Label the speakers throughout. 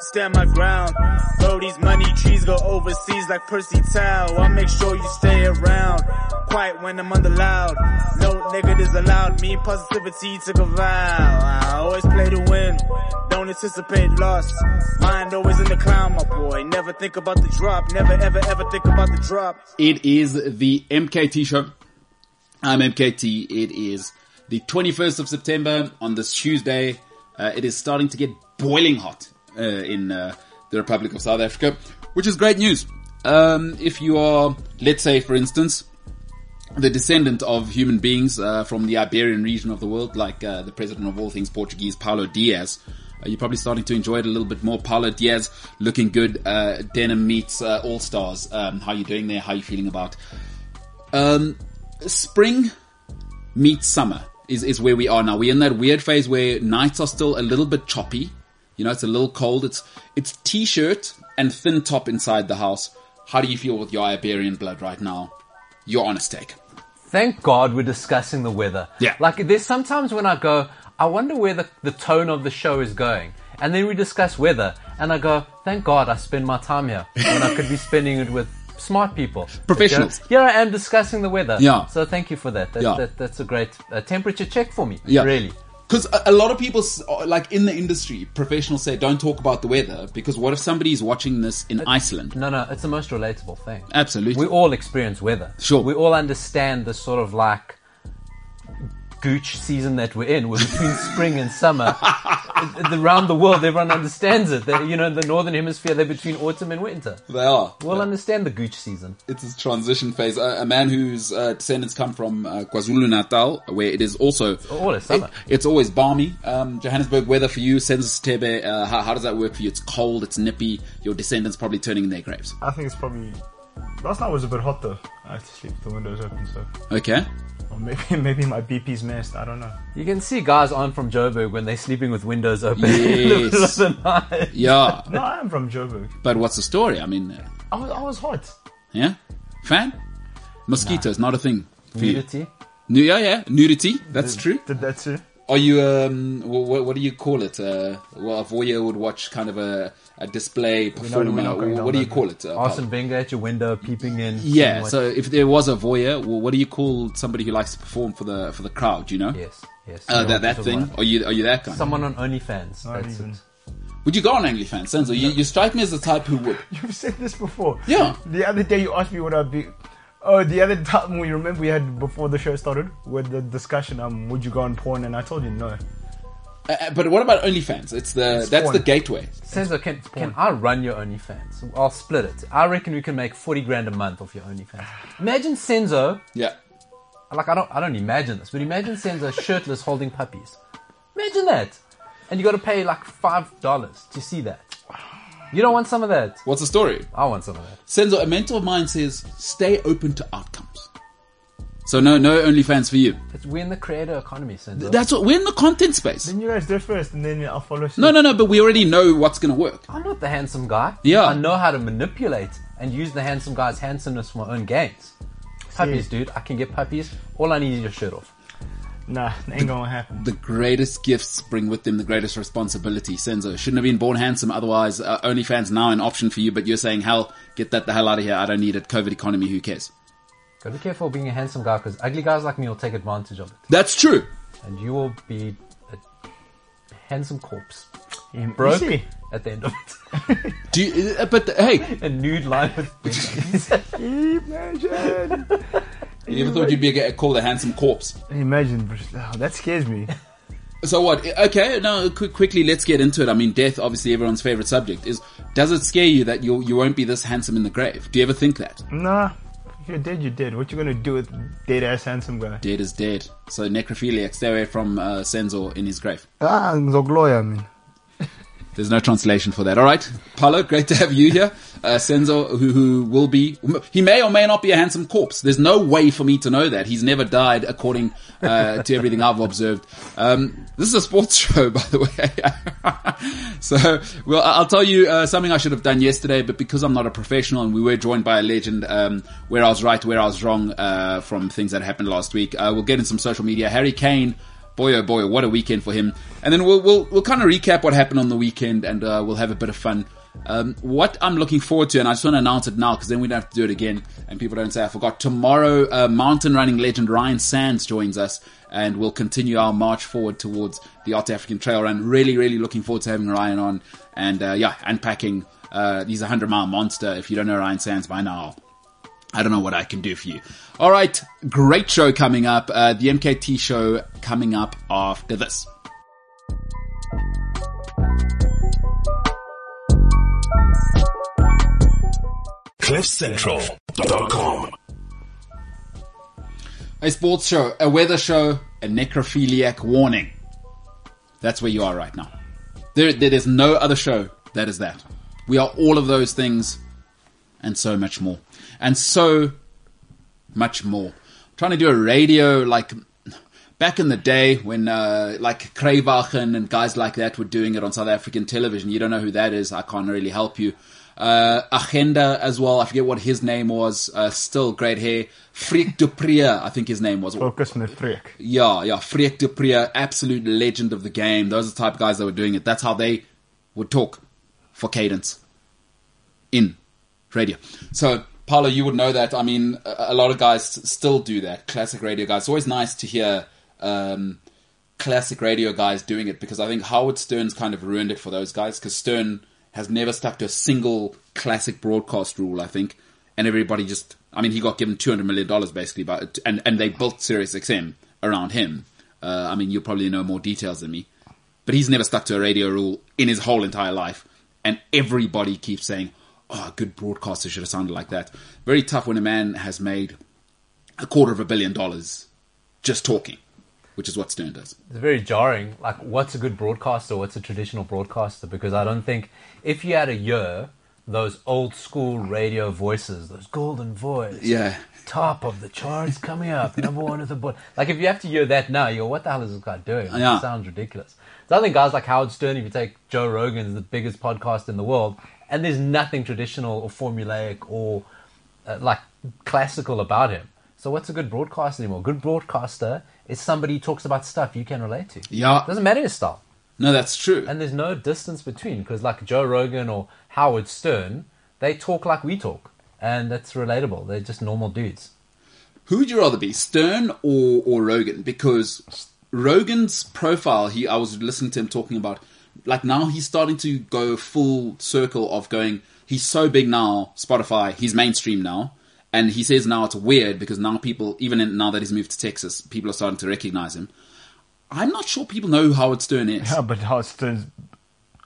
Speaker 1: stand my ground. Bro, these money trees go overseas like Percy Tau. I make sure you stay around. Quiet when I'm under loud. No negatives allowed. Me positivity took a vow. I always play to win. Don't anticipate loss. Mind always in the clown, my boy. Never think about the drop. Never ever ever think about the drop.
Speaker 2: It is the MKT show. I'm MKT. It is the 21st of September on this Tuesday. Uh, it is starting to get boiling hot uh, in uh, the Republic of South Africa, which is great news. Um, if you are, let's say, for instance, the descendant of human beings uh, from the Iberian region of the world, like uh, the president of all things Portuguese, Paulo Diaz. Uh, you're probably starting to enjoy it a little bit more. Paulo Diaz, looking good. Uh, Denim meets uh, All Stars. Um, how you doing there? How you feeling about um, spring meets summer? Is is where we are now. We're in that weird phase where nights are still a little bit choppy. You know, it's a little cold. It's it's t-shirt and thin top inside the house. How do you feel with your Iberian blood right now? You're on a stake.
Speaker 3: Thank God we're discussing the weather.
Speaker 2: Yeah.
Speaker 3: Like there's sometimes when I go, I wonder where the, the tone of the show is going. And then we discuss weather and I go, thank God I spend my time here when I could be spending it with smart people.
Speaker 2: Professionals.
Speaker 3: But, you know, Here I am discussing the weather.
Speaker 2: Yeah.
Speaker 3: So thank you for that. That,
Speaker 2: Yeah.
Speaker 3: that that's a great uh, temperature check for me.
Speaker 2: Yeah.
Speaker 3: Really.
Speaker 2: Because a, a lot of people, s- uh, like in the industry, professionals say don't talk about the weather because what if somebody is watching this in Iceland?
Speaker 3: No, no, it's the most relatable thing.
Speaker 2: Absolutely.
Speaker 3: We all experience weather.
Speaker 2: Sure.
Speaker 3: We all understand the sort of like gooch season that we're in. We're between spring and summer. Uh, Around the world, everyone understands it. They, you know, in the northern hemisphere, they're between autumn and winter.
Speaker 2: they are.
Speaker 3: We all understand the gooch season.
Speaker 2: It's a transition phase. A, a man whose uh, descendants come from uh, KwaZulu Natal, where it is also
Speaker 3: always summer.
Speaker 2: It- it's always balmy. Um, Johannesburg weather for you, Census Tebe. Uh, how, how does that work for you? It's cold. It's nippy. Your descendants probably turning in their graves.
Speaker 4: I think it's probably. Last night was a bit hot though. I had to sleep with the windows open, so
Speaker 2: Okay.
Speaker 4: or maybe maybe my BP's messed. I don't know.
Speaker 3: You can see guys aren't from Joburg when they're sleeping with windows open. in the middle of
Speaker 2: Yes.
Speaker 3: the night.
Speaker 2: yeah.
Speaker 4: No, I am from Joburg.
Speaker 2: But what's the story? I mean, uh,
Speaker 4: I was I was hot.
Speaker 2: yeah. Fan. Mosquitoes not a thing. For you.
Speaker 3: Nudity.
Speaker 2: Nu- yeah, yeah, nudity. That's
Speaker 4: Did-
Speaker 2: true.
Speaker 4: Did that too.
Speaker 2: Are you um, what, what do you call it? Uh, well, a voyeur would watch kind of a, a display
Speaker 4: not-
Speaker 2: performer.
Speaker 4: we're not going down
Speaker 2: what do you
Speaker 4: that
Speaker 2: call it? Uh,
Speaker 3: Arsene Wenger at your window, peeping in.
Speaker 2: yeah.
Speaker 3: seeing what-
Speaker 2: So if there was a voyeur, well, what do you call somebody who likes to perform for the for the crowd? You know,
Speaker 3: Yes, yes.
Speaker 2: uh, that that
Speaker 3: Someone-
Speaker 2: thing. Are you are you that kind?
Speaker 3: Someone on OnlyFans.
Speaker 4: Not
Speaker 3: That's
Speaker 4: even.
Speaker 3: it.
Speaker 2: would you go on OnlyFans? Senzo, you, you strike me as the type who would.
Speaker 4: You've said this before.
Speaker 2: Yeah.
Speaker 4: The other day you asked me what I'd be. Oh, the other time we remember we had before the show started with the discussion. Um, would you go on porn? And I told you no.
Speaker 2: Uh, Uh, but what about OnlyFans? It's the that's the
Speaker 4: porn.
Speaker 2: gateway.
Speaker 3: Senzo, can, can I run your OnlyFans? I'll split it. I reckon we can make 40 grand a month off your OnlyFans. Imagine Senzo,
Speaker 2: Yeah.
Speaker 3: like I don't, I don't imagine this, but imagine Senzo shirtless holding puppies. Imagine that. And you gotta pay like $5 to see that. You don't want some of that.
Speaker 2: What's the story?
Speaker 3: I want some of that.
Speaker 2: Senzo, a mentor of mine says, stay open to outcomes. So no, no OnlyFans for you.
Speaker 3: It's, we're in the creator economy, Senzo.
Speaker 2: That's what we're in the content space.
Speaker 4: Then you guys do it first, and then I'll follow suit.
Speaker 2: No, no, no, but we already know what's going to work.
Speaker 3: I'm not the handsome guy.
Speaker 2: Yeah.
Speaker 3: I know how to manipulate and use the handsome guy's handsomeness for my own gains. Puppies, dude. I can get puppies. All I need is your shirt off.
Speaker 4: Nah, that ain't gonna happen.
Speaker 2: The greatest gifts bring with them the greatest responsibility. Senzo shouldn't have been born handsome, otherwise, uh, OnlyFans now an option for you, but you're saying, hell, get that the hell out of here. I don't need it. COVID economy, who cares?
Speaker 3: Gotta be careful being a handsome guy because ugly guys like me will take advantage of it.
Speaker 2: That's true.
Speaker 3: And you will be a handsome corpse.
Speaker 4: Yeah, you
Speaker 3: Broke
Speaker 4: see?
Speaker 3: at the end of it.
Speaker 2: Do you, uh, but uh, hey,
Speaker 3: a nude line with
Speaker 4: Imagine.
Speaker 2: you never thought you'd be a, called a handsome corpse.
Speaker 4: Imagine, but oh, that scares me.
Speaker 2: So what? Okay, no. Quick, quickly, let's get into it. I mean, death, obviously, everyone's favorite subject is. Does it scare you that you you won't be this handsome in the grave? Do you ever think that?
Speaker 4: Nah, if you're dead, you're dead. What you gonna do with dead ass handsome guy?
Speaker 2: Dead is dead. So necrophiliac, stay away from uh, Senzo in his grave.
Speaker 4: Ah, Zogloya, man.
Speaker 2: There's no translation for that. All right, Paulo, great to have you here. Uh, Senzo, who, who will be, he may or may not be a handsome corpse. There's no way for me to know that. He's never died, according uh, to everything I've observed. Um, this is a sports show, by the way. so, well, I- I'll tell you uh, something I should have done yesterday, but because I'm not a professional and we were joined by a legend, um, where I was right, where I was wrong uh, from things that happened last week, uh, we'll get in some social media. Harry Kane boy oh boy, what a weekend for him! And then we'll we'll, we'll kind of recap what happened on the weekend, and uh, we'll have a bit of fun. Um, what I'm looking forward to, and I just want to announce it now because then we don't have to do it again, and people don't say I forgot. Tomorrow, uh, mountain running legend Ryan Sands joins us, and we'll continue our march forward towards the Art African Trail Run. Really, really looking forward to having Ryan on, and uh, yeah, unpacking. Uh, he's a hundred mile monster. If you don't know Ryan Sands by now, I don't know what I can do for you. All right, great show coming up. Uh, the MKT show coming up after this.
Speaker 5: CliffCentral.com.
Speaker 2: A sports show, a weather show, a necrophiliac warning. That's where you are right now. There, there is no other show that is that. We are all of those things and so much more. And so much more. trying to do a radio like back in the day when uh, like Krebachen and guys like that were doing it on South African television. You don't know who that is. I can't really help you. Uh, Agenda as well. I forget what his name was. Uh, still great hair. Freak Dupria, I think his name was.
Speaker 4: Focus met Freak.
Speaker 2: Yeah, yeah. Freek de Priya, absolute legend of the game. Those are the type of guys that were doing it. That's how they would talk for cadence in radio. So, Paolo, you would know that. I mean, a, a lot of guys s- still do that. Classic radio guys. It's always nice to hear um, classic radio guys doing it because I think Howard Stern's kind of ruined it for those guys because Stern has never stuck to a single classic broadcast rule, I think. And everybody just, I mean, he got given $200 million basically, but, and, and they built SiriusXM around him. Uh, I mean, you'll probably know more details than me but he's never stuck to a radio rule in his whole entire life. And everybody keeps saying, oh, a good broadcaster should have sounded like that. Very tough when a man has made a quarter of a billion dollars just talking, which is what Stern does.
Speaker 3: It's very jarring. Like, what's a good broadcaster? What's a traditional broadcaster? Because I don't think if you had a year, those old school radio voices, those golden voice,
Speaker 2: Yeah.
Speaker 3: top of the charts coming up, number one of the board. Like, if you have to hear that now, you go, what the hell is this guy doing?
Speaker 2: Yeah.
Speaker 3: It sounds ridiculous. So I think guys like Howard Stern, if you take Joe Rogan's the biggest podcast in the world, and there's nothing traditional or formulaic or uh, like classical about him. So what's a good broadcaster anymore? Good broadcaster is somebody who talks about stuff you can relate to.
Speaker 2: Yeah.
Speaker 3: doesn't matter his style,
Speaker 2: No, that's true.
Speaker 3: and there's no distance between because like Joe Rogan or Howard Stern, they talk like we talk, and that's relatable. They're just normal dudes.
Speaker 2: Who would you rather be, Stern or or Rogan? Because Rogan's profile, he I was listening to him talking about, like now he's starting to go full circle of going. He's so big now, Spotify. He's mainstream now, and he says now it's weird because now people, even in, now that he's moved to Texas, people are starting to recognize him. I'm not sure people know who Howard Stern is.
Speaker 4: Yeah, but how Stern's.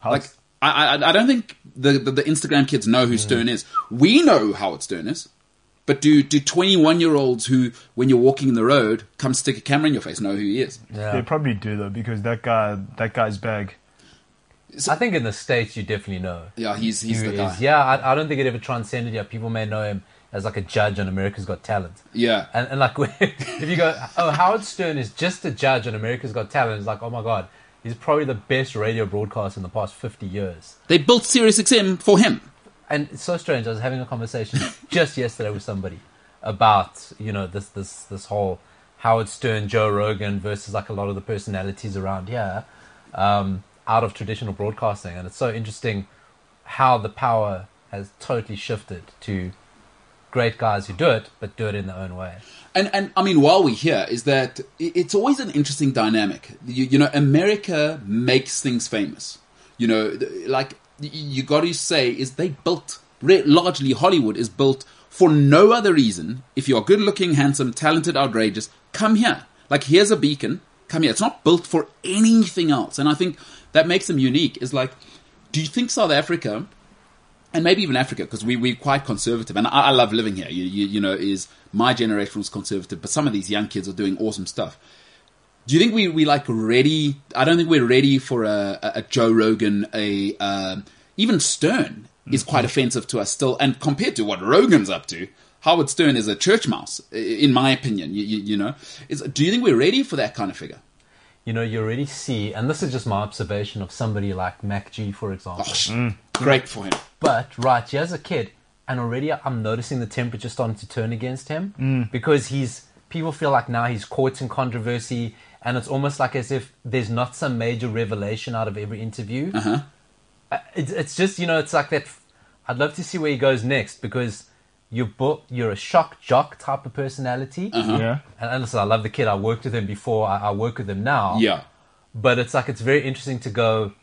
Speaker 4: How
Speaker 2: Like I, I, I don't think the, the the Instagram kids know who Stern is. We know how Howard Stern is, but do do twenty one year olds who, when you're walking in the road, come stick a camera in your face know who he is?
Speaker 4: They probably do though because that guy, that guy's bag.
Speaker 3: I think in the states you definitely know.
Speaker 2: Yeah, he's he's
Speaker 3: who
Speaker 2: the
Speaker 3: he
Speaker 2: guy.
Speaker 3: is. Yeah, I, I don't think it ever transcended. Yeah, people may know him as like a judge on America's Got Talent.
Speaker 2: Yeah.
Speaker 3: and, and like if you go, oh, Howard Stern is just a judge on America's Got Talent. It's like, oh my god, he's probably the best radio broadcast in the past fifty years.
Speaker 2: They built SiriusXM for him.
Speaker 3: And it's so strange. I was having a conversation just yesterday with somebody about you know this this this whole Howard Stern, Joe Rogan versus like a lot of the personalities around here um, out of traditional broadcasting, and it's so interesting how the power has totally shifted to great guys who do it, but do it in their own way.
Speaker 2: and and I mean, while we're here, is that i- it's always an interesting dynamic. You, you know, America makes things famous. You know, th- like y- you got to say, is they built re- largely Hollywood is built for no other reason. If you're good looking, handsome, talented, outrageous, come here. Like here's a beacon. Come here. It's not built for anything else. And I think that makes them unique. Is like, do you think South Africa? and maybe even Africa, because we, we're quite conservative. And I, I love living here. You, you, you know, is my generation was conservative, but some of these young kids are doing awesome stuff. Do you think we we like ready? I don't think we're ready for a, a, a Joe Rogan, a um, even Stern is quite offensive to us still, and compared to what Rogan's up to. Howard Stern is a church mouse, i- in my opinion. You, you, you know, is, do you think we're ready for that kind of figure?
Speaker 3: You know, you already see, and this is just my observation of somebody like Mac G, for example.
Speaker 2: Oh, sh- Great for him.
Speaker 3: But right, yeah, as a kid, and already I'm noticing the temperature starting to turn against him because he's people feel like now he's caught in controversy, and it's almost like as if there's not some major revelation out of every interview. Uh-huh. It's it's just you know it's like that. f- I'd love to see where he goes next because you're bo- you're a shock jock type of personality.
Speaker 4: Yeah.
Speaker 3: And, and listen, I love the kid. I worked with him before. I, I work with him now
Speaker 2: Yeah.
Speaker 3: but it's like it's very interesting to go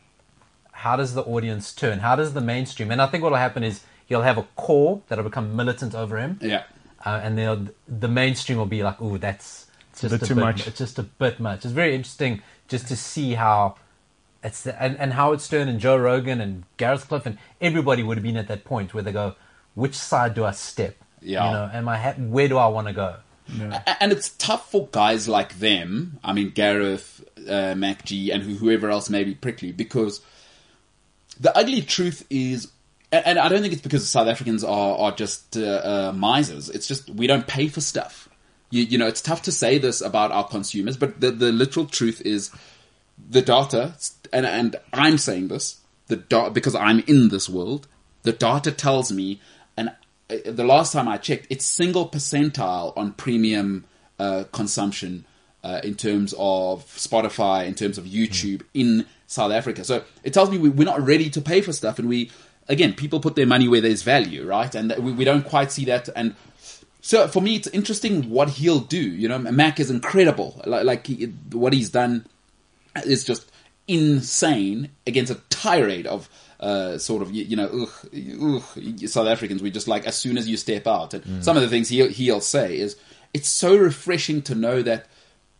Speaker 3: how does the audience turn how does the mainstream and i think what will happen is you'll have a core that'll become militant over him
Speaker 2: Yeah.
Speaker 3: uh, and they'll the mainstream will be like oh that's it's just
Speaker 4: bit too much.
Speaker 3: it's just a bit much it's very interesting just to see how it's the, and, and howard stern and joe rogan and gareth cliff and everybody would have been at that point where they go which side do i step
Speaker 2: Yeah.
Speaker 3: you know am i ha- where do i want to go
Speaker 2: A- And it's tough for guys like them. I mean, Gareth, uh, Mac G, and who- whoever else may be prickly because the ugly truth is, and, and I don't think it's because South Africans are are just uh, uh, misers. It's just we don't pay for stuff. You, you know, it's tough to say this about our consumers, but the the literal truth is, the data, and and I'm saying this, the da- because I'm in this world. The data tells me, and uh, the last time I checked, it's single percentile on premium uh, consumption uh, in terms of Spotify, in terms of YouTube in South Africa. So it tells me we, we're not ready to pay for stuff, and we again people put their money where there's value, right? And that- we, we don't quite see that, and so for me, it's interesting what he'll do. You know, Mac is incredible. Like, like he, what he's done is just insane against a tirade of uh, sort of you, you know ugh, ugh, South Africans. We just like as soon as you step out, and
Speaker 3: Mm.
Speaker 2: some of the things he he'll say is it's so refreshing to know that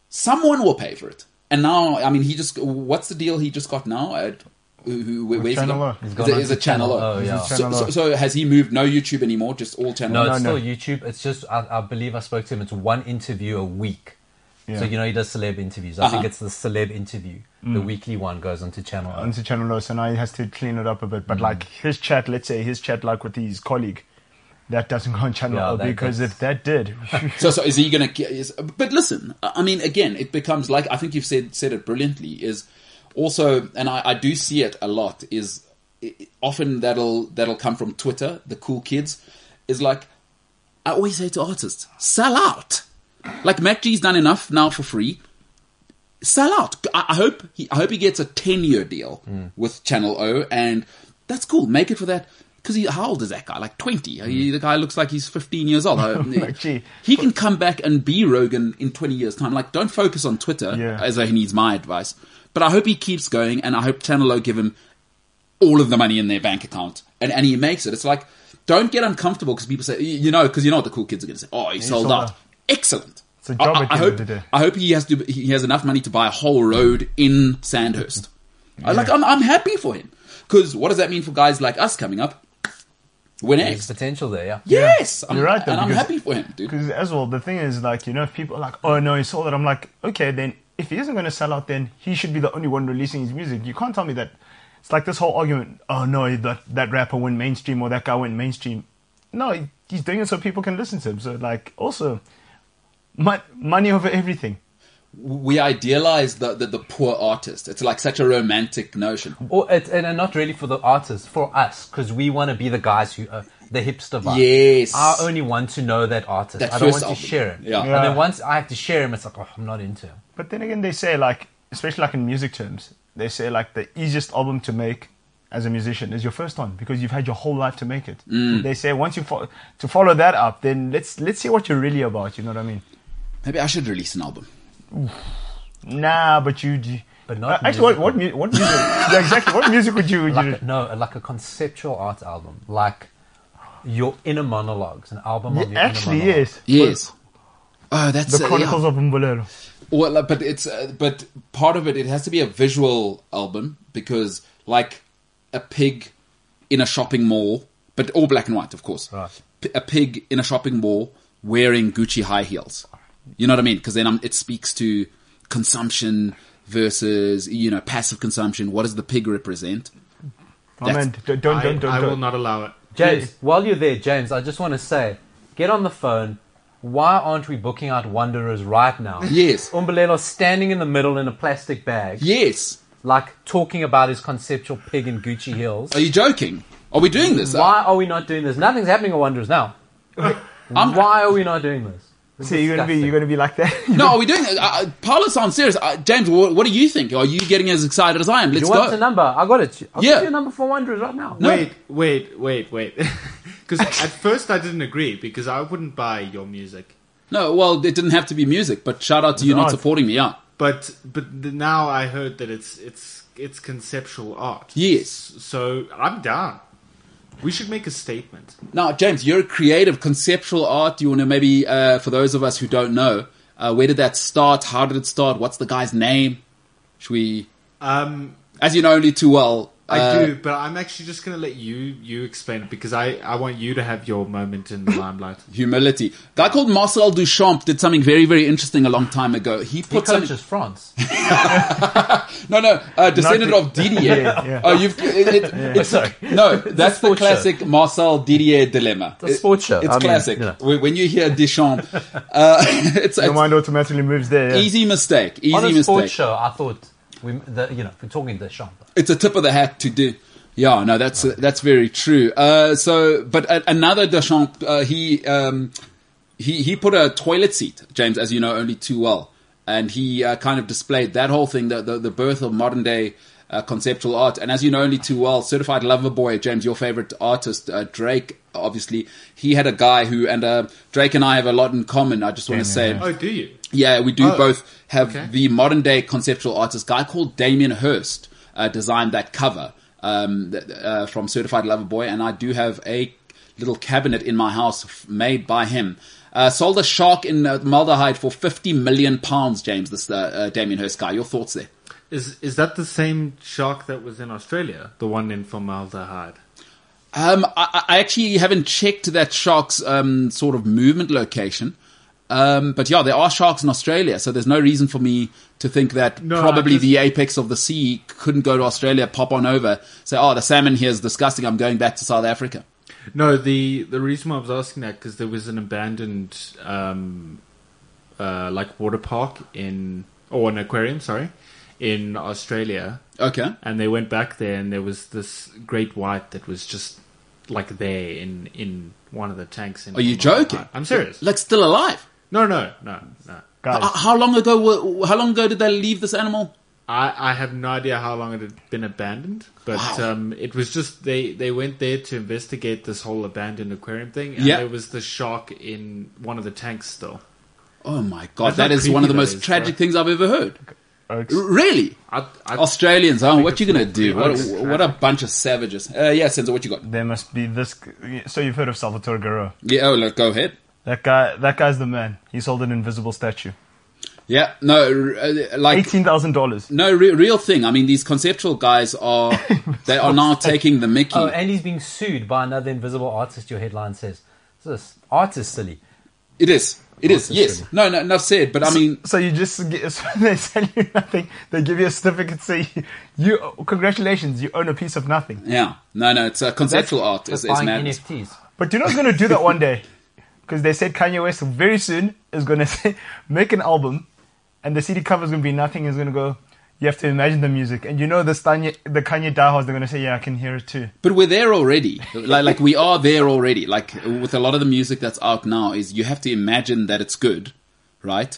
Speaker 2: someone will pay for it. And now, I mean, he just what's the deal he just got now? At, who, who, where, where's
Speaker 4: Channel
Speaker 2: he
Speaker 4: O.
Speaker 2: got?
Speaker 4: He's
Speaker 3: gone
Speaker 2: Is it-
Speaker 3: on
Speaker 2: is
Speaker 3: to
Speaker 2: it Channel
Speaker 3: Channel
Speaker 2: O?
Speaker 3: O, Oh, yeah.
Speaker 4: Channel
Speaker 2: So,
Speaker 4: O.
Speaker 2: so, so has he moved? No YouTube anymore, just all Channel
Speaker 3: No,
Speaker 2: O.
Speaker 3: it's
Speaker 4: no.
Speaker 3: still YouTube. It's just I, I believe I spoke to him. It's one interview a week.
Speaker 4: Yeah. Mm.
Speaker 3: So you know he does celeb interviews. I think
Speaker 2: Uh-huh.
Speaker 3: it's the celeb interview. The weekly one goes onto Channel O.
Speaker 4: onto Channel O, so now he has to clean it up a bit. But like his chat, let's say his chat, like with his colleague, that doesn't go on Channel
Speaker 3: Yeah,
Speaker 4: O
Speaker 3: that-
Speaker 4: because
Speaker 3: that's-
Speaker 4: if that did,
Speaker 2: So, so is he going to? But listen, I I mean, again, it becomes like I think you've said said it brilliantly. Is also, and I, I do see it a lot. Is i- i- often that'll that'll come from Twitter. The cool kids is like I always say to artists, sell out. Like Mac G's done enough now for free. Sell out. I, I hope he, I hope he gets a ten year deal with Channel O, and that's cool. Make it for that. Because how old is that guy? Like twenty. He- the guy looks like he's fifteen years old. I-
Speaker 4: Mac G.
Speaker 2: he can come back and be Rogan in 20 years' time. Like, don't focus on Twitter,
Speaker 4: Yeah.
Speaker 2: as though he needs my advice. But I hope he keeps going, and I hope Channel O give him all of the money in their bank account, and, and he makes it. It's like, don't get uncomfortable because people say, you know, because you know what the cool kids are going to say. Oh, he sold
Speaker 4: sold
Speaker 2: out.
Speaker 4: out.
Speaker 2: Excellent.
Speaker 4: It's a job
Speaker 2: I,
Speaker 4: at
Speaker 2: I, I
Speaker 4: the end
Speaker 2: hope,
Speaker 4: of the day.
Speaker 2: I hope he has to. He has enough money to buy a whole road in Sandhurst. I- Like I'm, I'm happy for him because what does that mean for guys like us coming up? We're
Speaker 3: There's
Speaker 2: next.
Speaker 3: potential there. Yeah.
Speaker 2: Yes, I'm,
Speaker 4: You're right, though,
Speaker 2: and I'm
Speaker 4: because-
Speaker 2: happy for him, dude.
Speaker 4: because as well, the thing is like you know, if people are like, oh no, he sold it. I'm like, okay, then if he isn't going to sell out, then he should be the only one releasing his music. You can't tell me that. It's like this whole argument. Oh no, that that rapper went mainstream or that guy went mainstream. No, he- he's doing it so people can listen to him. So like, also, mon- money over everything.
Speaker 2: we idealize the, the, the poor artist. It's like such a romantic notion.
Speaker 3: Or it, and and not really for the artists, for us, because we want to be the guys who are the hipster vibe.
Speaker 2: Yes.
Speaker 3: I only want to know that artist.
Speaker 2: That
Speaker 3: I don't
Speaker 2: first
Speaker 3: want to
Speaker 2: album.
Speaker 3: share him.
Speaker 2: Yeah.
Speaker 4: Yeah.
Speaker 3: And then once I have to share him, it's like oh, I'm not into him.
Speaker 4: But then again, they say like, especially like in music terms, they say like the easiest album to make as a musician is your first one because you've had your whole life to make it.
Speaker 2: Mm.
Speaker 4: They say once you fo- to follow that up, then let's let's see what you're really about. You know what I mean?
Speaker 2: Maybe I should release an album.
Speaker 4: Nah, but you. you
Speaker 3: But not
Speaker 4: Uh, actually. What what, mu- what music? yeah, exactly. What music would you? Would you
Speaker 3: Like a, no, like a conceptual art album, like your inner monologues, an album of
Speaker 4: Yeah,
Speaker 3: your
Speaker 4: actually,
Speaker 3: inner monologues.
Speaker 4: yes.
Speaker 2: Yes. Oh, that's
Speaker 4: The
Speaker 2: uh,
Speaker 4: Chronicles
Speaker 2: yeah.
Speaker 4: of Mbolelo.
Speaker 2: Well, like, but it's uh, but part of it. It has to be a visual album because, like, a pig in a shopping mall, but all black and white, of course.
Speaker 3: Right.
Speaker 2: P- a pig in a shopping mall wearing Gucci high heels. You know what I mean? Because then um, it speaks to consumption versus you know passive consumption. What does the pig represent?
Speaker 4: My
Speaker 2: That's-
Speaker 4: man, d- don't, don't,
Speaker 5: I,
Speaker 4: don't, don't.
Speaker 5: I will not allow it.
Speaker 3: James, while you're there, James, I just want to say, get on the phone. Why aren't we booking out wanderers right now?
Speaker 2: Yes.
Speaker 3: Umbalelo standing in the middle in a plastic bag,
Speaker 2: Yes.
Speaker 3: like talking about his conceptual pig in Gucci Hills.
Speaker 2: Are you joking? Are we doing this?
Speaker 3: Why are we not doing this? Nothing's happening at Wanderers now. Why are we not doing this? This is
Speaker 4: See, you're gonna be,
Speaker 3: disgusting.
Speaker 4: you're gonna be like that.
Speaker 2: No, are we doing this? Uh, Uh, Paolo sounds serious. Uh, James, what, what do you think? Are you getting as excited as I am? Let's
Speaker 3: You want
Speaker 2: go.
Speaker 3: the number? I got it. I'll
Speaker 2: Yeah.
Speaker 3: give you a number for Wanderers right now.
Speaker 2: No.
Speaker 5: Wait, wait, wait, wait. Because at first I didn't agree because I wouldn't buy your music,
Speaker 2: No, well, it didn't have to be music, but shout out to you not
Speaker 4: art.
Speaker 2: supporting me. Yeah.
Speaker 5: but but the- now I heard that it's it's it's conceptual art.
Speaker 2: Yes.
Speaker 5: So I'm down. We should make a statement.
Speaker 2: Now, James, you're a creative, conceptual art. Do you want to maybe, uh, for those of us who don't know, uh, where did that start? How did it start? What's the guy's name? Should we,
Speaker 5: Um,
Speaker 2: as you know only too well,
Speaker 5: I
Speaker 2: uh,
Speaker 5: do, but I'm actually just gonna let you you explain it because I I want you to have your moment in the limelight.
Speaker 2: humility. guy called Marcel Duchamp did something very, very interesting a long time ago. He
Speaker 3: He
Speaker 2: put something.
Speaker 3: coaches France.
Speaker 2: No, no, uh, descendant
Speaker 4: the-
Speaker 2: of Didier.
Speaker 4: Yeah, yeah.
Speaker 2: Oh, you've. It, it, it's,
Speaker 3: Sorry.
Speaker 2: No,
Speaker 3: It's a
Speaker 2: that's the
Speaker 3: sports show.
Speaker 2: classic Marcel Didier dilemma.
Speaker 3: It's a sports show.
Speaker 2: It's
Speaker 3: I mean,
Speaker 2: classic.
Speaker 3: you know.
Speaker 2: When- When you hear Duchamp, uh, it's,
Speaker 4: Your
Speaker 2: it's
Speaker 4: mind automatically moves there. Yeah.
Speaker 2: easy mistake. Easy
Speaker 3: On a sports
Speaker 2: mistake.
Speaker 3: show, I thought, we, the, you know, if we're talking to Champa.
Speaker 2: It's a tip of the hat to do. Yeah, no, that's that's very true. Uh, so, but a, another Duchamp, uh, he um, he he put a toilet seat, James, as you know only too well, and he uh, kind of displayed that whole thing, the the, the birth of modern day uh, conceptual art. And as you know only too well, certified lover boy, James, your favorite artist, uh, Drake, obviously, he had a guy who, and uh, Drake and I have a lot in common. I just want to say,
Speaker 5: oh, do you?
Speaker 2: yeah, we do
Speaker 5: Oh,
Speaker 2: both have
Speaker 5: okay.
Speaker 2: the modern day conceptual artist guy called Damien Hirst uh, designed that cover um, th- uh, from Certified Lover Boy, and I do have a little cabinet in my house f- made by him. Uh, sold a shark in uh, Maldehyde for fifty million pounds, James. This uh, uh, Damien Hirst guy. Your thoughts there?
Speaker 5: Is is that the same shark that was in Australia? The one in formaldehyde.
Speaker 2: Um, I, I actually haven't checked that shark's um, sort of movement location. Um, but yeah, there are sharks in Australia, so there's no reason for me to think that
Speaker 5: No,
Speaker 2: probably
Speaker 5: I just-
Speaker 2: the apex of the sea couldn't go to Australia, pop on over, say, oh, the salmon here is disgusting, I'm going back to South Africa.
Speaker 5: No, the the reason why I was asking that because there was an abandoned um, uh, like water park in or an aquarium, sorry, in Australia,
Speaker 2: Okay.
Speaker 5: and they went back there and there was this great white that was just like there in in one of the tanks. In
Speaker 2: Are you
Speaker 5: Molokai.
Speaker 2: joking?
Speaker 5: I'm serious.
Speaker 2: Like, still alive.
Speaker 5: No, no, no, no.
Speaker 4: Guys,
Speaker 2: Uh, how long ago were, how long ago did they leave this animal?
Speaker 5: I, I have no idea how long it had been abandoned, but
Speaker 2: Wow.
Speaker 5: um, it was just they, they went there to investigate this whole abandoned aquarium thing, and
Speaker 2: Yeah.
Speaker 5: there was the shark in one of the tanks still.
Speaker 2: Oh my god,
Speaker 5: That's
Speaker 2: that
Speaker 5: how
Speaker 2: is one of the
Speaker 5: creepy that
Speaker 2: most
Speaker 5: is,
Speaker 2: tragic
Speaker 5: bro.
Speaker 2: things I've ever heard.
Speaker 4: Oaks.
Speaker 2: R- Really?
Speaker 5: I, I,
Speaker 2: Oh, Australians, huh? What you
Speaker 5: it's
Speaker 2: gonna do? What,
Speaker 5: pretty
Speaker 2: what a bunch of savages. Uh, yeah, Senzo, what you got?
Speaker 4: there must be this. So you've heard of Salvatore Guerrero?
Speaker 2: Yeah, oh, look, go ahead.
Speaker 4: That guy. That guy's the man. He sold an invisible statue.
Speaker 2: Yeah, no, r- uh, like
Speaker 4: Eighteen thousand dollars.
Speaker 2: no re- real thing. I mean, these conceptual guys are they are now taking the Mickey.
Speaker 3: Oh, and he's being sued by another invisible artist, your headline says. This artist silly.
Speaker 2: it is, it is.
Speaker 3: it's
Speaker 2: Yes,
Speaker 3: silly.
Speaker 2: no, no, enough said. But I mean,
Speaker 4: So you just get, so they sell you nothing. They give you a certificate. Say you congratulations, you own a piece of nothing.
Speaker 2: yeah, no, no, it's uh, conceptual art. Is,
Speaker 3: It's
Speaker 2: is
Speaker 3: buying
Speaker 2: madness.
Speaker 3: NFTs.
Speaker 4: But you know who's going to do that one day? Because they said Kanye West very soon is going to say, make an album, and the CD cover is going to be nothing. Is going to go. You have to imagine the music, and you know the Kanye, the Kanye diehards. They're going to say, yeah, I can hear it too.
Speaker 2: But we're there already. like, like we are there already. Like with a lot of the music that's out now, is you have to imagine that it's good, right?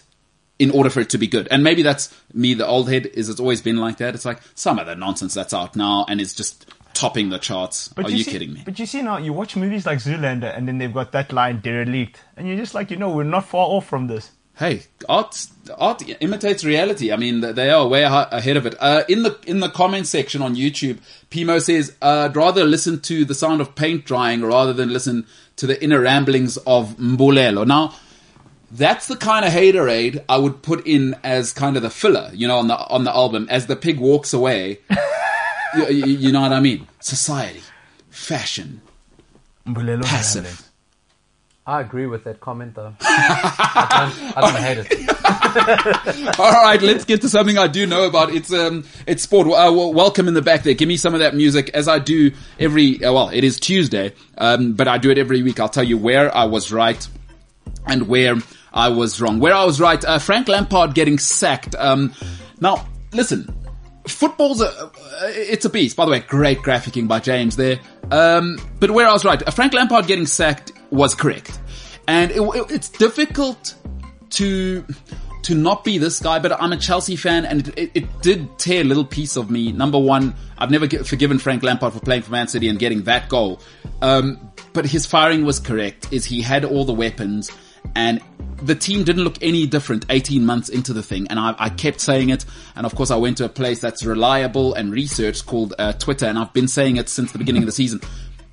Speaker 2: In order for it to be good, and maybe that's me, the old head. Is it's always been like that? It's like some of the nonsense that's out now, and it's just topping the charts.
Speaker 4: But
Speaker 2: are you
Speaker 4: see,
Speaker 2: kidding me?
Speaker 4: But you see now, you watch movies like Zoolander, and then they've got that line derelict, and you're just like, you know, we're not far off from this.
Speaker 2: Hey, art art imitates reality. I mean, th- they are way ha- ahead of it. Uh, in the in the comment section on YouTube, Pimo says, uh, "I'd rather listen to the sound of paint drying rather than listen to the inner ramblings of Mbulelo." Now, that's the kind of haterade I would put in as kind of the filler, you know, on the on the album. As the pig walks away, you, you, you know what I mean? Society, fashion,
Speaker 4: Mbulelo
Speaker 2: passive,
Speaker 3: I agree with that comment though. I don't, I don't hate it.
Speaker 2: All right, let's get to something I do know about. It's um, it's sport. Uh, well, welcome in the back there. Give me some of that music, as I do every. Uh, well, it is Tuesday, um, but I do it every week. I'll tell you where I was right and where I was wrong. Where I was right, uh, Frank Lampard getting sacked. Um, now, listen, football's a, uh, it's a beast. By the way, great graphicking by James there. Um, but where I was right, uh, Frank Lampard getting sacked was correct, and it, it, it's difficult to to not be this guy. But I'm a Chelsea fan, and it, it, it did tear a little piece of me. Number one, I've never gi- forgiven Frank Lampard for playing for Man City and getting that goal. Um, but his firing was correct. Is he had all the weapons and the team didn't look any different 18 months into the thing. And I, I kept saying it. And of course, I went to a place that's reliable and researched called uh, Twitter. And I've been saying it since the beginning of the season.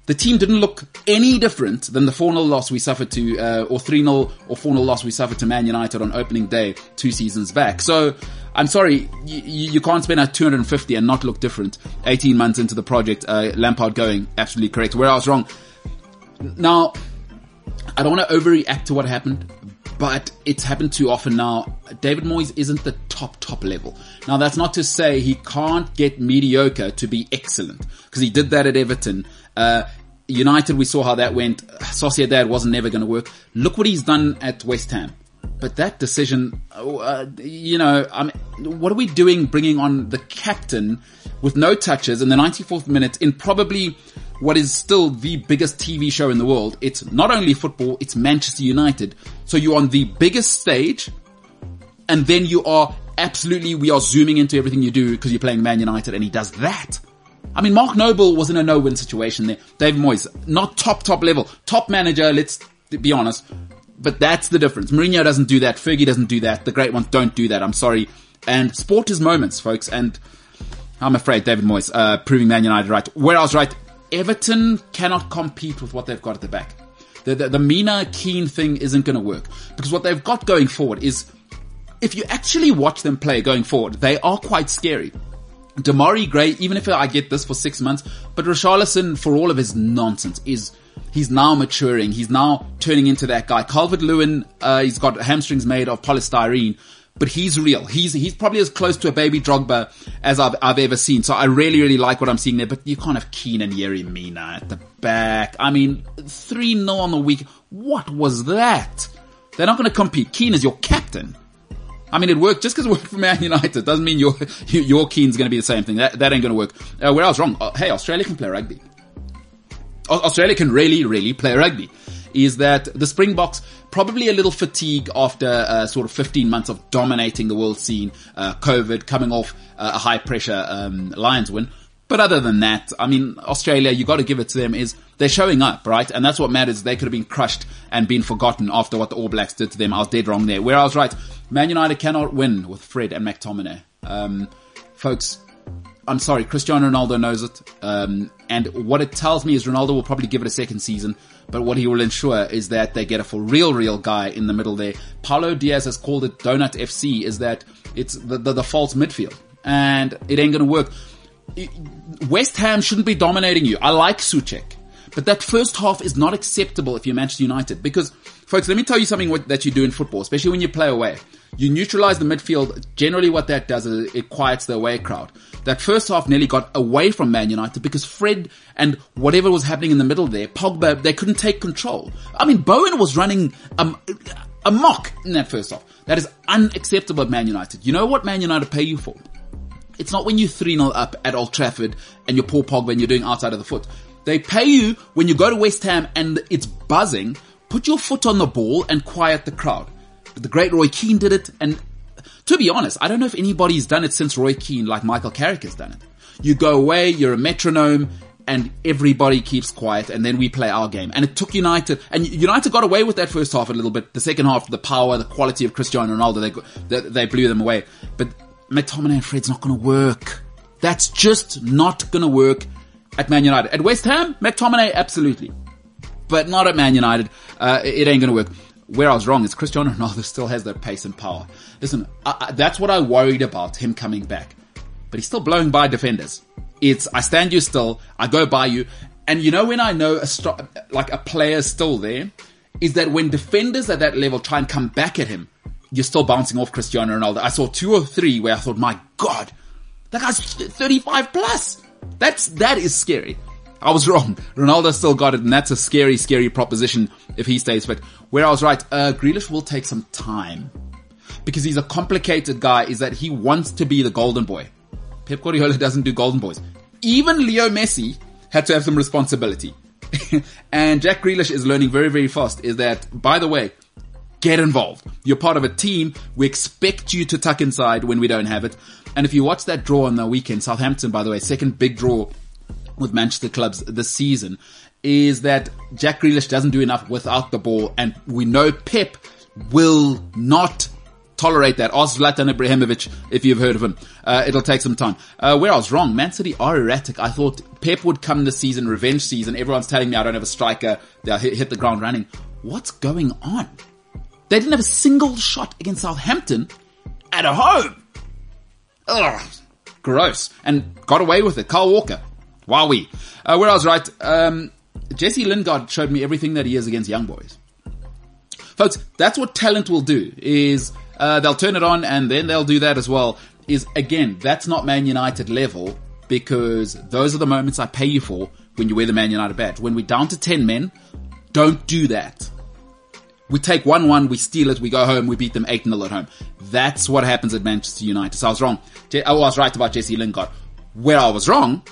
Speaker 2: The team didn't look any different than the 4-0 loss we suffered to, uh, or 3-0 or 4-0 loss we suffered to Man United on opening day two seasons back. So, I'm sorry, you, you can't spend a 250 and not look different. 18 months into the project, uh, Lampard going absolutely correct. Where I was wrong. Now, I don't want to overreact to what happened, but it's happened too often now. David Moyes isn't the top, top level. Now that's not to say he can't get mediocre to be excellent, because he did that at Everton. Uh, United, we saw how that went. Sociedad wasn't never going to work. Look what he's done at West Ham. But that decision, oh, uh, you know, I mean, what are we doing bringing on the captain with no touches in the 94th minute in probably what is still the biggest TV show in the world? It's not only football, it's Manchester United. So you're on the biggest stage and then you are absolutely, we are zooming into everything you do because you're playing Man United and he does that. I mean, Mark Noble was in a no-win situation there. David Moyes, not top, top level. Top manager, let's be honest. But that's the difference. Mourinho doesn't do that. Fergie doesn't do that. The great ones don't do that. I'm sorry. And sport is moments, folks. And I'm afraid David Moyes, uh, proving Man United right. Where I was right, Everton cannot compete with what they've got at the back. The, the, the Mina Keen thing isn't going to work because what they've got going forward is if you actually watch them play going forward, they are quite scary. Damari Gray, even if I get this for six months, but Richarlison, for all of his nonsense, is he's now maturing. He's now turning into that guy. Calvert Lewin, uh, he's got hamstrings made of polystyrene, but he's real. He's he's probably as close to a baby Drogba as I've I've ever seen. So I really really like what I'm seeing there. But you can't have Keane and Yerry Mina at the back. I mean, three 0 on the week. What was that? They're not going to compete. Keane is your captain. I mean, it worked just because it worked for Man United doesn't mean your your Keane's going to be the same thing. That that ain't going to work. Uh, where I was wrong. Uh, hey, Australia can play rugby. Au- Australia can really, really play rugby. Is that the Springboks probably a little fatigued after uh, sort of 15 months of dominating the world scene, uh, COVID, coming off uh, a high pressure um, Lions win. But other than that, I mean, Australia, you got to give it to them is they're showing up, right? And that's what matters. They could have been crushed and been forgotten after what the All Blacks did to them. I was dead wrong there. Where I was right, Man United cannot win with Fred and McTominay. Um, folks, I'm sorry, Cristiano Ronaldo knows it. Um, and what it tells me is Ronaldo will probably give it a second season, but what he will ensure is that they get a for real, real guy in the middle there. Paulo Diaz has called it Donut FC, is that it's the, the, the false midfield. And it ain't gonna work. It- West Ham shouldn't be dominating you. I like Suchek. But that first half is not acceptable if you're Manchester United. Because, folks, let me tell you something what, that you do in football, especially when you play away. You neutralize the midfield. Generally what that does is it quiets the away crowd. That first half nearly got away from Man United because Fred and whatever was happening in the middle there, Pogba, they couldn't take control. I mean, Bowen was running um, amok in that first half. That is unacceptable at Man United. You know what Man United pay you for? It's not when you 3 0 up at Old Trafford and you're Paul Pogba and you're doing outside of the foot. They pay you when you go to West Ham and it's buzzing. Put your foot on the ball and quiet the crowd. But the great Roy Keane did it and to be honest, I don't know if anybody's done it since Roy Keane like Michael Carrick has done it. You go away, you're a metronome and everybody keeps quiet and then we play our game. And it took United, and United got away with that first half a little bit. The second half, the power, the quality of Cristiano Ronaldo, they, go- they, they blew them away. But McTominay and Fred's not going to work. That's just not going to work at Man United. At West Ham, McTominay, absolutely. But not at Man United. Uh, it ain't going to work. Where I was wrong is Cristiano Ronaldo still has that pace and power. Listen, I, I, that's what I worried about him coming back. But he's still blowing by defenders. It's, I stand you still, I go by you. And you know when I know a stro- like a player's still there? is that when defenders at that level try and come back at him, you're still bouncing off Cristiano Ronaldo. I saw two or three where I thought, my God, that guy's th- 35 plus. That's, that is scary. I was wrong. Ronaldo still got it, and that's a scary, scary proposition if he stays fit. Where I was right, uh, Grealish will take some time because he's a complicated guy is that he wants to be the golden boy. Pep Guardiola doesn't do golden boys. Even Leo Messi had to have some responsibility. and Jack Grealish is learning very, very fast is that, by the way, get involved. You're part of a team. We expect you to tuck inside when we don't have it. And if you watch that draw on the weekend, Southampton, by the way, second big draw with Manchester clubs this season is that Jack Grealish doesn't do enough without the ball. And we know Pep will not tolerate that. Ask Zlatan Ibrahimovic if you've heard of him. Uh, it'll take some time. Uh, where I was wrong, Man City are erratic. I thought Pep would come this season, revenge season. Everyone's telling me I don't have a striker. They'll hit, hit the ground running. What's going on? They didn't have a single shot against Southampton at a home. Ugh, gross. And got away with it. Carl Walker. Wowee. Uh, where I was right, um, Jesse Lingard showed me everything that he is against young boys. Folks, that's what talent will do is uh, they'll turn it on and then they'll do that as well. Is again, that's not Man United level because those are the moments I pay you for when you wear the Man United badge. When we're down to 10 men, don't do that. We take 1 1, we steal it, we go home, we beat them 8 0 at home. That's what happens at Manchester United. So I was wrong. Je- oh, I was right about Jesse Lingard. Where I was wrong,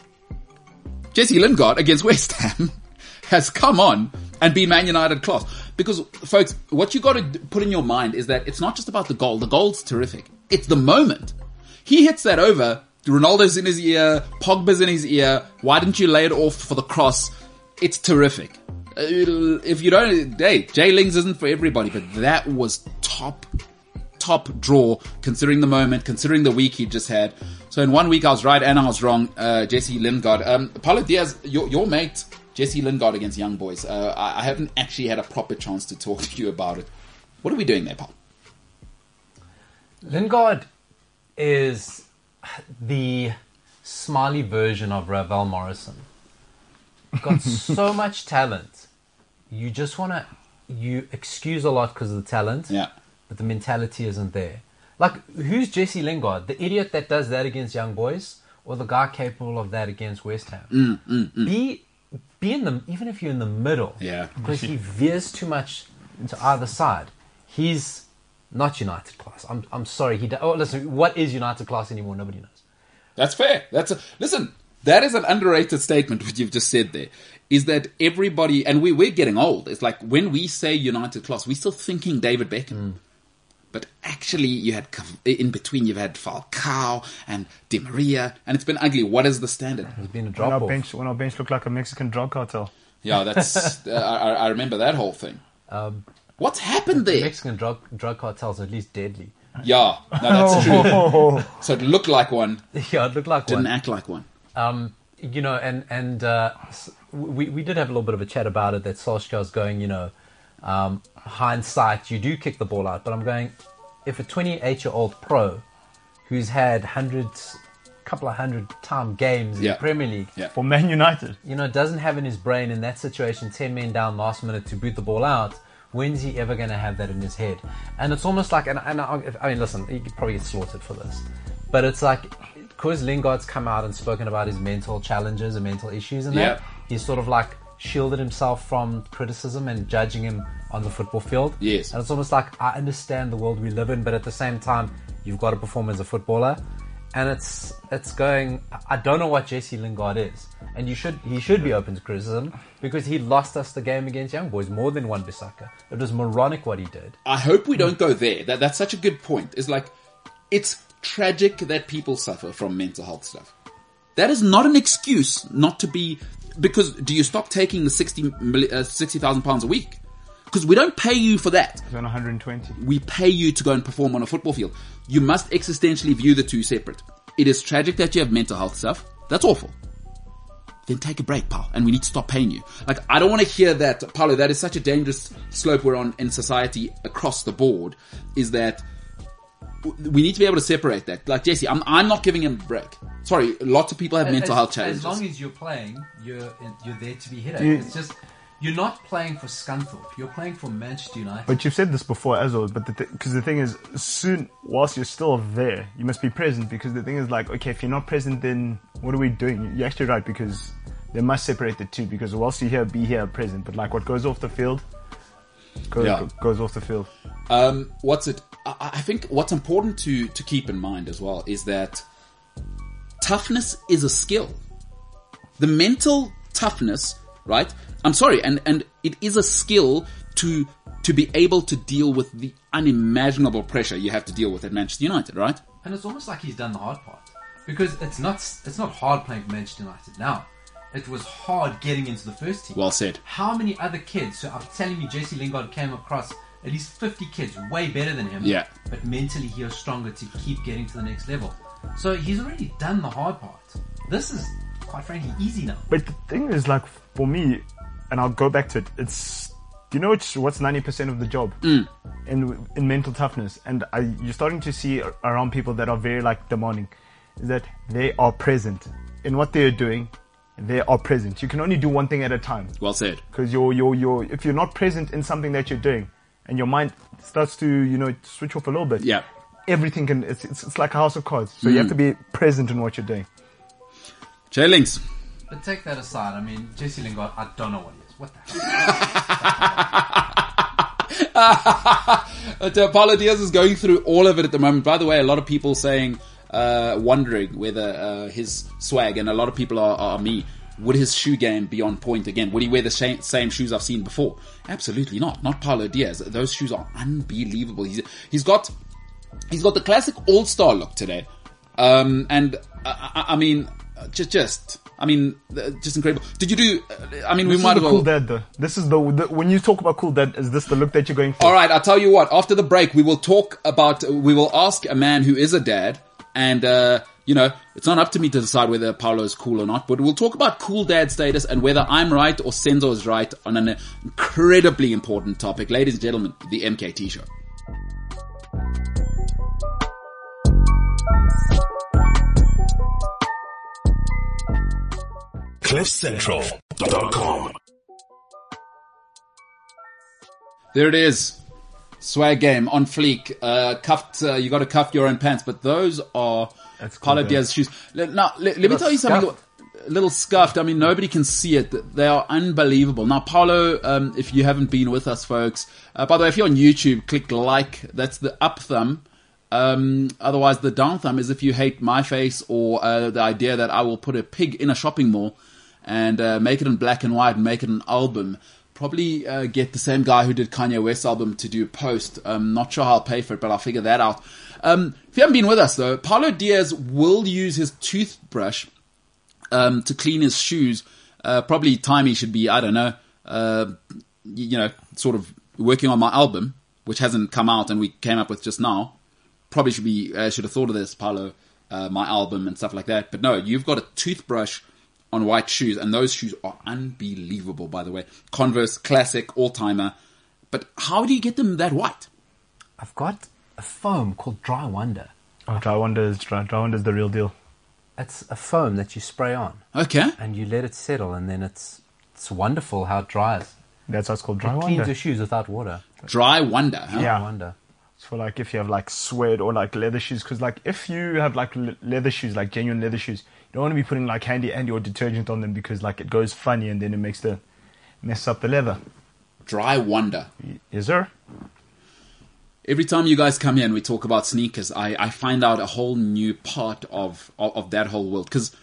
Speaker 2: Jesse Lingard against West Ham has come on and been Man United class. Because, folks, what you got to put in your mind is that it's not just about the goal. The goal's terrific. It's the moment. He hits that over. Ronaldo's in his ear. Pogba's in his ear. Why didn't you lay it off for the cross? It's terrific. Uh, If you don't, hey, Jay Lings isn't for everybody, but that was top top draw considering the moment, considering the week he just had. So in one week I was right and I was wrong. Uh, Jesse Lingard, um, Paulo Diaz, your, your mate Jesse Lingard against Young Boys. Uh, I, I haven't actually had a proper chance to talk to you about it. What are we doing there, Paul?
Speaker 3: Lingard is the smiley version of Ravel Morrison. Got so much talent. You just want to, you excuse a lot because of the talent,
Speaker 2: Yeah,
Speaker 3: but the mentality isn't there. Like, who's Jesse Lingard? The idiot that does that against young boys or the guy capable of that against West Ham? Be, be in the, even if you're in the middle,
Speaker 2: Mm. Yeah.
Speaker 3: because he veers too much to either side. He's not United class. I'm, I'm sorry. He. do- Oh, listen. What is United class anymore? Nobody knows.
Speaker 2: that's fair. That's a, listen. That is an underrated statement what you've just said there. Is that everybody? And we we're getting old. It's like when we say United class, we're still thinking David Beckham.
Speaker 3: Mm.
Speaker 2: But actually, you had in between. You've had Falcao and Di Maria, and it's been ugly. What is the standard?
Speaker 3: There's been a
Speaker 4: When
Speaker 3: drop
Speaker 4: our
Speaker 3: off.
Speaker 4: bench, when our bench looked like a Mexican drug cartel.
Speaker 2: Yeah, that's. uh, I, I- I remember that whole thing.
Speaker 3: Um,
Speaker 2: What's happened there?
Speaker 3: Mexican drug drug cartels are at least deadly.
Speaker 2: Yeah, no,
Speaker 3: Oh.
Speaker 2: that's
Speaker 4: Oh,
Speaker 2: true. So it looked like one,
Speaker 3: yeah, it looked like
Speaker 2: didn't
Speaker 3: one.
Speaker 2: act like one.
Speaker 3: Um, you know, and and uh, s- we we did have a little bit of a chat about it. That Solskjaer's going, you know, um, hindsight, you do kick the ball out. But I'm going, if a 28 year old pro who's had hundreds, couple of hundred time games in
Speaker 2: Yeah.
Speaker 3: the Premier League
Speaker 2: Yeah.
Speaker 4: For Man United.
Speaker 3: you know, doesn't have in his brain in that situation, 10 men down last minute to boot the ball out, when's he ever going to have that in his head? And it's almost like, and, and I, I mean, listen, he could probably get slaughtered for this, but it's like, because Lingard's come out and spoken about his mental challenges and mental issues and that,
Speaker 2: Yeah.
Speaker 3: he's sort of like shielded himself from criticism and judging him on the football field.
Speaker 2: Yes.
Speaker 3: And it's almost like, I understand the world we live in, but at the same time, you've got to perform as a footballer. And it's it's going. I- I don't know what Jesse Lingard is, and you should he should be open to criticism because he lost us the game against Young Boys more than one Bissaka. It was moronic what he did.
Speaker 2: I hope we don't go there. That that's such a good point. It's like it's tragic that people suffer from mental health stuff. That is not an excuse not to be because do you stop taking the 60 milli- uh, 60,000 pounds a week? Because we don't pay you for that.
Speaker 4: He's on 120.
Speaker 2: we pay you to go and perform on a football field. You must existentially view the two separate. It is tragic that you have mental health stuff. That's awful. Then take a break, pal, and we need to stop paying you. Like, I don't want to hear that, Paolo, that is such a dangerous slope we're on in society across the board, is that w- we need to be able to separate that. Like, Jesse, I'm, I'm not giving him a break. Sorry, lots of people have mental health challenges.
Speaker 3: As long as you're playing, you're you're there to be hit at.
Speaker 4: You-
Speaker 3: It's just
Speaker 6: You're not playing for Scunthorpe. You're playing for Manchester United.
Speaker 4: But you've said this before as well. But because the, th- the thing is, soon whilst you're still there, you must be present. Because the thing is, like, okay, if you're not present, then what are we doing? You're actually right because they must separate the two. Because whilst you're here, be here, present. But like, what goes off the field goes,
Speaker 2: Yeah.
Speaker 4: goes off the field.
Speaker 2: Um, what's it? I, I think what's important to to keep in mind as well is that toughness is a skill. The mental toughness, right? I'm sorry, and and it is a skill to to be able to deal with the unimaginable pressure you have to deal with at Manchester United, right?
Speaker 6: And it's almost like he's done the hard part because it's not it's not hard playing for Manchester United now. It was hard getting into the first team.
Speaker 2: Well said.
Speaker 6: How many other kids? So I'm telling you, Jesse Lingard came across at least 50 kids way better than him.
Speaker 2: Yeah.
Speaker 6: But mentally, he was stronger to keep getting to the next level. So he's already done the hard part. This is quite frankly easy now.
Speaker 4: But the thing is, like, for me, and I'll go back to it. It's you know it's, what's ninety percent of the job in in mental toughness, and I, you're starting to see a- around people that are very like demanding, is that they are present in what they are doing. They are present. You can only do one thing at a time
Speaker 2: Well said.
Speaker 4: because you're you're you're if you're not present in something that you're doing, and your mind starts to you know switch off a little bit.
Speaker 2: Yeah.
Speaker 4: Everything can it's it's, it's like a house of cards. So you have to be present in what you're doing.
Speaker 2: Jay Links.
Speaker 6: But take that aside. I mean, Jesse Lingard, I don't know what he is. What the hell?
Speaker 2: Uh, Paulo Diaz is going through all of it at the moment. By the way, a lot of people saying, uh, wondering whether uh, his swag, and a lot of people are, are me, would his shoe game be on point again? Would he wear the same, same shoes I've seen before? Absolutely not. Not Paulo Diaz. Those shoes are unbelievable. He's, he's got he's got the classic all star look today, um, and I, I, I mean, just just I mean, uh, just incredible. Did you do? uh, I mean,
Speaker 4: This
Speaker 2: we
Speaker 4: is
Speaker 2: might
Speaker 4: the
Speaker 2: as well.
Speaker 4: cool dad though. This is the, the when you talk about cool dad, is this the look that you're going for?
Speaker 2: All right, I'll tell you what. After the break, we will talk about. We will ask a man who is a dad, and uh, you know, it's not up to me to decide whether Paolo is cool or not. But we'll talk about cool dad status and whether I'm right or Senzo is right on an incredibly important topic, ladies and gentlemen. The MKT show.
Speaker 7: CliffCentral.com.
Speaker 2: There it is. Swag game on fleek. Uh, cuffed. Uh, you got to cuff your own pants, but those are
Speaker 4: That's cool,
Speaker 2: Paulo
Speaker 4: yeah.
Speaker 2: Diaz shoes. Let, now, let, let me tell you something. A little scuffed. I mean, nobody can see it. They are unbelievable. Now, Paulo, um, if you haven't been with us, folks, uh, by the way, if you're on YouTube, click like. That's the up thumb. Um, otherwise, the down thumb is if you hate my face or uh, the idea that I will put a pig in a shopping mall and uh, make it in black and white and make it an album. Probably uh, get the same guy who did Kanye West's album to do post. Um, not sure how I'll pay for it, but I'll figure that out. Um, if you haven't been with us though, Paulo Diaz will use his toothbrush um, to clean his shoes. Uh, probably time he should be, I don't know, uh, y- you know, sort of working on my album, which hasn't come out and we came up with just now. Probably should be, uh, should have thought of this, Paolo, uh, my album and stuff like that. But no, you've got a toothbrush on white shoes, and those shoes are unbelievable, by the way. Converse, classic, all timer. But how do you get them that white?
Speaker 3: I've got a foam called Dry Wonder.
Speaker 4: Oh, Dry Wonder is Dry, Dry Wonder is the real deal.
Speaker 3: It's a foam that you spray on
Speaker 2: Okay.
Speaker 3: and you let it settle, and then it's it's wonderful how it dries.
Speaker 4: That's why it's called
Speaker 3: It
Speaker 4: Dry
Speaker 3: cleans
Speaker 4: Wonder.
Speaker 3: your shoes without water.
Speaker 2: Dry wonder, huh?
Speaker 4: Yeah.
Speaker 3: Dry Wonder.
Speaker 4: It's for like if you have like suede or like leather shoes, because like if you have like le- leather shoes, like genuine leather shoes, you don't want to be putting like handy andy or detergent on them because like it goes funny and then it makes the mess up the leather.
Speaker 2: Dry wonder.
Speaker 4: Yes, sir.
Speaker 2: Every time you guys come here and we talk about sneakers, I, I find out a whole new part of, of, of that whole world. Because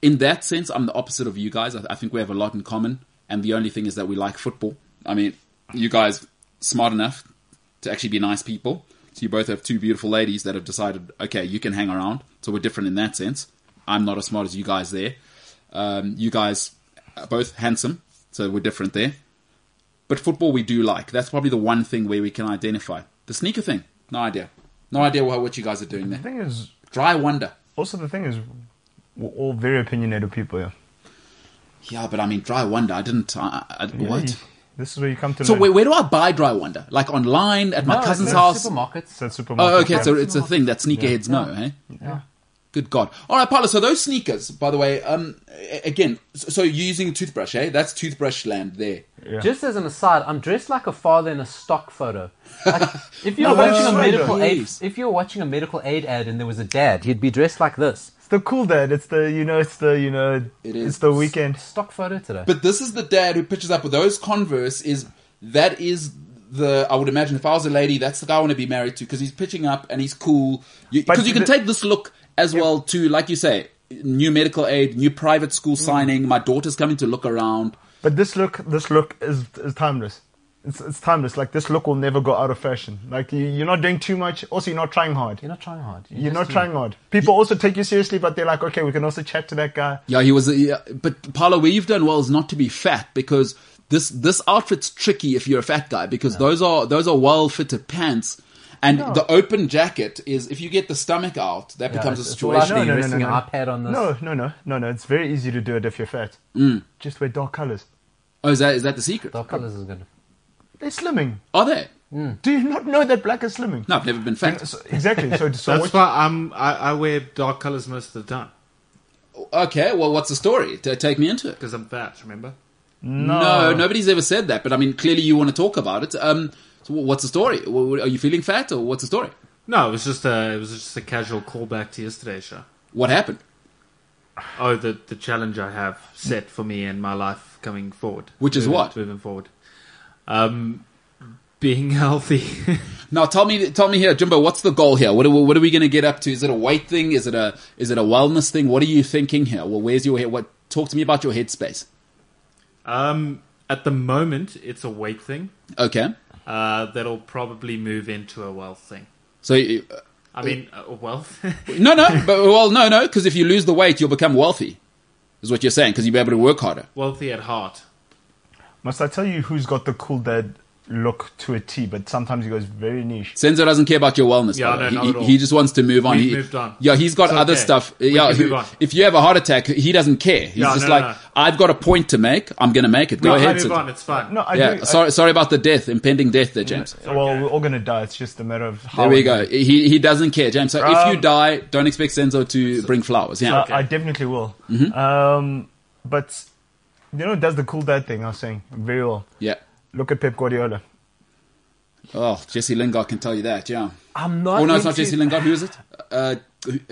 Speaker 2: in that sense, I'm the opposite of you guys. I, I think we have a lot in common. And the only thing is that we like football. I mean, you guys smart enough to actually be nice people. So you both have two beautiful ladies that have decided, okay, you can hang around. So we're different in that sense. I'm not as smart as you guys there. Um, you guys are both handsome. So we're different there. But football we do like. That's probably the one thing where we can identify. The sneaker thing, no idea. No idea what, what you guys are doing
Speaker 4: The
Speaker 2: there.
Speaker 4: thing is,
Speaker 2: Dry wonder.
Speaker 4: also the thing is, we're all very opinionated people. Yeah.
Speaker 2: Yeah, but I mean, dry wonder. I didn't. I, I, I- what?
Speaker 4: This is where you come to.
Speaker 2: So
Speaker 4: learn.
Speaker 2: where, where do I buy dry wonder? Like online at my
Speaker 3: No,
Speaker 2: cousin's
Speaker 3: it's in
Speaker 2: house?
Speaker 3: Oh, Supermarkets.
Speaker 4: It's at supermarket.
Speaker 2: Oh, okay.
Speaker 4: yeah.
Speaker 2: So it's a thing that sneakerheads know, eh?
Speaker 4: Yeah.
Speaker 2: Good God! All right, Paula. So those sneakers, by the way, um, a- again, so so you're using a toothbrush, eh? That's toothbrush land there.
Speaker 3: Just as an aside, I'm dressed like a father in a stock photo. Like, if you're
Speaker 4: No, that's
Speaker 3: watching a
Speaker 4: so
Speaker 3: medical
Speaker 2: good.
Speaker 3: aid,
Speaker 2: Yes.
Speaker 3: if you're watching a medical aid ad and there was a dad, he'd be dressed like this.
Speaker 4: It's the cool dad. It's the you know. It's the you know.
Speaker 2: It is.
Speaker 4: It's the weekend.
Speaker 3: Stock photo today.
Speaker 2: But this is the dad who pitches up with those Converse. Is that is the I would imagine if I was a lady, that's the guy I want to be married to because he's pitching up and he's cool.
Speaker 4: But
Speaker 2: Because you, can
Speaker 4: the-
Speaker 2: take this look as well to, like you say, new medical aid, new private school signing. My daughter's coming to look around.
Speaker 4: But this look, this look is is timeless. It's it's timeless. Like this look will never go out of fashion. Like you, you're not doing too much. Also, you're not trying hard.
Speaker 3: you're not trying hard.
Speaker 4: You're
Speaker 3: just
Speaker 4: not
Speaker 3: doing-
Speaker 4: trying hard. People also take you seriously, but they're like, okay, we can also chat to that guy.
Speaker 2: Yeah, he was. Yeah, but Paolo, where you've done well is not to be fat because this this outfit's tricky if you're a fat guy because those are those are well fitted pants. And the open jacket is if you get the stomach out, that
Speaker 3: Yeah,
Speaker 2: becomes a
Speaker 3: it's- it's
Speaker 2: situation.
Speaker 3: all about- Actually, you're resting your iPad on this. Mm.
Speaker 4: No, no, no, no, no. It's very easy to do it if you're fat. Just wear dark colors.
Speaker 2: Oh, is that is that the secret?
Speaker 3: Dark colors is good.
Speaker 4: They're slimming.
Speaker 2: Are they?
Speaker 4: Do you not know that black is slimming?
Speaker 2: No, I've never been fat.
Speaker 4: So- exactly. So, so
Speaker 5: That's
Speaker 4: what,
Speaker 5: why I'm. I, I wear dark colors most of the time
Speaker 2: Okay, well, what's the story? T- take me into it.
Speaker 5: because I'm fat. Remember?
Speaker 2: No. nobody's ever said that, but I mean, clearly you want to talk about it. Um, so wh- what's the story? Wh- wh- Are you feeling fat, or what's the story?
Speaker 5: No, it was just a. It was just a casual callback to yesterday's show.
Speaker 2: What happened?
Speaker 5: Oh, the the challenge I have set for me and my life coming forward,
Speaker 2: Which is
Speaker 5: Moving-
Speaker 2: what?
Speaker 5: moving forward, um, being healthy.
Speaker 2: Now tell me, tell me here, Jimbo. What's the goal here? What are, what are we going to get up to? Is it a weight thing? Is it a is it a wellness thing? What are you thinking here? Well, where's your head? What talk to me about your headspace?
Speaker 5: um, at the moment, it's a weight thing.
Speaker 2: Okay,
Speaker 5: Uh, that'll probably move into a wealth thing.
Speaker 2: so you- uh,
Speaker 5: I mean, a wealth.
Speaker 2: no, no, but well, no, no, because if you lose the weight, you'll become wealthy. Is what you're saying? Because you'll be able to work harder.
Speaker 5: wealthy at heart.
Speaker 4: must I tell you who's got the cool dad look to a T? But sometimes he goes very niche.
Speaker 2: Senzo doesn't care about your wellness.
Speaker 5: Yeah,
Speaker 2: brother.
Speaker 5: no,
Speaker 2: he,
Speaker 5: not
Speaker 2: he-
Speaker 5: at all.
Speaker 2: he just wants to move on.
Speaker 5: We've
Speaker 2: He-
Speaker 5: moved on.
Speaker 2: Yeah, he's got
Speaker 5: It's
Speaker 2: other
Speaker 5: okay.
Speaker 2: stuff.
Speaker 5: We
Speaker 2: yeah,
Speaker 5: can
Speaker 2: who-
Speaker 5: move on.
Speaker 2: if you have a heart attack, he doesn't care. He's
Speaker 5: Yeah,
Speaker 2: just
Speaker 5: no,
Speaker 2: like,
Speaker 5: no.
Speaker 2: I've got a point to make. I'm going to make it. Go
Speaker 5: No, I
Speaker 2: ahead,
Speaker 5: move
Speaker 2: Senzo.
Speaker 5: on. It's fine.
Speaker 4: No, I
Speaker 2: yeah,
Speaker 4: do. I-
Speaker 2: sorry, sorry about the death, impending death, there, James.
Speaker 4: well, we're all gonna die. It's just a matter of how.
Speaker 2: There we
Speaker 4: we
Speaker 2: go. He he doesn't care, James. So if
Speaker 5: Um,
Speaker 2: you die, don't expect Senzo to bring flowers. Yeah.
Speaker 4: I- I definitely will.
Speaker 2: Mm-hmm.
Speaker 4: Um, but you know, it does the cool dad thing. I was saying very well.
Speaker 2: Yeah.
Speaker 4: Look at Pep Guardiola.
Speaker 2: Oh, Jesse Lingard can tell you that. Yeah.
Speaker 3: I'm not.
Speaker 2: Oh no, it's not
Speaker 3: into-
Speaker 2: Jesse Lingard. Who is it? Uh,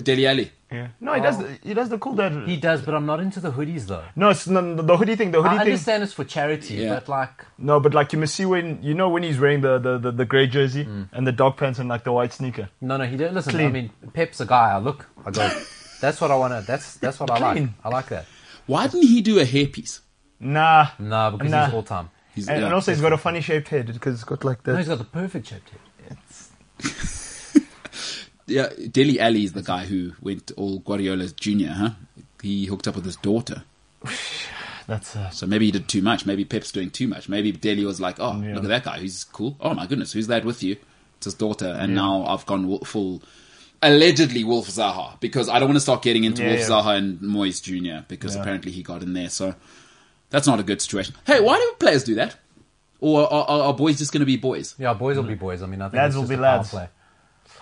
Speaker 2: Deli Ali.
Speaker 4: Yeah. No, he does. The, he does the cool dad.
Speaker 3: Oh. He does, but I'm not into the hoodies though.
Speaker 4: no, it's no, the hoodie thing. The
Speaker 3: I
Speaker 4: hoodie thing.
Speaker 3: understand it's for charity,
Speaker 2: Yeah.
Speaker 3: but like,
Speaker 4: No, but like you must see when you know when he's wearing the the, the, the grey jersey
Speaker 2: Mm.
Speaker 4: and the dog pants and like the white sneaker.
Speaker 3: no, no, he didn't listen. I
Speaker 4: Clean.
Speaker 3: mean, Pep's a guy. I look, I go. That's what I want to. That's that's what I like.
Speaker 4: Clean.
Speaker 3: I like that.
Speaker 2: Why didn't he do a hairpiece?
Speaker 4: Nah.
Speaker 3: No, because
Speaker 4: Nah.
Speaker 3: he's all time.
Speaker 2: He's,
Speaker 4: And,
Speaker 2: yeah.
Speaker 4: and also he's got a funny shaped head because it's got like
Speaker 3: No, he's
Speaker 4: the.
Speaker 3: got the perfect shaped head.
Speaker 2: yeah, Deli Ali is the guy who went all Guardiola's junior, huh? He hooked up with his daughter.
Speaker 4: That's uh,
Speaker 2: So maybe he did too much. Maybe Pep's doing too much. Maybe Deli was like, oh,
Speaker 4: Yeah.
Speaker 2: look at that guy. He's cool. Oh, my goodness. Who's that with you? It's his daughter. And now I've gone wo- full, allegedly Wolf Zaha, because I don't want to start getting into
Speaker 4: Yeah,
Speaker 2: Wolf
Speaker 4: yeah.
Speaker 2: Zaha and Moyes Jr., because
Speaker 4: Yeah.
Speaker 2: apparently he got in there. So that's not a good situation. Hey, why do players do that? Or are, are, are boys just going to be boys?
Speaker 3: Yeah, boys will be boys. I mean, I think
Speaker 4: Mm. Lads
Speaker 3: it's
Speaker 4: will
Speaker 3: just
Speaker 4: be
Speaker 3: a
Speaker 4: lads.
Speaker 3: Power play.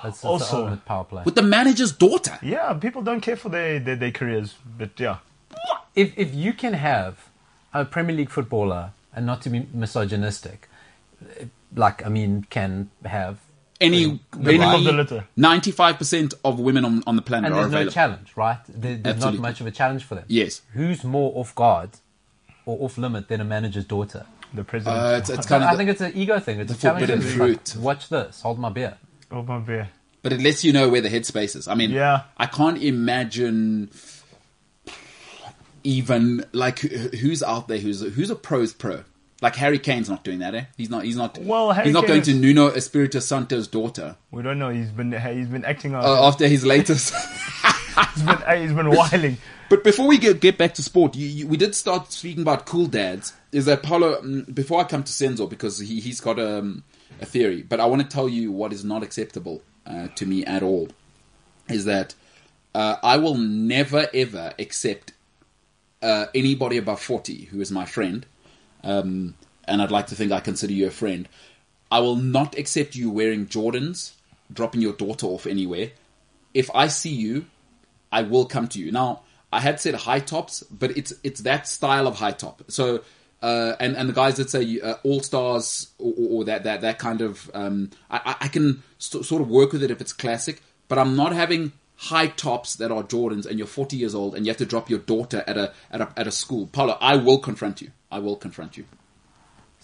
Speaker 3: It's just
Speaker 4: Also-
Speaker 3: also, power play.
Speaker 2: With the manager's daughter?
Speaker 4: yeah. People don't care for their, their their careers, but yeah.
Speaker 3: if if you can have a Premier League footballer and not to be misogynistic, eh, like I mean, can have
Speaker 2: Any,
Speaker 3: The
Speaker 4: bottom of the
Speaker 2: any
Speaker 4: litter.
Speaker 2: 95% of women on, on the planet
Speaker 3: and
Speaker 2: are
Speaker 3: there's no
Speaker 2: available.
Speaker 3: challenge, right? There, there's
Speaker 2: Absolutely.
Speaker 3: not much of a challenge for them.
Speaker 2: Yes.
Speaker 3: who's more off guard or off limit than a manager's daughter?
Speaker 4: The president.
Speaker 2: Uh, it's, it's
Speaker 3: So
Speaker 2: kind of
Speaker 3: I think it's an ego thing. It's a challenge.
Speaker 2: forbidden
Speaker 3: It's like,
Speaker 2: fruit.
Speaker 3: watch this. Hold my beer.
Speaker 4: oh my beer.
Speaker 2: But it lets you know where the headspace is. I mean,
Speaker 4: Yeah.
Speaker 2: I can't imagine even like wh- who's out there who's who's a pro's pro. Like Harry Kane's not doing that, eh? He's not. He's not.
Speaker 4: Well, Harry
Speaker 2: he's not
Speaker 4: Kane
Speaker 2: going to
Speaker 4: is-
Speaker 2: Nuno Espirito Santo's daughter
Speaker 4: We don't know. He's been he's been acting out.
Speaker 2: uh, after his latest.
Speaker 4: he's been uh, he's been whiling.
Speaker 2: But before we get, get back to sport, you, you, we did start speaking about cool dads. Is that Paulo? mm, Before I come to Senzo, because he, he's got um, a theory, but I want to tell you what is not acceptable uh, to me at all. Is that uh, I will never ever accept uh, anybody above forty who is my friend, um, and I'd like to think I consider you a friend. I will not accept you wearing Jordans, dropping your daughter off anywhere. If I see you, I will come to you. Now, I had said high tops, but it's it's that style of high top. So, uh, and and the guys that say uh, all stars or, or, or that that that kind of um, I, I- I can st- sort of work with it if it's classic, but I'm not having high tops that are Jordans and you're 40 years old and you have to drop your daughter at a at a at a school. Paolo, I will confront you. I will confront you.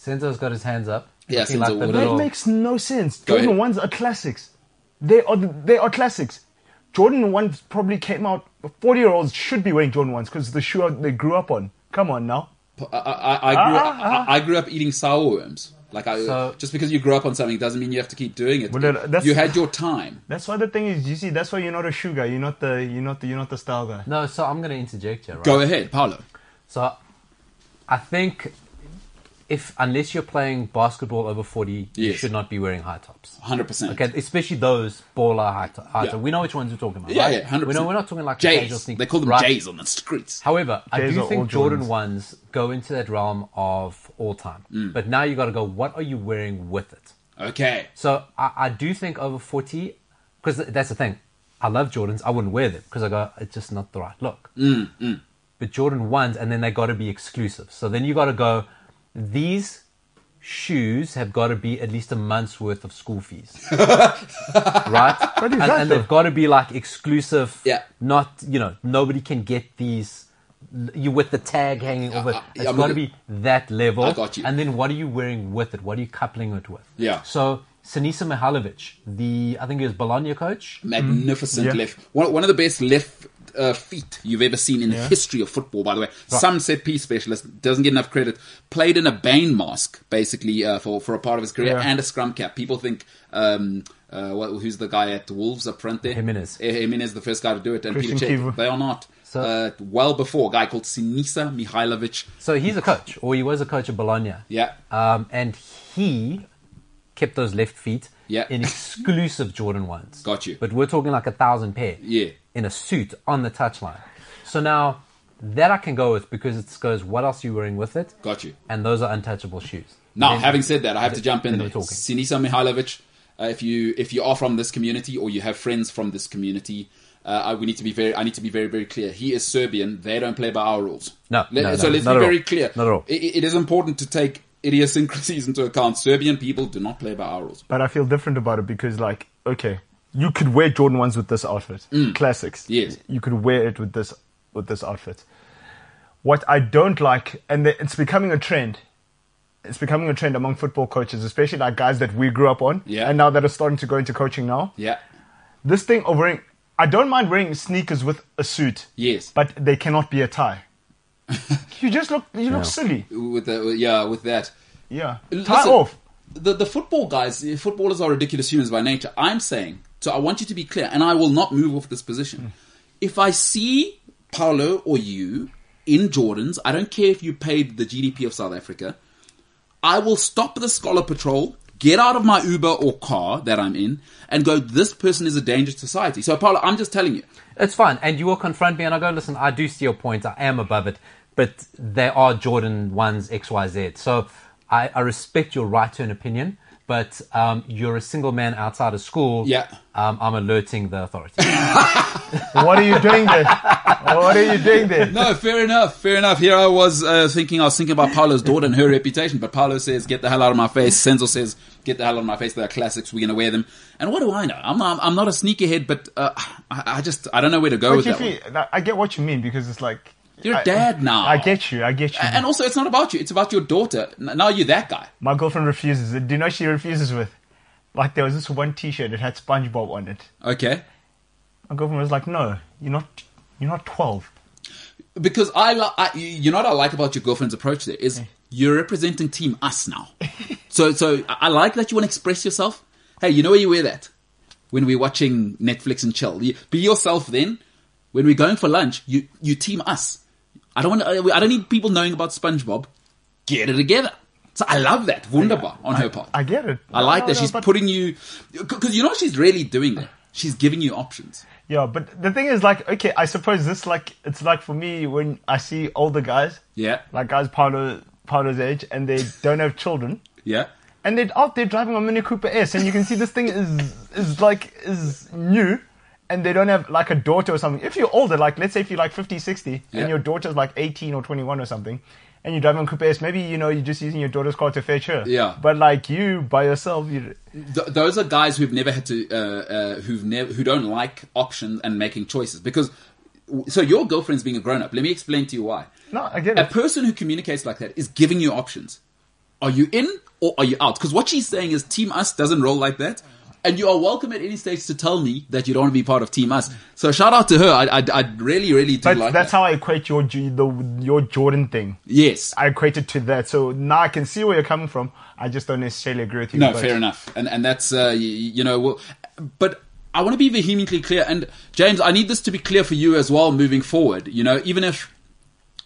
Speaker 3: Senzo's got his hands up.
Speaker 2: Yeah,
Speaker 3: Looking
Speaker 2: Senzo
Speaker 3: like the
Speaker 2: would.
Speaker 4: That
Speaker 3: little-
Speaker 4: makes no sense.
Speaker 2: Go
Speaker 4: Jordan
Speaker 2: ahead.
Speaker 4: ones are classics. They are they are classics. Jordan ones probably came out. Forty year olds should be wearing Jordan ones because the shoe they grew up on. Come on now.
Speaker 2: I, I, I grew up, I, I grew up eating sour worms. Like I,
Speaker 3: Ah, So-
Speaker 2: just because you grew up on something doesn't mean you have to keep doing it.
Speaker 4: Well, no, no, that's-
Speaker 2: you had your time.
Speaker 4: That's why the thing is, you see, that's why you're not a shoe guy. You're not the you're not the you're not the style guy.
Speaker 3: No, so I'm going to interject here, right?
Speaker 2: Go ahead, Paolo.
Speaker 3: So I think if unless you're playing basketball over 40, you
Speaker 2: Yes.
Speaker 3: should not be wearing high tops.
Speaker 2: 100%.
Speaker 3: Okay, especially those baller high tops.
Speaker 2: Yeah.
Speaker 3: We know which ones we're talking about.
Speaker 2: Yeah,
Speaker 3: right?
Speaker 2: yeah, 100%.
Speaker 3: We know we're not talking like the casual
Speaker 2: Jays.
Speaker 3: sneaker.
Speaker 2: They call them
Speaker 3: right?
Speaker 2: Jays on the streets.
Speaker 3: However, I
Speaker 4: Jays are
Speaker 3: do
Speaker 4: all
Speaker 3: think Jordan
Speaker 4: Jordans.
Speaker 3: ones go into that realm of all time.
Speaker 2: Mm.
Speaker 3: But now you got to go. What are you wearing with it?
Speaker 2: Okay.
Speaker 3: So I, I do think over 40, because that's the thing. I love Jordans. I wouldn't wear them because I go, it's just not the right look.
Speaker 2: Mm,
Speaker 3: But Jordan 1s, and then they got to be exclusive. So then you got to go, these shoes have got to be at least a month's worth of school fees. right?
Speaker 4: But is
Speaker 3: and,
Speaker 4: that
Speaker 3: and
Speaker 4: the-
Speaker 3: they've got to be like exclusive.
Speaker 2: Yeah.
Speaker 3: Not, you know, nobody can get these. You with the tag hanging over it.
Speaker 2: I-
Speaker 3: It's
Speaker 2: uh, I'm
Speaker 3: got to
Speaker 2: with you.
Speaker 3: be that level.
Speaker 2: I got you.
Speaker 3: And then what are you wearing with it? What are you coupling it with?
Speaker 2: Yeah.
Speaker 3: So Sinisa Mihalovic, the I think he was Bologna coach.
Speaker 2: Magnificent
Speaker 4: Yeah.
Speaker 2: left. One, one of the best left uh, feet you've ever seen in the history of football, by the way. Some set piece specialist, doesn't get enough credit. Played in a Bane mask, basically, uh, for, for a part of his career,
Speaker 4: Yeah.
Speaker 2: and a scrum cap. People think, um, uh, what, who's the guy at the Wolves up front there?
Speaker 3: Jimenez.
Speaker 2: Eh, Jimenez, the first guy to do it, and
Speaker 4: Christian
Speaker 2: Peter Cech.
Speaker 4: Kivu.
Speaker 2: They are not.
Speaker 3: So-
Speaker 2: uh, well before, a guy called Sinisa Mihailovic.
Speaker 3: So he's a coach, or he was a coach at Bologna.
Speaker 2: Yeah.
Speaker 3: Um, and he kept those left feet
Speaker 2: Yeah.
Speaker 3: in exclusive Jordan ones.
Speaker 2: Got you.
Speaker 3: But we're talking like a thousand pair.
Speaker 2: Yeah.
Speaker 3: In a suit on the touchline. So now that I can go with because it goes, what else are you wearing with it?
Speaker 2: Got you.
Speaker 3: And those are untouchable shoes.
Speaker 2: Now,
Speaker 3: Then-
Speaker 2: having said that, I have to jump in.
Speaker 3: then
Speaker 2: there.
Speaker 3: we're talking.
Speaker 2: Sinisa Mihailovic, uh, if you if you are from this community or you have friends from this community, uh, I, we need to be very. I need to be very very clear. He is Serbian. They don't play by our rules.
Speaker 3: No,
Speaker 2: Let-
Speaker 3: no,
Speaker 2: so
Speaker 3: no,
Speaker 2: let's
Speaker 3: not
Speaker 2: be
Speaker 3: at all.
Speaker 2: very clear.
Speaker 3: Not at all.
Speaker 2: I- I- it is important to take idiosyncrasies into account. Serbian people do not play by our rules.
Speaker 4: But I feel different about it because, like, okay, you could wear Jordan ones with this outfit, classics.
Speaker 2: Mm. Yes.
Speaker 4: you could wear it with this with this outfit. What I don't like, and the- it's becoming a trend. It's becoming a trend among football coaches, especially like guys that we grew up on,
Speaker 2: Yeah.
Speaker 4: and now that are starting to go into coaching now.
Speaker 2: Yeah.
Speaker 4: This thing of wearing, I don't mind wearing sneakers with a suit.
Speaker 2: Yes.
Speaker 4: but they cannot be a tie. you just look, you look silly.
Speaker 2: With the, yeah, with that.
Speaker 4: Yeah,
Speaker 2: Listen,
Speaker 4: tie off.
Speaker 2: The, the football guys, eh, footballers are ridiculous humans by nature. I'm saying, so I want you to be clear, and I will not move off this position. If I see Paolo or you in Jordans, I don't care if you paid the GDP of South Africa, I will stop the scholar patrol, get out of my Uber or car that I'm in, and go, this person is a danger to society. So, Paolo, I'm just telling you.
Speaker 3: It's fine. And you will confront me and I go, listen, I do see your point. I am above it. But they are Jordan 1s, XYZ. So I, I respect your right to an opinion. But um, you're a single man outside of school.
Speaker 2: Yeah.
Speaker 3: Um, I'm alerting the authorities.
Speaker 4: What are you doing there? what are you doing there?
Speaker 2: No, Oh, fair enough, fair enough. Here I was uh, thinking, I was thinking about Paolo's daughter and her reputation, but Paolo says, "Get the hell out of my face." Senzo says, "Get the hell out of my face." They are classics. We're gonna wear them. And what do I know? I'm not, I'm not a sneakerhead, but uh, I, I just I don't know where to go
Speaker 4: But
Speaker 2: with
Speaker 4: you
Speaker 2: Oh, that. One.
Speaker 4: feel- like, I get what you mean because it's like
Speaker 2: You're a
Speaker 4: I-
Speaker 2: dad now.
Speaker 4: I get you. I get you.
Speaker 2: And also, it's not about you. It's about your daughter. N- Now you're that guy.
Speaker 4: My girlfriend refuses. Do you know she refuses with? Like there was this one T-shirt. It had SpongeBob on it.
Speaker 2: Okay.
Speaker 4: My girlfriend was like, "No, you're not. You're not 12.
Speaker 2: Because I, li- I you know what I like about your girlfriend's approach there is you're representing team us now. so so I I like that you want to express yourself. Hey, you know where you wear that when we're watching Netflix and chill. You- Be yourself then. When we're going for lunch, you you team us. I don't want I I don't need people knowing about SpongeBob. Get it together. So I love that. Wunderbar on her part.
Speaker 4: I get it.
Speaker 2: I like
Speaker 4: No,
Speaker 2: that
Speaker 4: no,
Speaker 2: she's
Speaker 4: but-
Speaker 2: putting you because you know what she's really doing there. She's giving you options.
Speaker 4: Yeah, but the thing is, like, okay, I suppose this, like, it's like for me when I see older guys,
Speaker 2: Yeah.
Speaker 4: like guys Paolo Paolo's age, and they don't have children.
Speaker 2: Yeah.
Speaker 4: and they're out there driving a Mini Cooper S, and you can see this thing is is like is new, and they don't have like a daughter or something. If you're older, like let's say if you're like 50, 60,
Speaker 2: Yeah.
Speaker 4: and your daughter's like 18 or 21 or something, and you're driving coupe S, maybe you know you're just using your daughter's car to fetch her.
Speaker 2: Yeah.
Speaker 4: But like you by yourself, you
Speaker 2: Th- those are guys who've never had to, uh, uh, who've never, who don't like options and making choices. Because, so your girlfriend's being a grown up. Let me explain to you why.
Speaker 4: no, I get
Speaker 2: A
Speaker 4: it.
Speaker 2: person who communicates like that is giving you options. Are you in or are you out? Because what she's saying is Team Us doesn't roll like that. And you are welcome at any stage to tell me that you don't want to be part of Team Us. So shout out to her. I, I, I really, really do
Speaker 4: But
Speaker 2: like
Speaker 4: that's
Speaker 2: that.
Speaker 4: how I equate your Ju- the your Jordan thing.
Speaker 2: yes.
Speaker 4: I equate it to that. So now I can see where you're coming from. I just don't necessarily agree with you.
Speaker 2: No,
Speaker 4: but-
Speaker 2: fair enough. And and that's uh, you, you know, well, but I want to be vehemently clear. And James, I need this to be clear for you as well moving forward. You know, even if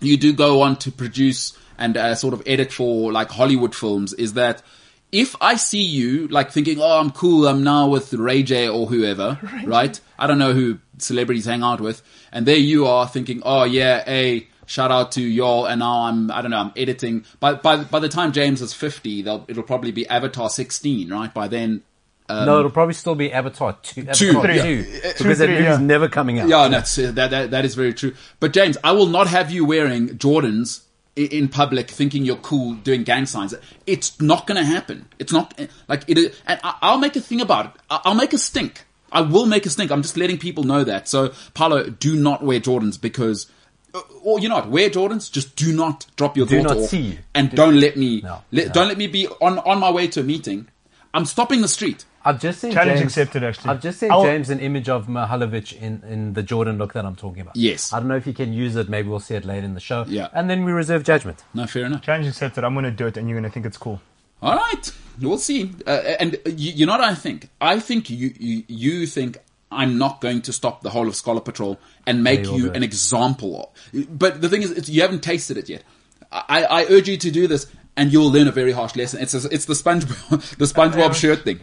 Speaker 2: you do go on to produce and uh, sort of edit for like Hollywood films, is that if I see you like thinking, oh, I'm cool, I'm now with Ray J or whoever, right? I don't know who celebrities hang out with, and there you are thinking, oh yeah, hey, shout out to y'all, and now I'm, I don't know, I'm editing. By by by the time James is 50, they'll, it'll probably be Avatar 16, right? By then,
Speaker 3: no, it'll probably still be Avatar 2. Avatar
Speaker 2: Um, Two,
Speaker 3: 2.
Speaker 2: yeah.
Speaker 3: Because
Speaker 4: Two,
Speaker 3: that
Speaker 4: three,
Speaker 3: movie's
Speaker 4: yeah.
Speaker 3: never coming out.
Speaker 2: Yeah, that's uh, that, that that is very true. But James, I will not have you wearing Jordans i- in public, thinking you're cool, doing gang signs. It's not going to happen. It's not eh, like it. And I, I'll make a thing about it. I- I'll make a stink. I will make a stink. I'm just letting people know that. So, Paolo, do not wear Jordans because, uh, or you know, what, wear Jordans. Just do not drop your
Speaker 3: Do
Speaker 2: daughter
Speaker 3: not
Speaker 2: off
Speaker 3: see.
Speaker 2: and don't let me
Speaker 3: No,
Speaker 2: let,
Speaker 3: no.
Speaker 2: don't let me be on on my way to a meeting. I'm stopping the street.
Speaker 3: I've just seen
Speaker 4: Challenge
Speaker 3: James,
Speaker 4: accepted, actually.
Speaker 3: I've just seen
Speaker 4: I'll-
Speaker 3: James an image of Mihalovic in, in the Jordan look that I'm talking about.
Speaker 2: Yes.
Speaker 3: I don't know if he can use it. Maybe we'll see it later in the show.
Speaker 2: Yeah.
Speaker 3: And then we reserve judgment.
Speaker 2: No, fair enough.
Speaker 4: Challenge accepted. I'm gonna do it, and you're gonna think it's cool.
Speaker 2: All right, we'll see. Uh, and you, you know what I think? I think you, you you think I'm not going to stop the whole of Scholar Patrol and make
Speaker 3: Yeah, you will
Speaker 2: you
Speaker 3: do
Speaker 2: an
Speaker 3: it.
Speaker 2: example. Of, but the thing is, it's, you haven't tasted it yet. I, I urge you to do this, and you'll learn a very harsh lesson. It's a, it's the Sponge the SpongeBob shirt thing.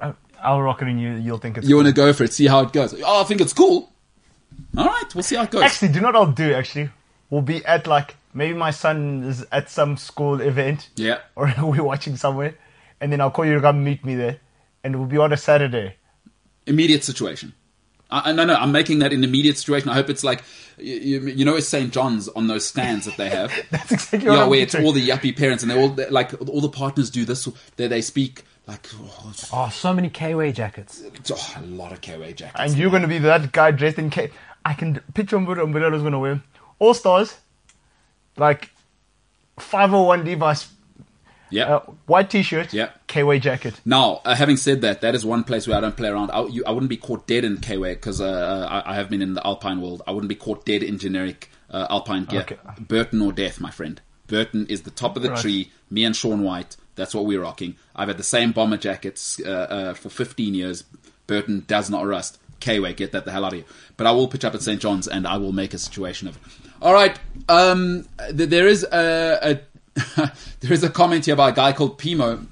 Speaker 4: I- I'll rock it, and you you'll think it's.
Speaker 2: You
Speaker 4: cool.
Speaker 2: want to go for it, see how it goes. Oh, I think it's cool. All right, we'll see how it goes.
Speaker 4: Actually, do you know what I'll do? Actually, we'll be at like maybe my son is at some school event.
Speaker 2: Yeah.
Speaker 4: Or we're watching somewhere, and then I'll call you to come meet me there, and we'll be on a Saturday.
Speaker 2: immediate situation. I, I, no, no, I'm making that an immediate situation. I hope it's like, you, you know, it's St. John's on those stands that they have.
Speaker 4: That's exactly
Speaker 2: yeah,
Speaker 4: what I'm
Speaker 2: where it's
Speaker 4: picturing.
Speaker 2: all the yuppie parents and they all they're like all the partners do this. They they speak like oh, it's-
Speaker 3: Oh, so many KWA jackets.
Speaker 2: it's, oh, a lot of KOA jackets.
Speaker 4: And you're gonna be that guy dressed in cape. I can picture what Umbrello's gonna wear. All stars, like 501 Levi's,
Speaker 2: yeah.
Speaker 4: uh, white T-shirt,
Speaker 2: Yeah.
Speaker 4: KY jacket.
Speaker 2: Now, uh, having said that, that is one place where I don't play around. I, you, I wouldn't be caught dead in KWA because uh, I, I have been in the Alpine world. I wouldn't be caught dead in generic uh, Alpine gear.
Speaker 4: Okay.
Speaker 2: Burton or death, my friend. Burton is the top of the
Speaker 4: Right.
Speaker 2: tree. Me and Sean White, that's what we're rocking. I've had the same bomber jackets uh, uh, for 15 years. Burton does not rust. KWA, get that the hell out of here. But I will pitch up at St. John's and I will make a situation of it. All right. Um, th- there is a, a there is a comment here by a guy called Pimo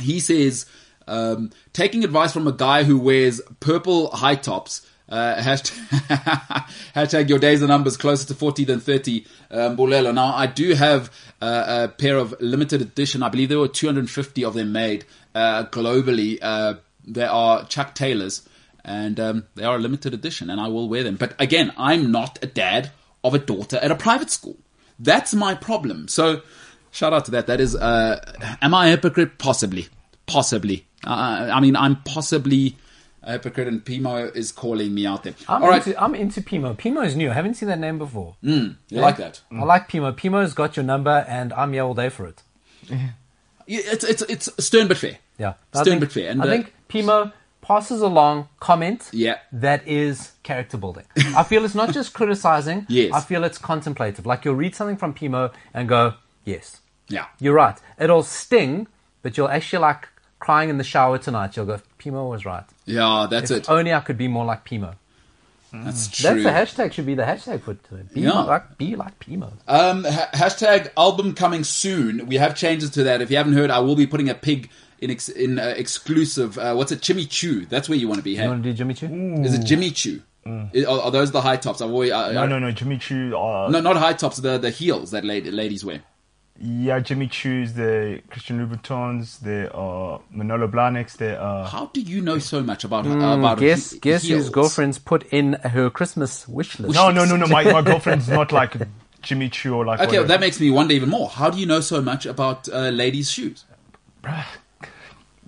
Speaker 2: he says um, taking advice from a guy who wears purple high tops uh, hashtag, hashtag your days are numbers closer to 40 than 30 um, Bulelo. Now, I do have uh, a pair of limited edition. I believe there were 250 of them made uh, globally. Uh, they are Chuck Taylors and um, they are a limited edition and I will wear them. But again, I'm not a dad of a daughter at a private school. That's my problem. So shout out to that. That is, uh, am I a hypocrite? Possibly, possibly. Uh, I mean, I'm possibly a hypocrite, and Pimo is calling me out there.
Speaker 3: I'm,
Speaker 2: All right,
Speaker 3: into, I'm into Pimo. Pimo is new. I haven't seen that name before.
Speaker 2: you like that?
Speaker 3: I like Pimo. Pimo's got your number, and I'm here all day for it.
Speaker 2: Yeah, It's it's it's stern but fair.
Speaker 3: Yeah. I
Speaker 2: stern
Speaker 3: think,
Speaker 2: but fair. And
Speaker 3: I
Speaker 2: uh,
Speaker 3: think Pimo passes along comment
Speaker 2: Yeah.
Speaker 3: that is character building. I feel it's not just criticizing.
Speaker 2: Yes.
Speaker 3: I feel it's contemplative. Like you'll read something from Pimo and go, yes,
Speaker 2: yeah,
Speaker 3: you're right. It'll sting, but you'll actually like crying in the shower tonight. You'll go, Pimo was right.
Speaker 2: yeah, that's
Speaker 3: If
Speaker 2: it.
Speaker 3: only I could be more like Pimo.
Speaker 2: That's true.
Speaker 3: Um, That's the hashtag should be the hashtag for today. Be,
Speaker 2: Yeah.
Speaker 3: like, be like Pimo.
Speaker 2: Um, ha- hashtag album coming soon. We have changes to that. If you haven't heard, I will be putting a pig in ex- in uh, exclusive. Uh, what's it? Jimmy Choo. That's where you want to be. Hey?
Speaker 3: you want to do Jimmy Choo?
Speaker 2: Is it Jimmy Choo?
Speaker 3: Mm.
Speaker 2: I- Are, are those
Speaker 4: Oh,
Speaker 2: the high tops? I've always, I,
Speaker 4: No, no, no, Jimmy Choo. Uh,
Speaker 2: not high tops. The the heels that lady, ladies wear.
Speaker 4: Yeah, Jimmy Choo's, the Christian Louboutins, there are Manolo uh, Blahniks, there are
Speaker 2: How do you know so much about uh, about
Speaker 3: Hmm, guess
Speaker 2: he-
Speaker 3: guess whose
Speaker 2: heels?
Speaker 3: girlfriend's put in her Christmas wish list.
Speaker 4: no, no, no, no. My, my girlfriend's not like Jimmy Choo or like
Speaker 2: Okay,
Speaker 4: whatever.
Speaker 2: that makes me wonder even more. How do you know so much about uh, ladies' shoes?
Speaker 4: Bruh,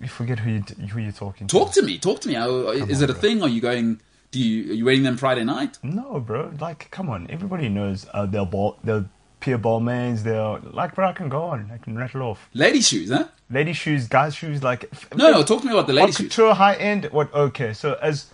Speaker 4: you forget who you t- who you're talking
Speaker 2: Talk
Speaker 4: to.
Speaker 2: to me. Talk to me. How- uh, Is it a thing? Are you going? Do you are you wearing them Friday night?
Speaker 4: No, bro. Like, come on. Everybody knows uh, they're ball, they're Pierre Balmains. They're like, bro. I can go on. I can rattle off.
Speaker 2: Lady shoes, huh?
Speaker 4: Lady shoes, guys shoes. Like, f-
Speaker 2: No, no. Talk to me about the lady
Speaker 4: What
Speaker 2: shoes.
Speaker 4: couture high end? What? Okay, so as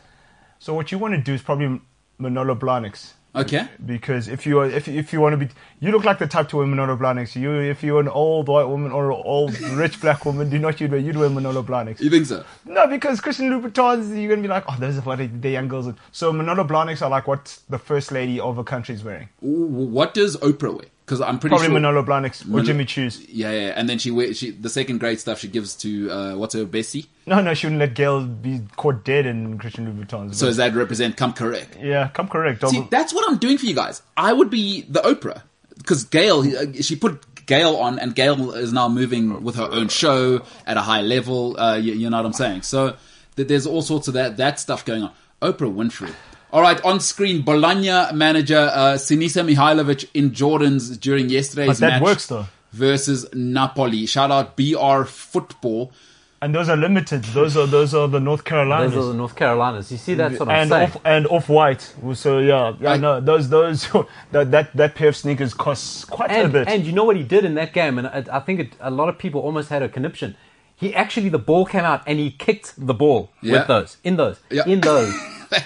Speaker 4: so what you want to do is probably Manolo Blahniks.
Speaker 2: Okay.
Speaker 4: Because if you are, if if you want to be, you look like the type to wear Manolo Blahniks. You if you're an old white woman or an old rich black woman, do not you'd wear you'd wear Manolo Blahniks.
Speaker 2: You think so?
Speaker 4: No, because Christian Louboutins, you're gonna be like, oh, those are what the young girls. Are. So Manolo Blahniks are like what the first lady of a country is wearing.
Speaker 2: Ooh, What does Oprah wear? Because I'm pretty
Speaker 4: Probably
Speaker 2: sure.
Speaker 4: Manolo Blahniks or
Speaker 2: Manolo-
Speaker 4: Jimmy Choo's.
Speaker 2: Yeah, yeah, and then she wears she the second grade stuff she gives to uh, what's her Bessie.
Speaker 4: No, no, she wouldn't let girls be caught dead in Christian Louboutins.
Speaker 2: So does that represent come correct?
Speaker 4: yeah, come correct.
Speaker 2: See, that's what I'm doing for you guys. I would be the Oprah because Gail, uh, she put Gail on, and Gail is now moving with her own show at a high level. Uh, you, you know what I'm saying? So th- there's all sorts of that that stuff going on. Oprah Winfrey. All right, on screen, Bologna manager uh, Sinisa Mihailovic in Jordans during yesterday's
Speaker 4: But that
Speaker 2: match
Speaker 4: works, though.
Speaker 2: versus Napoli. Shout out BR Football.
Speaker 4: And those are limited. Those are those are the North Carolinas.
Speaker 3: Those are the North Carolinas. You see, that's what I'm
Speaker 4: and
Speaker 3: saying.
Speaker 4: off and off white. So yeah, yeah,
Speaker 2: I-
Speaker 4: no, those those that that that pair of sneakers costs quite a
Speaker 3: and,
Speaker 4: bit.
Speaker 3: and you know what he did in that game, and I, I think it, a lot of people almost had a conniption. He actually the ball came out and he kicked the ball
Speaker 2: Yeah.
Speaker 3: with those in those
Speaker 2: Yeah.
Speaker 3: in those.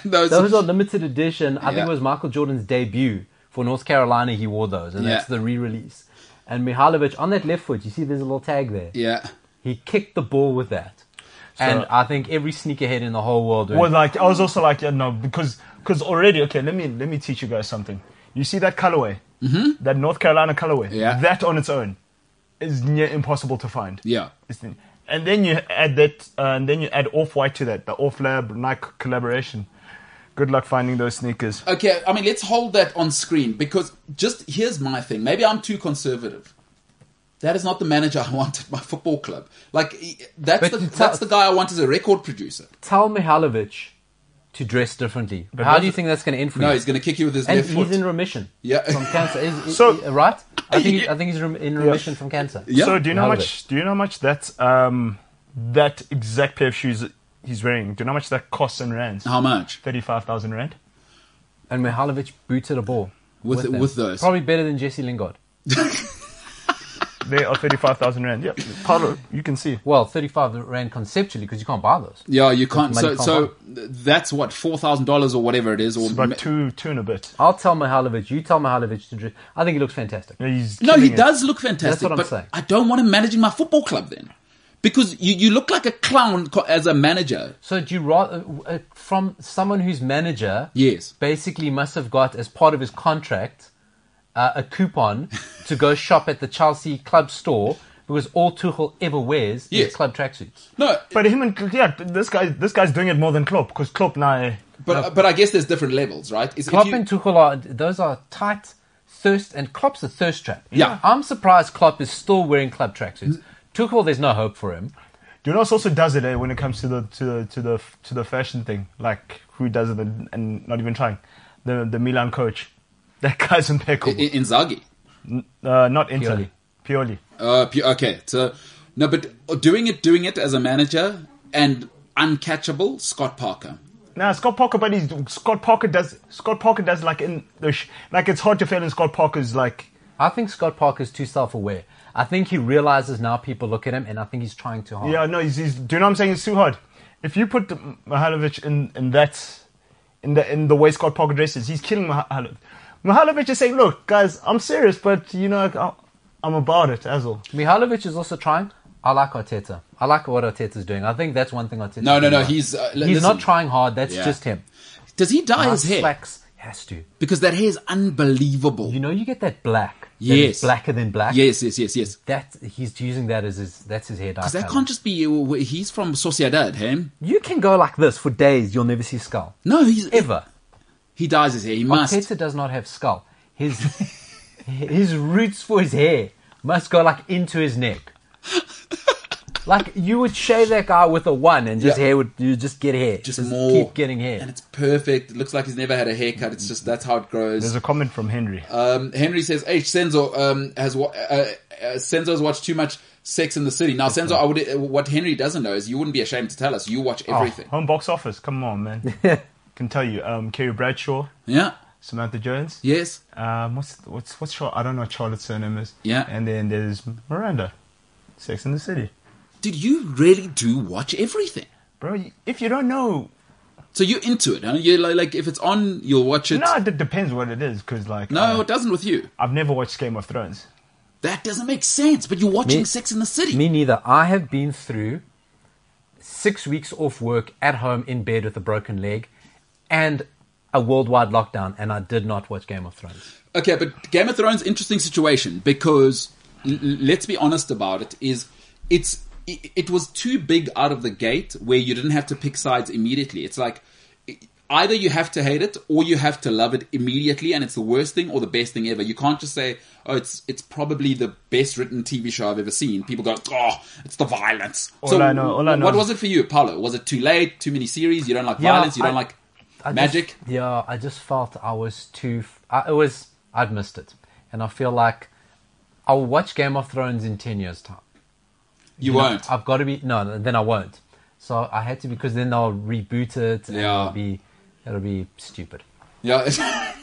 Speaker 2: Those,
Speaker 3: those are limited edition. I think
Speaker 2: Yeah.
Speaker 3: it was Michael Jordan's debut for North Carolina. He wore those, and that's
Speaker 2: Yeah.
Speaker 3: the re-release. And Mihalovic on that left foot, you see, there's a little tag there.
Speaker 2: yeah.
Speaker 3: He kicked the ball with that, and I think every sneakerhead in the whole world. went,
Speaker 4: well, like I was also like, yeah, no, because because already okay. Let me let me teach you guys something. You see that colorway, mm-hmm. that North Carolina colorway,
Speaker 2: Yeah.
Speaker 4: that on its own is near impossible to find.
Speaker 2: Yeah.
Speaker 4: It's the- and then you add that, uh, and then you add off white to that, the off lab Nike collaboration. Good luck finding those sneakers.
Speaker 2: Okay, I mean, let's hold that on screen because just here's my thing. Maybe I'm too conservative. That is not the manager I want at my football club. Like e- that's
Speaker 3: But
Speaker 2: the
Speaker 3: you tell-
Speaker 2: that's the guy I want as a record producer.
Speaker 3: tell Mihalovic to dress differently. How do you think that's going to influence?
Speaker 2: No, he's going to kick you with his
Speaker 3: and
Speaker 2: left
Speaker 3: he's
Speaker 2: foot.
Speaker 3: in remission
Speaker 2: Yeah.
Speaker 3: from cancer. Is, is,
Speaker 4: So-
Speaker 3: right? I think I think he's rem- in remission from cancer.
Speaker 2: Yeah.
Speaker 4: So do you know how
Speaker 3: Hell of
Speaker 4: much? Do you know how much that um, that exact pair of shoes he's wearing? Do you know how much that costs in rands?
Speaker 2: How much?
Speaker 4: Thirty-five thousand rand.
Speaker 3: And Mihalovic booted a ball
Speaker 2: With-
Speaker 3: them.
Speaker 2: with those.
Speaker 3: Probably better than Jesse Lingard.
Speaker 4: They are thirty-five thousand rand. Yeah, part of you can see.
Speaker 3: Well, thirty-five rand conceptually because you can't buy those.
Speaker 2: Yeah, you can't. So
Speaker 3: Money can't
Speaker 2: so th- that's what four thousand dollars or whatever it is. Or
Speaker 4: It's
Speaker 2: ma-
Speaker 4: about two, two and a bit.
Speaker 3: I'll tell Mihalovic. You tell Mihalovic to dress. I think he looks fantastic.
Speaker 4: He's
Speaker 2: no, he
Speaker 4: killing it.
Speaker 2: does look fantastic.
Speaker 3: That's what I'm
Speaker 2: but
Speaker 3: saying.
Speaker 2: I don't want him managing my football club then, because you you look like a clown co- as a manager.
Speaker 3: So do you rather uh, from someone whose manager?
Speaker 2: Yes.
Speaker 3: Basically, must have got as part of his contract uh, a coupon to go shop at the Chelsea club store because all Tuchel ever wears
Speaker 2: Yes.
Speaker 3: is club tracksuits.
Speaker 2: No,
Speaker 4: But him and yeah, this guy, this guy's doing it more than Klopp because Klopp now.
Speaker 2: but but I guess there's different levels, right? Is if
Speaker 3: Klopp
Speaker 2: you-
Speaker 3: and Tuchel are those are tight thirst, and Klopp's a thirst trap.
Speaker 2: Yeah.
Speaker 3: I'm surprised Klopp is still wearing club tracksuits. Tuchel, there's no hope for him.
Speaker 4: Do you know what also does it eh, when it comes to the to the to the to the fashion thing? Like who does it and, and not even trying? The the Milan coach, that guy's impeccable.
Speaker 2: I- I- Inzaghi.
Speaker 4: uh, not Inter, Pioli.
Speaker 2: Uh, p- okay, so no, but doing it, doing it as a manager and uncatchable, Scott Parker.
Speaker 4: Nah, Scott Parker, but he's Scott Parker does Scott Parker does like in the sh- like it's hard to fail in Scott Parker's like
Speaker 3: I think Scott Parker's too self-aware. I think he realizes now people look at him, and I think he's trying too hard.
Speaker 4: yeah no he's, he's do you know what I'm saying it's too hard. If you put Mihalovic in in that in the in the way Scott Parker dresses, he's killing Mihalovic. Mihalovic is saying, look guys, I'm serious, but you know I- I'm about it as well.
Speaker 3: Mihalovic is also trying. I like Arteta. I like what Arteta's doing. I think that's one thing Arteta.
Speaker 2: No, no, no. He's uh, l-
Speaker 3: he's
Speaker 2: listen,
Speaker 3: not trying hard. That's
Speaker 2: Yeah.
Speaker 3: just him.
Speaker 2: Does he dye his
Speaker 3: Nice
Speaker 2: hair?
Speaker 3: slacks has to.
Speaker 2: Because that hair is unbelievable.
Speaker 3: You know, you get that black. that is
Speaker 2: Yes.
Speaker 3: blacker than black.
Speaker 2: yes, yes, yes, yes.
Speaker 3: That he's using that as his. That's his hair dye.
Speaker 2: 'Cause that
Speaker 3: colour.
Speaker 2: can't just be. uh, He's from Sociedad, hey?
Speaker 3: You can go like this for days. You'll never see skull
Speaker 2: No, he's
Speaker 3: ever.
Speaker 2: He dyes
Speaker 3: Oh,
Speaker 2: his hair. He must.
Speaker 3: Arteta does not have skull. His his roots for his hair must go like into his neck. Like you would shave that guy with a one, and just
Speaker 2: Yeah.
Speaker 3: hair would you just get hair,
Speaker 2: Just more.
Speaker 3: keep getting hair.
Speaker 2: And it's perfect. It looks like he's never had a haircut. It's just that's how it
Speaker 4: There's
Speaker 2: grows.
Speaker 4: a comment from Henry.
Speaker 2: Um, Henry says, "H Senzo um, has wa- uh, uh, Senzo has watched too much Sex in the City." Now, Senzo, I would uh, what Henry doesn't know is you wouldn't be ashamed to tell us. You watch
Speaker 3: Oh,
Speaker 2: everything.
Speaker 4: Home box office. Come on, man. Can tell you. Um, Kerry Bradshaw,
Speaker 2: Yeah.
Speaker 4: Samantha Jones.
Speaker 2: Yes.
Speaker 4: Um, what's what's what's Char- I don't know what Charlotte's surname is.
Speaker 2: Yeah.
Speaker 4: And then there's Miranda, Sex in the City.
Speaker 2: Did you really do watch everything?
Speaker 4: Bro, you- if you don't know,
Speaker 2: So you're into it, huh? You're like, like if it's on, you'll watch it.
Speaker 4: no, it depends what it is. Because like,
Speaker 2: No,
Speaker 4: uh,
Speaker 2: it doesn't with you.
Speaker 4: I've never watched Game of Thrones.
Speaker 2: That doesn't make sense. But you're watching
Speaker 3: Me-
Speaker 2: Sex in the City.
Speaker 3: Me neither. I have been through six weeks off work at home in bed with a broken leg and a worldwide lockdown, and I did not watch Game of Thrones.
Speaker 2: Okay, but Game of Thrones interesting situation because l- l- let's be honest about it is it's it, it was too big out of the gate where you didn't have to pick sides immediately. It's like i- either you have to hate it or you have to love it immediately and it's the worst thing or the best thing ever. You can't just say, "Oh, it's it's probably the best written TV show I've ever seen." People go, "Oh, it's the violence."
Speaker 4: All I know- all I know
Speaker 2: what
Speaker 4: is-
Speaker 2: was it for you, Paulo? Was it too late? Too many series? You don't like
Speaker 3: Yeah,
Speaker 2: violence? You don't
Speaker 3: I-
Speaker 2: like
Speaker 3: I just-
Speaker 2: magic?
Speaker 3: yeah, I just felt I was too. f- I, it was. I'd missed it. And I feel like I'll watch Game of Thrones in 10 years' time.
Speaker 2: you
Speaker 3: know,
Speaker 2: won't.
Speaker 3: I've got to be no. no, Then I won't. So I had to because then they'll reboot it. And
Speaker 2: Yeah.
Speaker 3: It'll be it'll be stupid.
Speaker 2: Yeah.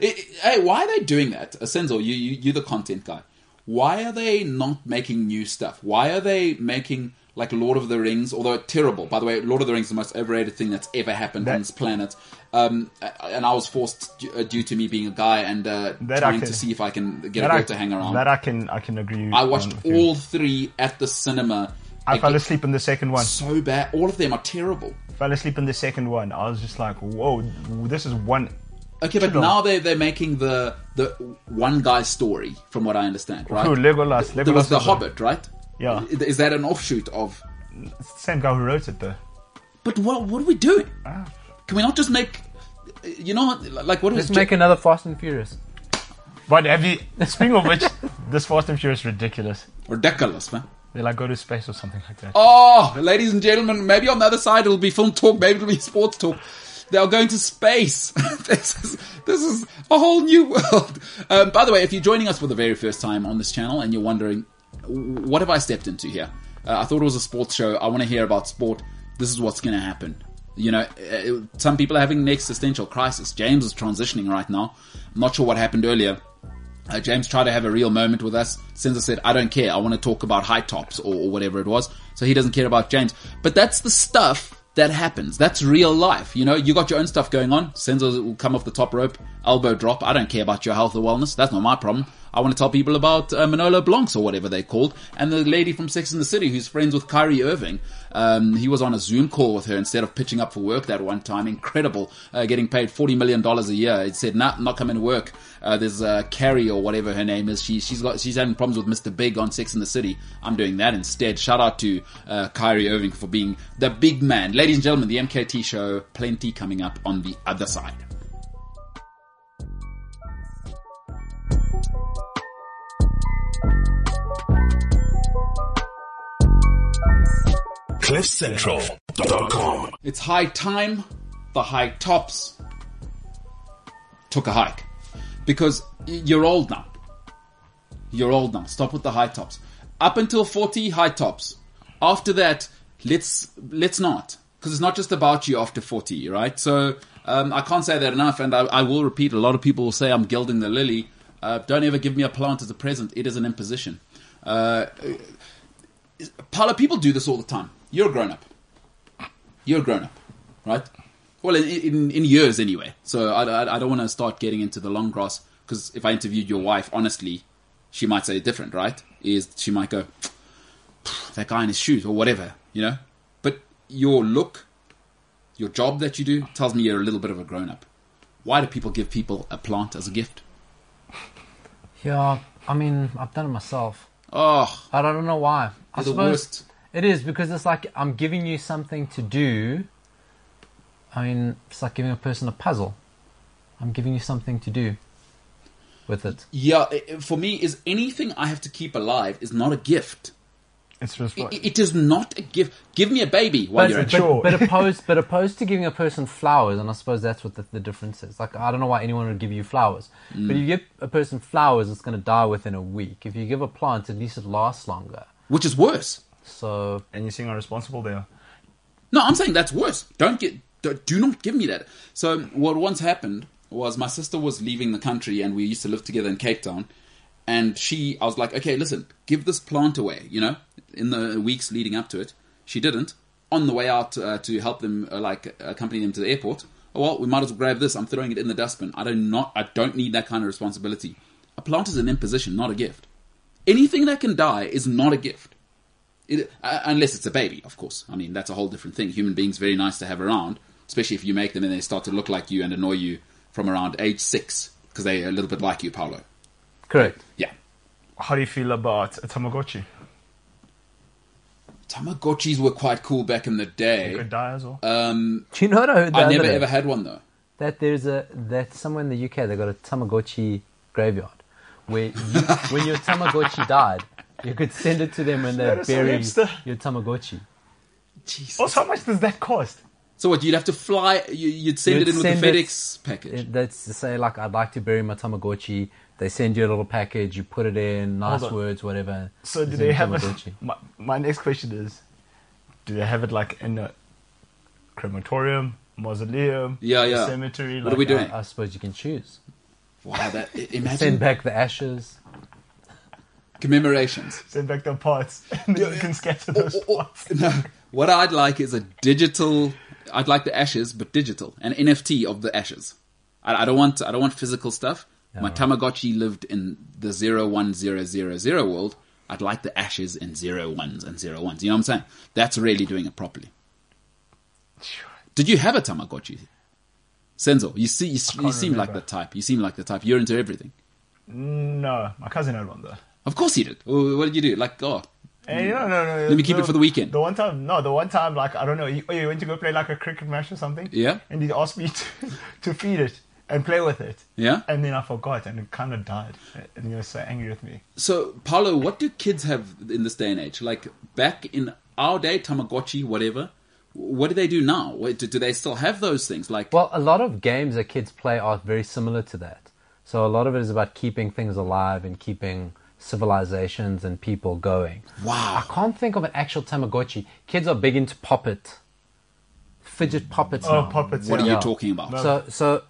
Speaker 2: It- it- hey, why are they doing that? Uh, Senzo, you, you, you're the content guy. Why are they not making new stuff? Why are they making, like, Lord of the Rings, although terrible? By the way, Lord of the Rings is the most overrated thing that's ever happened on
Speaker 4: That-
Speaker 2: this planet. Um, uh, and I was forced, d- uh, due to me being a guy and uh,
Speaker 4: That I
Speaker 2: trying to
Speaker 4: can-
Speaker 2: see if I can get a
Speaker 4: That
Speaker 2: girl
Speaker 4: I,
Speaker 2: to hang around.
Speaker 4: that I can I can agree.
Speaker 2: I watched
Speaker 4: on with you.
Speaker 2: all three at the cinema.
Speaker 4: I
Speaker 2: Like,
Speaker 4: fell asleep in the second one.
Speaker 2: So bad. All of them are terrible.
Speaker 4: Fell asleep in the second one. I was just like, whoa, this is one.
Speaker 2: Okay, but
Speaker 4: Too long.
Speaker 2: now they they're making the the one guy's story, from what I understand, right?
Speaker 4: Who, Legolas? Legolas
Speaker 2: There was the
Speaker 4: was a-
Speaker 2: Hobbit, right?
Speaker 4: Yeah.
Speaker 2: I- Is that an offshoot of?
Speaker 4: It's the same guy who wrote it though.
Speaker 2: But what what are we doing? Can we not just make? You know, what, like what is
Speaker 3: Just make another Fast and Furious.
Speaker 4: But have you? Speaking of which, this Fast and Furious is ridiculous.
Speaker 2: ridiculous, man?
Speaker 4: They like go to space or something like that.
Speaker 2: Oh, ladies and gentlemen, maybe on the other side it'll be film talk, maybe it'll be sports talk. They are going to space. this is this is a whole new world. Um, by the way, if you're joining us for the very first time on this channel and you're wondering, what have I stepped into here? Uh, I thought it was a sports show. I want to hear about sport. This is what's going to happen. You know, uh, some people are having an existential crisis. James is transitioning right now. I'm not sure what happened earlier. Uh, James tried to have a real moment with us. Senza said, I don't care. I want to talk about high tops or, or whatever it was. So he doesn't care about James. But that's the stuff that happens. That's real life. You know, you got your own stuff going on. Senza will come off the top rope, elbow drop. I don't care about your health or wellness. That's not my problem. I want to tell people about uh, Manolo Blahniks or whatever they called. And the lady from Sex in the City who's friends with Kyrie Irving. Um, he was on a Zoom call with her instead of pitching up for work that one time. Incredible. Uh, getting paid $40 million a year. It said, nah, I'm not coming to work. Uh, there's uh, Carrie or whatever her name is. She, she's got she's having problems with Mr. Big on Sex in the City. I'm doing that instead. Shout out to uh, Kyrie Irving for being the big man. Ladies and gentlemen, the MKT show. Plenty coming up on the other side.
Speaker 7: CliffCentral.com.
Speaker 2: It's high time the high tops took a hike because y- you're old now. You're old now. Stop with the high tops. Up until 40 high tops. After that, let's let's not because it's not just about you after 40, right? So um, I can't say that enough, and I, I will repeat. A lot of people will say I'm gilding the lily. Uh, don't ever give me a plant as a present. It is an imposition. Uh, Paula, people do this all the time. You're a grown up you're a grown up, right? Well, in, in, in years anyway. So I, I, I don't want to start getting into the long grass because if I interviewed your wife, honestly, she might say different, right? Is she might go, that guy in his shoes or whatever, you know? But your look, your job that you do tells me you're a little bit of a grown up. Why do people give people a plant as a gift?
Speaker 3: Yeah, I mean I've done it myself,
Speaker 2: Oh,
Speaker 3: but I don't know why. I
Speaker 2: you're the
Speaker 3: suppose
Speaker 2: worst.
Speaker 3: It is because it's like I'm giving you something to do. I mean, it's like giving a person a puzzle. I'm giving you something to do. with it.
Speaker 2: Yeah, i- i- for me, is anything I have to keep alive is not a gift.
Speaker 4: It's just
Speaker 2: I-
Speaker 4: like,
Speaker 2: It is not a gift. Give me a baby while
Speaker 3: But,
Speaker 2: you're at
Speaker 3: but,
Speaker 2: it.
Speaker 4: Sure.
Speaker 3: but opposed, but opposed to giving a person flowers, and I suppose that's what the, the difference is. Like, I don't know why anyone would give you flowers, but
Speaker 2: Mm.
Speaker 3: if you give a person flowers, it's going to die within a week. If you give a plant, at least it lasts longer.
Speaker 2: which is worse.
Speaker 3: So
Speaker 4: and you're seeing how responsible they are.
Speaker 2: No, I'm saying that's worse. Don't get, do- do not give me that. So what once happened was my sister was leaving the country, and we used to live together in Cape Town. And she, I was like, okay, listen, give this plant away. You know, in the weeks leading up to it, she didn't. On the way out uh, to help them, uh, like accompany them to the airport. Oh well, we might as well grab this. I'm throwing it in the dustbin. I don't not, I don't need that kind of responsibility. A plant is an imposition, not a gift. Anything that can die is not a gift. It, uh, unless it's a baby, of course. I mean, that's a whole different thing. Human beings very nice to have around, especially if you make them and they start to look like you and annoy you from around age six because they're a little bit like you, Paolo.
Speaker 3: correct.
Speaker 2: Yeah,
Speaker 4: How do you feel about a Tamagotchi?
Speaker 2: Tamagotchis were quite cool back in the
Speaker 4: You
Speaker 2: day.
Speaker 4: could die as well.
Speaker 2: Um,
Speaker 3: Do you know what I heard? The
Speaker 2: I
Speaker 3: other
Speaker 2: never
Speaker 3: day?
Speaker 2: ever had one though.
Speaker 3: that there's a that somewhere in the UK they got a Tamagotchi graveyard where you, when your Tamagotchi died, you could send it to them and they
Speaker 4: That is so
Speaker 3: bury
Speaker 4: hipster.
Speaker 3: your Tamagotchi.
Speaker 2: Jesus.
Speaker 4: also, how much does that cost?
Speaker 2: So what? You'd have to fly. You, you'd send
Speaker 3: You'd
Speaker 2: it in with
Speaker 3: send
Speaker 2: the
Speaker 3: it-
Speaker 2: FedEx package.
Speaker 3: It, that's to say, like I'd like to bury my Tamagotchi. They send you a little package. You put it in nice
Speaker 4: Hold on.
Speaker 3: words, whatever.
Speaker 4: So do
Speaker 3: It's
Speaker 4: they
Speaker 3: in
Speaker 4: have a?
Speaker 3: Tamagotchi.
Speaker 4: My, my next question is, do they have it like in a crematorium, mausoleum,
Speaker 2: Yeah, yeah.
Speaker 4: a cemetery?
Speaker 2: What are we
Speaker 4: like, uh,
Speaker 2: doing?
Speaker 3: I suppose you can choose.
Speaker 2: wow, that i-
Speaker 3: Send
Speaker 2: imagine
Speaker 3: back the ashes.
Speaker 2: commemorations.
Speaker 4: uh, Send back the parts, and then you can scatter
Speaker 2: Or-
Speaker 4: those
Speaker 2: or- or-
Speaker 4: parts.
Speaker 2: no, what I'd like is a digital. I'd like the ashes, but digital, an NFT of the ashes. I, I don't want. I don't want physical stuff. My Tamagotchi lived in the zero one zero zero zero world. I'd like the ashes in zero ones and zero ones. You know what I'm saying? That's really doing it properly. Did you have a Tamagotchi, Senzo? You see, you, s- you seem like the
Speaker 4: remember.
Speaker 2: type. You seem like the type. You're into everything.
Speaker 4: No, my cousin had one though.
Speaker 2: Of course he did. Well, What did you do? Like, oh,
Speaker 4: Hey, no, no, no.
Speaker 2: Let me keep
Speaker 4: no.
Speaker 2: it for the weekend.
Speaker 4: The one time, no, the one time, like I don't know, you, oh, you went to go play like a cricket match or something.
Speaker 2: Yeah.
Speaker 4: And he asked me to, to feed it and play with it.
Speaker 2: Yeah.
Speaker 4: And then I forgot, and it kind of died, and he was so angry with me.
Speaker 2: So, Paolo, what do kids have in this day and age? Like back in our day, Tamagotchi, whatever. What do they do now? What, do, do they still have those things? Like,
Speaker 3: Well, a lot of games that kids play are very similar to that. So a lot of it is about keeping things alive and keeping civilizations and people going. I
Speaker 2: wow,
Speaker 3: can't think of an actual Tamagotchi. Kids are big into Poppet, fidget Poppets.
Speaker 4: Oh,
Speaker 3: now.
Speaker 4: puppets!
Speaker 2: what
Speaker 4: yeah.
Speaker 2: are you
Speaker 3: Yeah.
Speaker 2: talking about?
Speaker 3: So, so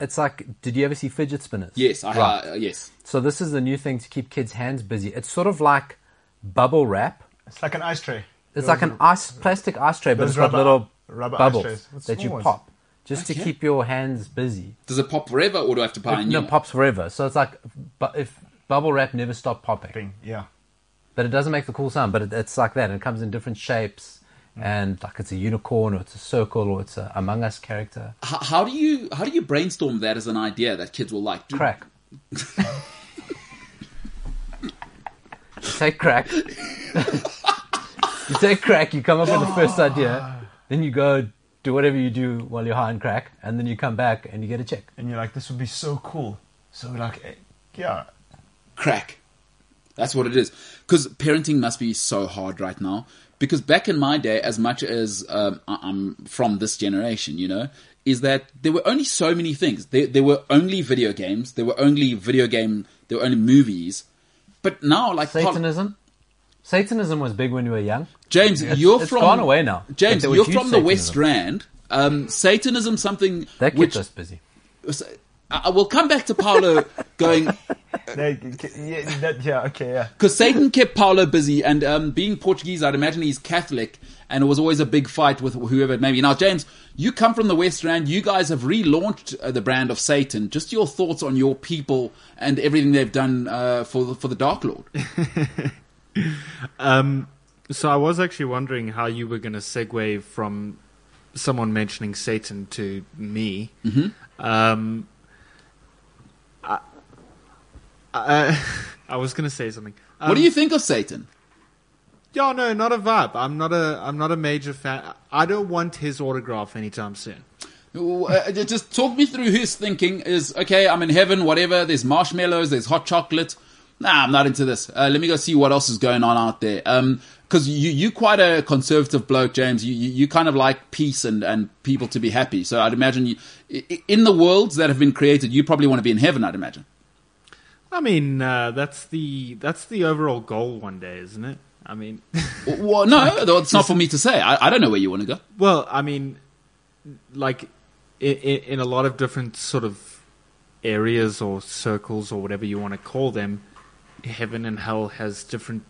Speaker 3: it's like, did you ever see fidget spinners?
Speaker 2: yes, I,
Speaker 3: Right.
Speaker 2: uh, yes.
Speaker 3: So this is the new thing to keep kids' hands busy. It's sort of like bubble wrap.
Speaker 4: It's like an ice tray.
Speaker 3: It's like an ice plastic ice tray, but
Speaker 4: those
Speaker 3: it's got
Speaker 4: rubber-
Speaker 3: little
Speaker 4: rubber ice
Speaker 3: bubbles
Speaker 4: trays. What's
Speaker 3: that you
Speaker 4: small ones?
Speaker 3: pop just to
Speaker 2: Okay.
Speaker 3: keep your hands busy.
Speaker 2: Does it pop forever, or do I have to buy a new?
Speaker 3: no,
Speaker 2: one?
Speaker 3: pops forever. So it's like, but if bubble wrap never stopped popping,
Speaker 4: Thing. Yeah.
Speaker 3: but it doesn't make the cool sound. But it, it's like that. And it comes in different shapes, and like it's a unicorn or it's a circle or it's a Among Us character.
Speaker 2: H- how do you how do you brainstorm that as an idea that kids will like? Do,
Speaker 3: Crack. you take crack. you take crack. You come up with the first idea, then you go do whatever you do while you're high on crack, and then you come back and you get a check.
Speaker 4: And you're like, this would be so cool. So like, eh, yeah.
Speaker 2: crack. That's what it is. Because parenting must be so hard right now. Because back in my day, as much as um, I- I'm from this generation, you know, is that there were only so many things. There, there were only video games. There were only video game. There were only movies. But now, like Paul-
Speaker 3: Satanism. Satanism was big when you were young.
Speaker 2: James,
Speaker 3: It's-
Speaker 2: you're
Speaker 3: it's
Speaker 2: from
Speaker 3: gone away now. But
Speaker 2: James,
Speaker 3: there was
Speaker 2: you're
Speaker 3: huge
Speaker 2: from the West
Speaker 3: Satanism.
Speaker 2: Rand. Um, Satanism, something
Speaker 3: That kept
Speaker 2: which
Speaker 3: us busy.
Speaker 2: I I will come back to Paolo going Uh,
Speaker 4: They- yeah, that- yeah. Okay. Yeah.
Speaker 2: Because Satan kept Paulo busy, and um, being Portuguese, I'd imagine he's Catholic, and it was always a big fight with whoever it may be. Now, James, you come from the West Rand. You guys have relaunched uh, the brand of Satan. Just your thoughts on your people and everything they've done uh, for the, for the Dark Lord.
Speaker 5: Um, so I was actually wondering how you were going to segue from someone mentioning Satan to me.
Speaker 2: Mm-hmm.
Speaker 5: Um, I, I, I was going to say something. Um,
Speaker 2: what do you think of Satan?
Speaker 5: Yeah, no, not a vibe. I'm not a. I'm not a major fan. I don't want his autograph anytime soon.
Speaker 2: Uh, just talk me through his thinking is okay i'm in heaven whatever there's marshmallows there's hot chocolate nah i'm not into this uh, let me go see what else is going on out there um because you you quite a conservative bloke james you, you you kind of like peace and and people to be happy so i'd imagine you i- i- in the worlds that have been created you probably want to be in heaven i'd imagine
Speaker 5: I mean, uh, that's the that's the overall goal one day, isn't it? I mean,
Speaker 2: well no though it's not for me to say i, I don't know where you want to go
Speaker 5: well, I mean, like in, in a lot of different sort of areas or circles or whatever you want to call them, heaven and hell has different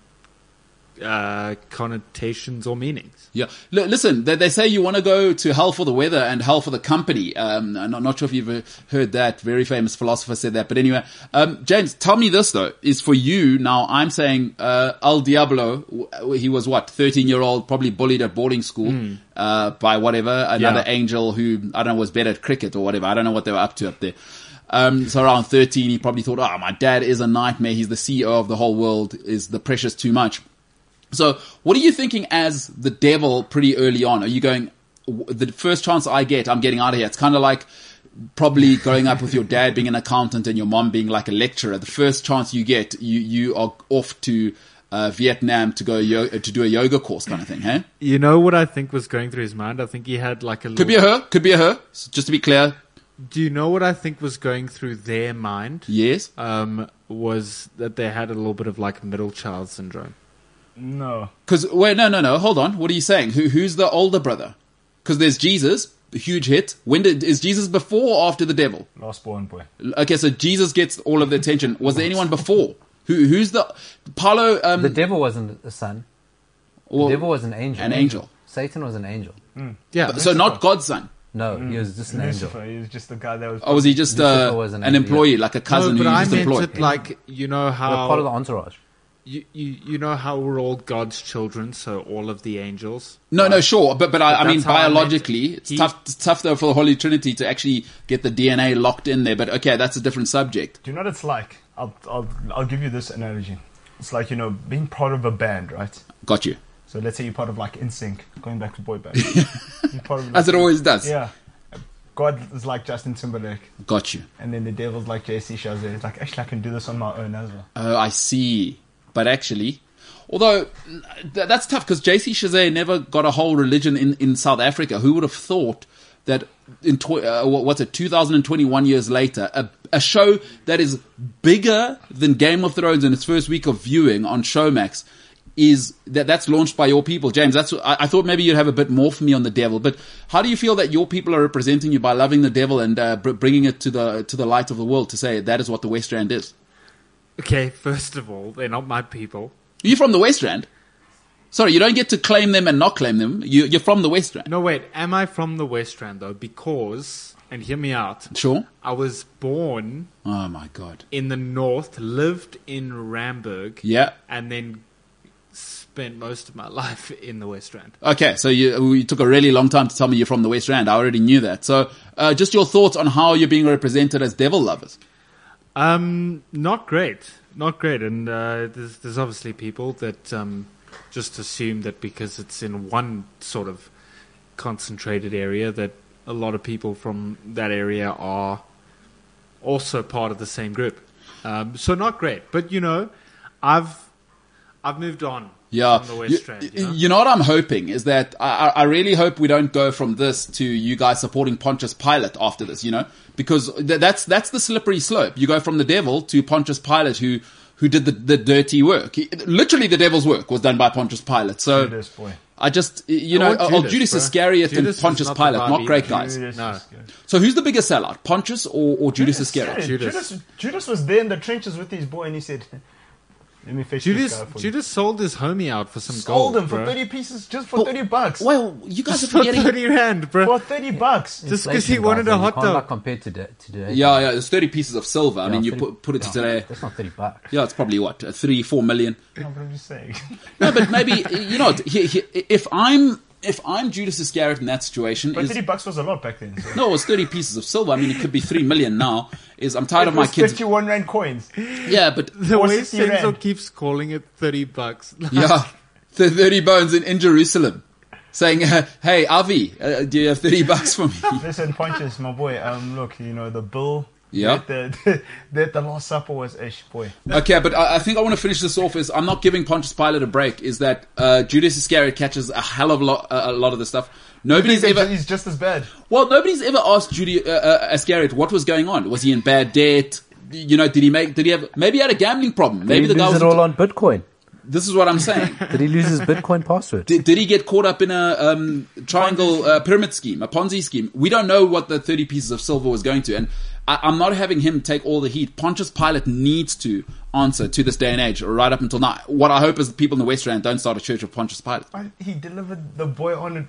Speaker 5: uh, connotations or meanings.
Speaker 2: Yeah. L- listen, they, they say you want to go to hell for the weather and hell for the company. Um, I'm not, not sure if you've uh, heard that. Very famous philosopher said that. But anyway, um, James, tell me this though, is for you now, I'm saying, uh, El Diablo, w- w- he was what, 13 year old, probably bullied at boarding school, uh, by whatever, another
Speaker 5: Yeah.
Speaker 2: angel who, I don't know, was better at cricket or whatever. I don't know what they were up to up there. Um, so around 13, he probably thought, oh, my dad is a nightmare. He's the CEO of the whole world. Is the pressure's too much? So, what are you thinking as the devil pretty early on? Are you going, w- the first chance I get, I'm getting out of here? It's kind of like probably growing up with your dad being an accountant and your mom being like a lecturer. The first chance you get, you, you are off to uh, Vietnam to go yo- to do a yoga course kind of thing, hey?
Speaker 5: You know what I think was going through his mind? I think he had like a
Speaker 2: Could
Speaker 5: little,
Speaker 2: be a her, could be a her. So just to be clear,
Speaker 5: Do you know what I think was going through their mind?
Speaker 2: yes.
Speaker 5: Um, was that they had a little bit of like middle child syndrome?
Speaker 4: No.
Speaker 2: Because wait, no, no, no. Hold on. What are you saying? Who who's the older brother? Because there's Jesus, a huge hit. When did is Jesus before or after the devil?
Speaker 4: Last born boy.
Speaker 2: Okay, so Jesus gets all of the attention. Was there anyone before? Who who's the Paulo? Um,
Speaker 3: The devil wasn't a son.
Speaker 2: well,
Speaker 3: the devil was an angel.
Speaker 2: an angel.
Speaker 3: Satan was an angel.
Speaker 5: Yeah.
Speaker 2: so not God's son.
Speaker 3: No, he was just an angel.
Speaker 4: Lucifer. He was just the guy that was.
Speaker 2: Or was he just
Speaker 3: Lucifer
Speaker 2: uh,
Speaker 3: was
Speaker 2: an,
Speaker 3: an angel,
Speaker 2: employee, like a cousin
Speaker 5: no, but
Speaker 2: who you
Speaker 5: I
Speaker 2: just
Speaker 5: meant
Speaker 2: employed?
Speaker 5: it like you know
Speaker 3: They were part of the
Speaker 5: how
Speaker 3: entourage.
Speaker 5: you, you you know how we're all God's children, so all of the angels.
Speaker 2: No, no, sure, but but I, I
Speaker 5: But
Speaker 2: mean
Speaker 5: that's how I meant
Speaker 2: biologically,
Speaker 5: it.
Speaker 2: it's
Speaker 5: He-
Speaker 2: tough. It's tough though for the Holy Trinity to actually get the DNA locked in there. But okay, that's a different subject.
Speaker 4: Do you know what it's like? I'll, I'll, I'll give you this analogy. It's like, you know, being part of a band, right?
Speaker 2: Got you,
Speaker 4: So let's say you're part of like NSYNC, going back to boy band. You're part of, like,
Speaker 2: as it always does.
Speaker 4: Yeah. God is like Justin Timberlake,
Speaker 2: Got you.
Speaker 4: and then the devil's like JC Shazay. It's like, actually, I can do this on my own as well.
Speaker 2: Oh, I see. But actually, although th- that's tough because JC Chazet never got a whole religion in, in South Africa. Who would have thought that in tw- uh, wha- what's it, 2021 years later, a, a show that is bigger than Game of Thrones in its first week of viewing on Showmax is that that's launched by your people, James? That's I, I thought maybe you'd have a bit more for me on the devil, but how do you feel that your people are representing you by loving the devil and uh, br- bringing it to the to the light of the world to say that is what the West Rand is?
Speaker 5: Okay, first of all, they're not my people.
Speaker 2: You're from the West Rand. Sorry, you don't get to claim them and not claim them. You, you're from the West Rand.
Speaker 5: No, wait. Am I from the West Rand though? Because and hear me out.
Speaker 2: Sure.
Speaker 5: I was born
Speaker 2: Oh my God.
Speaker 5: in the north, lived in Ramberg,
Speaker 2: Yeah.
Speaker 5: and then spent most of my life in the West Rand.
Speaker 2: Okay, so you, you took a really long time to tell me you're from the West Rand. I already knew that. So, uh, just your thoughts on how you're being represented as devil lovers.
Speaker 5: Um, not great, not great, and uh, there's there's obviously people that um, just assume that because it's in one sort of concentrated area, that a lot of people from that area are also part of the same group. Um, so not great, but you know, I've I've moved on.
Speaker 2: Yeah.
Speaker 5: from the West Rand. You know?
Speaker 2: you know what I'm hoping is that I, I I really hope we don't go from this to you guys supporting Pontius Pilate after this, you know, because th- that's that's the slippery slope. You go from the devil to Pontius Pilate, who who did the, the dirty work. He- literally, the devil's work was done by Pontius Pilate. So
Speaker 4: Judas, boy.
Speaker 2: I just you know,
Speaker 5: Oh,
Speaker 2: oh,
Speaker 5: Judas,
Speaker 2: Judas
Speaker 5: bro.
Speaker 2: Iscariot
Speaker 5: Judas
Speaker 2: and
Speaker 5: is
Speaker 2: Pontius
Speaker 5: not the
Speaker 2: Pilate,
Speaker 5: guy
Speaker 2: not
Speaker 5: either.
Speaker 2: great guys.
Speaker 4: Judas
Speaker 5: No.
Speaker 4: Iscariot.
Speaker 2: So who's the bigger sellout, Pontius or, or Judas Iscariot?
Speaker 4: Judas.
Speaker 5: Judas.
Speaker 4: Judas. Judas was there in the trenches with his boy, and he said, "Let me fetch this
Speaker 5: Judas
Speaker 4: guy for you."
Speaker 5: Judas sold his homie out for some
Speaker 4: Sold
Speaker 5: gold.
Speaker 4: him for
Speaker 5: bro.
Speaker 4: thirty pieces, just for
Speaker 2: But-
Speaker 4: thirty bucks.
Speaker 2: Well, you guys are
Speaker 5: Just for
Speaker 2: forgetting.
Speaker 5: thirty rand, bro.
Speaker 4: For thirty bucks.
Speaker 5: Just because he
Speaker 3: Inflation,
Speaker 5: wanted
Speaker 3: guys,
Speaker 5: a
Speaker 3: and you
Speaker 5: hot
Speaker 3: can't,
Speaker 5: dog.
Speaker 3: like, compare to da- to today.
Speaker 2: Yeah, yeah, it's thirty pieces of silver. I mean, you
Speaker 3: 30
Speaker 2: put put it to
Speaker 3: yeah,
Speaker 2: today.
Speaker 3: That's not thirty bucks.
Speaker 2: Yeah, it's probably what uh, three, four million.
Speaker 4: What am just saying?
Speaker 2: No, but maybe you know he, he, if I'm if I'm Judas Iscariot in that situation,
Speaker 4: But
Speaker 2: is,
Speaker 4: thirty bucks was a lot back then. So.
Speaker 2: no, it's thirty pieces of silver. I mean, it could be three million now. Is I'm tired of my
Speaker 4: It was
Speaker 2: kids.
Speaker 4: Fifty-one rand coins.
Speaker 2: Yeah, but
Speaker 5: The
Speaker 4: Or
Speaker 5: way
Speaker 4: 60
Speaker 5: Senzo
Speaker 4: rand.
Speaker 5: keeps calling it 30 bucks.
Speaker 2: yeah, the thirty bones in, in Jerusalem. saying, uh, "Hey, Avi, uh, do you have thirty bucks for me?"
Speaker 4: Listen, Pontius, my boy. Um, look, you know the bill.
Speaker 2: Yeah.
Speaker 4: That the, that the Last Supper was ish, boy.
Speaker 2: Okay, but I, I think I want to finish this off. Is I'm not giving Pontius Pilate a break. Is that uh, Judas Iscariot catches a hell of a lot, a lot of the stuff. Nobody's
Speaker 4: He's,
Speaker 2: ever
Speaker 4: he's just as bad.
Speaker 2: well. Nobody's ever asked Judas uh, uh, Iscariot what was going on. Was he in bad debt? You know, did he make? Did he have? Maybe he had a gambling problem. Maybe
Speaker 3: Did
Speaker 2: the
Speaker 3: he
Speaker 2: guy
Speaker 3: lose
Speaker 2: was.
Speaker 3: it all on Bitcoin?
Speaker 2: This is what I'm saying.
Speaker 3: Did he lose his Bitcoin password?
Speaker 2: did, did he get caught up in a um, triangle uh, pyramid scheme, a Ponzi scheme? We don't know what the 30 pieces of silver was going to. And I, I'm not having him take all the heat. Pontius Pilate needs to answer to this day and age, or right up until now. What I hope is the people in the West Rand don't start a church of Pontius Pilate.
Speaker 4: I- He delivered the boy on a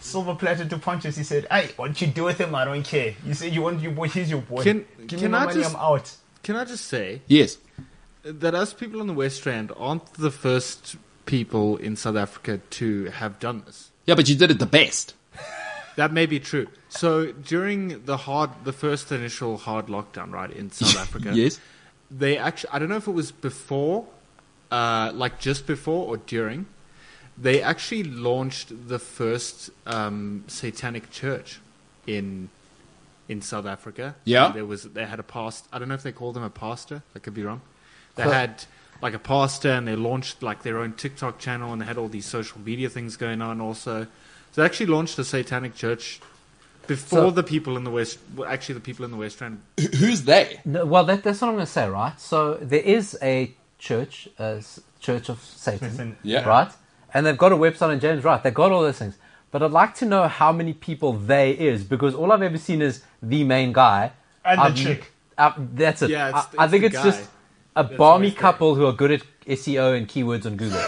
Speaker 4: silver platter to Pontius. He said, "Hey, what you do with him, I don't care. You said you want your boy. He's your boy.
Speaker 5: Can-
Speaker 4: Give me
Speaker 5: can
Speaker 4: my
Speaker 5: I
Speaker 4: money.
Speaker 5: just-
Speaker 4: I'm out."
Speaker 5: Can I just say
Speaker 2: Yes.
Speaker 5: that us people on the West Rand aren't the first people in South Africa to have done this?
Speaker 2: Yeah, but you did it the best.
Speaker 5: That may be true. So during the hard, the first initial hard lockdown, right in South Africa,
Speaker 2: Yes.
Speaker 5: they actually I don't know if it was before, uh, like just before or during, they actually launched the first um, satanic church in in South Africa.
Speaker 2: Yeah.
Speaker 5: And there was they had a past. I don't know if they called him a pastor. I could be wrong. They had like a pastor, and they launched like their own TikTok channel, and they had all these social media things going on. Also, so they actually launched a satanic church. Before
Speaker 3: So-
Speaker 5: the people in the West, well, actually, the people in the West Rand
Speaker 2: Who- Who's they?
Speaker 3: No, well, that, that's what I'm going to say, right? So there is a church, a s- Church of Satan,
Speaker 4: Satan,
Speaker 2: yeah.
Speaker 3: right? And they've got a website, and James, right? They've got all those things. But I'd like to know how many people they is, because all I've ever seen is the main guy.
Speaker 4: And the
Speaker 3: I've-
Speaker 4: chick.
Speaker 3: I- that's it.
Speaker 5: Yeah, it's-
Speaker 3: I, I
Speaker 5: it's
Speaker 3: think
Speaker 5: the
Speaker 3: it's just
Speaker 5: guy.
Speaker 3: a
Speaker 5: That's
Speaker 3: balmy
Speaker 5: always there.
Speaker 3: couple who are good at SEO and keywords on Google.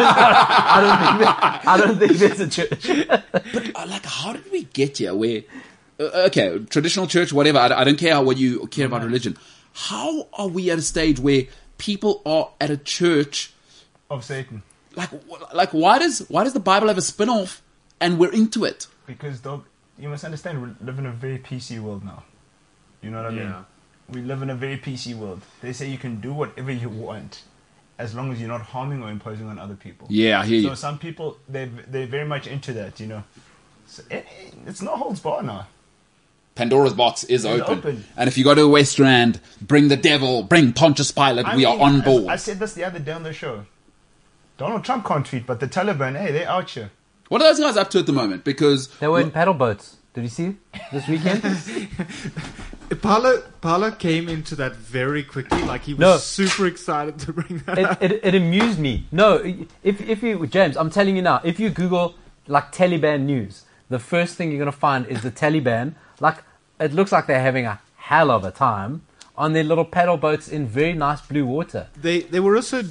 Speaker 3: I don't think that, I don't think there's a church.
Speaker 2: Uh, like, how did we get here? Where, uh, okay, traditional church, whatever. I, I don't care what you care about religion. How are we at a stage where people are at a church?
Speaker 4: Of Satan,
Speaker 2: like wh- like why does why does the Bible have a spin-off and we're into it?
Speaker 4: because dog, you must understand. We live in a very PC world now. You know what I
Speaker 5: Yeah.
Speaker 4: mean? We live in a very PC world. They say you can do whatever you want, as long as you're not harming or imposing on other people.
Speaker 2: Yeah, I hear
Speaker 4: So some people they they're very much into that, you know. So it, it's not holds bar now.
Speaker 2: Pandora's box is
Speaker 4: It's
Speaker 2: open.
Speaker 4: open.
Speaker 2: And if you go to the West Rand, bring the devil, bring Pontius Pilate,
Speaker 4: I
Speaker 2: we
Speaker 4: mean,
Speaker 2: are on
Speaker 4: as-
Speaker 2: board.
Speaker 4: I said this the other day on the show. Donald Trump can't tweet, but the Taliban, hey, they're out here.
Speaker 2: what are those guys up to at the moment? Because
Speaker 3: They were in paddle boats. Did you see this weekend?
Speaker 5: Paolo, Paolo came into that very quickly. Like he was
Speaker 3: No.
Speaker 5: super excited to bring that
Speaker 3: it,
Speaker 5: up.
Speaker 3: it, it amused me. No, if, if you, James, I'm telling you now, if you Google like Taliban news, the first thing you're going to find is the Taliban. Like, it looks like they're having a hell of a time on their little paddle boats in very nice blue water.
Speaker 5: They they were also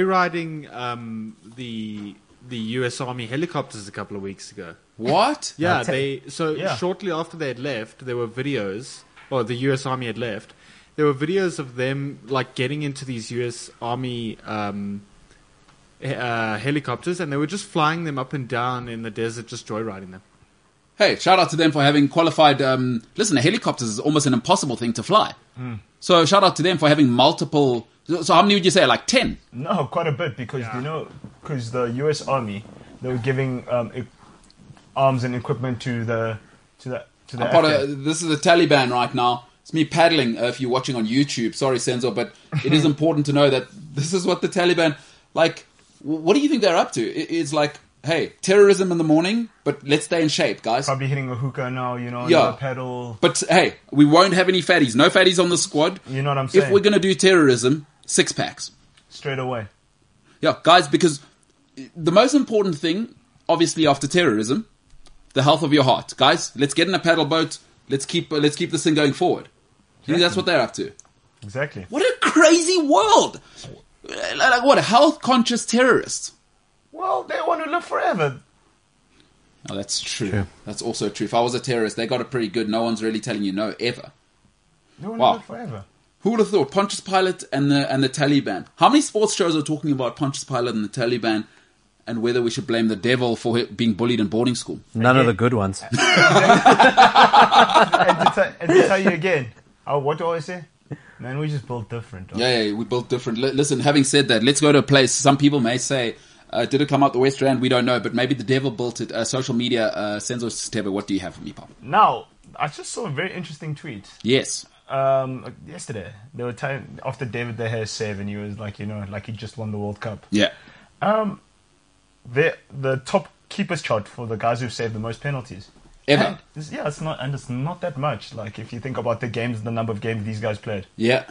Speaker 5: joyriding um, the the U.S. Army helicopters a couple of weeks ago. Uh,
Speaker 2: what?
Speaker 5: Yeah,
Speaker 3: I'll tell-
Speaker 5: they so
Speaker 4: Yeah.
Speaker 5: shortly after they had left, there were videos, or the U.S. Army had left. There were videos of them like getting into these U.S. Army um, he- uh, helicopters, and they were just flying them up and down in the desert, just joyriding them.
Speaker 2: Hey, shout out to them for having qualified um listen, a helicopter is almost an impossible thing to fly.
Speaker 4: Mm.
Speaker 2: So shout out to them for having multiple so how many would you say? Like ten?
Speaker 4: No, quite a bit because you know, because the U.S. Army they were giving um, e- arms and equipment to the to the to the.
Speaker 2: I'm part
Speaker 4: Afghan-
Speaker 2: of, this is the Taliban right now. It's me paddling. Uh, if you're watching on YouTube, sorry, Senzo, but it is important to know that this is what the Taliban like. w- What do you think they're up to? It, it's like, hey, terrorism in the morning, but let's stay in shape, guys.
Speaker 4: Probably hitting a hookah now, you know,
Speaker 2: Yeah.
Speaker 4: yeah. pedal.
Speaker 2: But hey, we won't have any fatties. No fatties on the squad.
Speaker 4: You know what I'm
Speaker 2: If
Speaker 4: saying?
Speaker 2: we're gonna do terrorism, six packs.
Speaker 4: Straight away.
Speaker 2: Yeah, guys, because the most important thing, obviously, after terrorism, the health of your heart. Guys, let's get in a paddle boat. Let's keep uh, let's keep this thing going forward. You think that's what they're up to?
Speaker 4: Exactly.
Speaker 2: What a crazy world! Uh, Like, like, what health conscious terrorists?
Speaker 4: Well, they want to live forever.
Speaker 2: Oh, that's true. That's also true. If I was a terrorist, they got it pretty good. No one's really telling you no ever.
Speaker 4: They want
Speaker 2: Wow.
Speaker 4: to live forever.
Speaker 2: Who would have thought Pontius Pilate and the and the Taliban? How many sports shows are talking about Pontius Pilate and the Taliban, and whether we should blame the devil for it being bullied in boarding school?
Speaker 3: None of the good ones.
Speaker 4: and, to tell- and to tell you again, uh, what do I always say? Man, we just built different. dog.
Speaker 2: Yeah, yeah, we built different. Li- listen, having said that, let's go to a place. Some people may say Uh, did it come out the West Rand? We don't know, but maybe the devil built it. Uh, social media, uh, Senzo Steba, what do you have for me, Pop?
Speaker 4: Now, I just saw a very interesting tweet.
Speaker 2: Yes.
Speaker 4: Um, yesterday, they were telling after David De Gea save, and he was like, you know, like he just won the World Cup.
Speaker 2: Yeah.
Speaker 4: The the top keepers chart for the guys who saved the most penalties.
Speaker 2: Ever.
Speaker 4: And it's- yeah, it's not, and it's not that much. Like if you think about the games, the number of games these guys played.
Speaker 2: Yeah.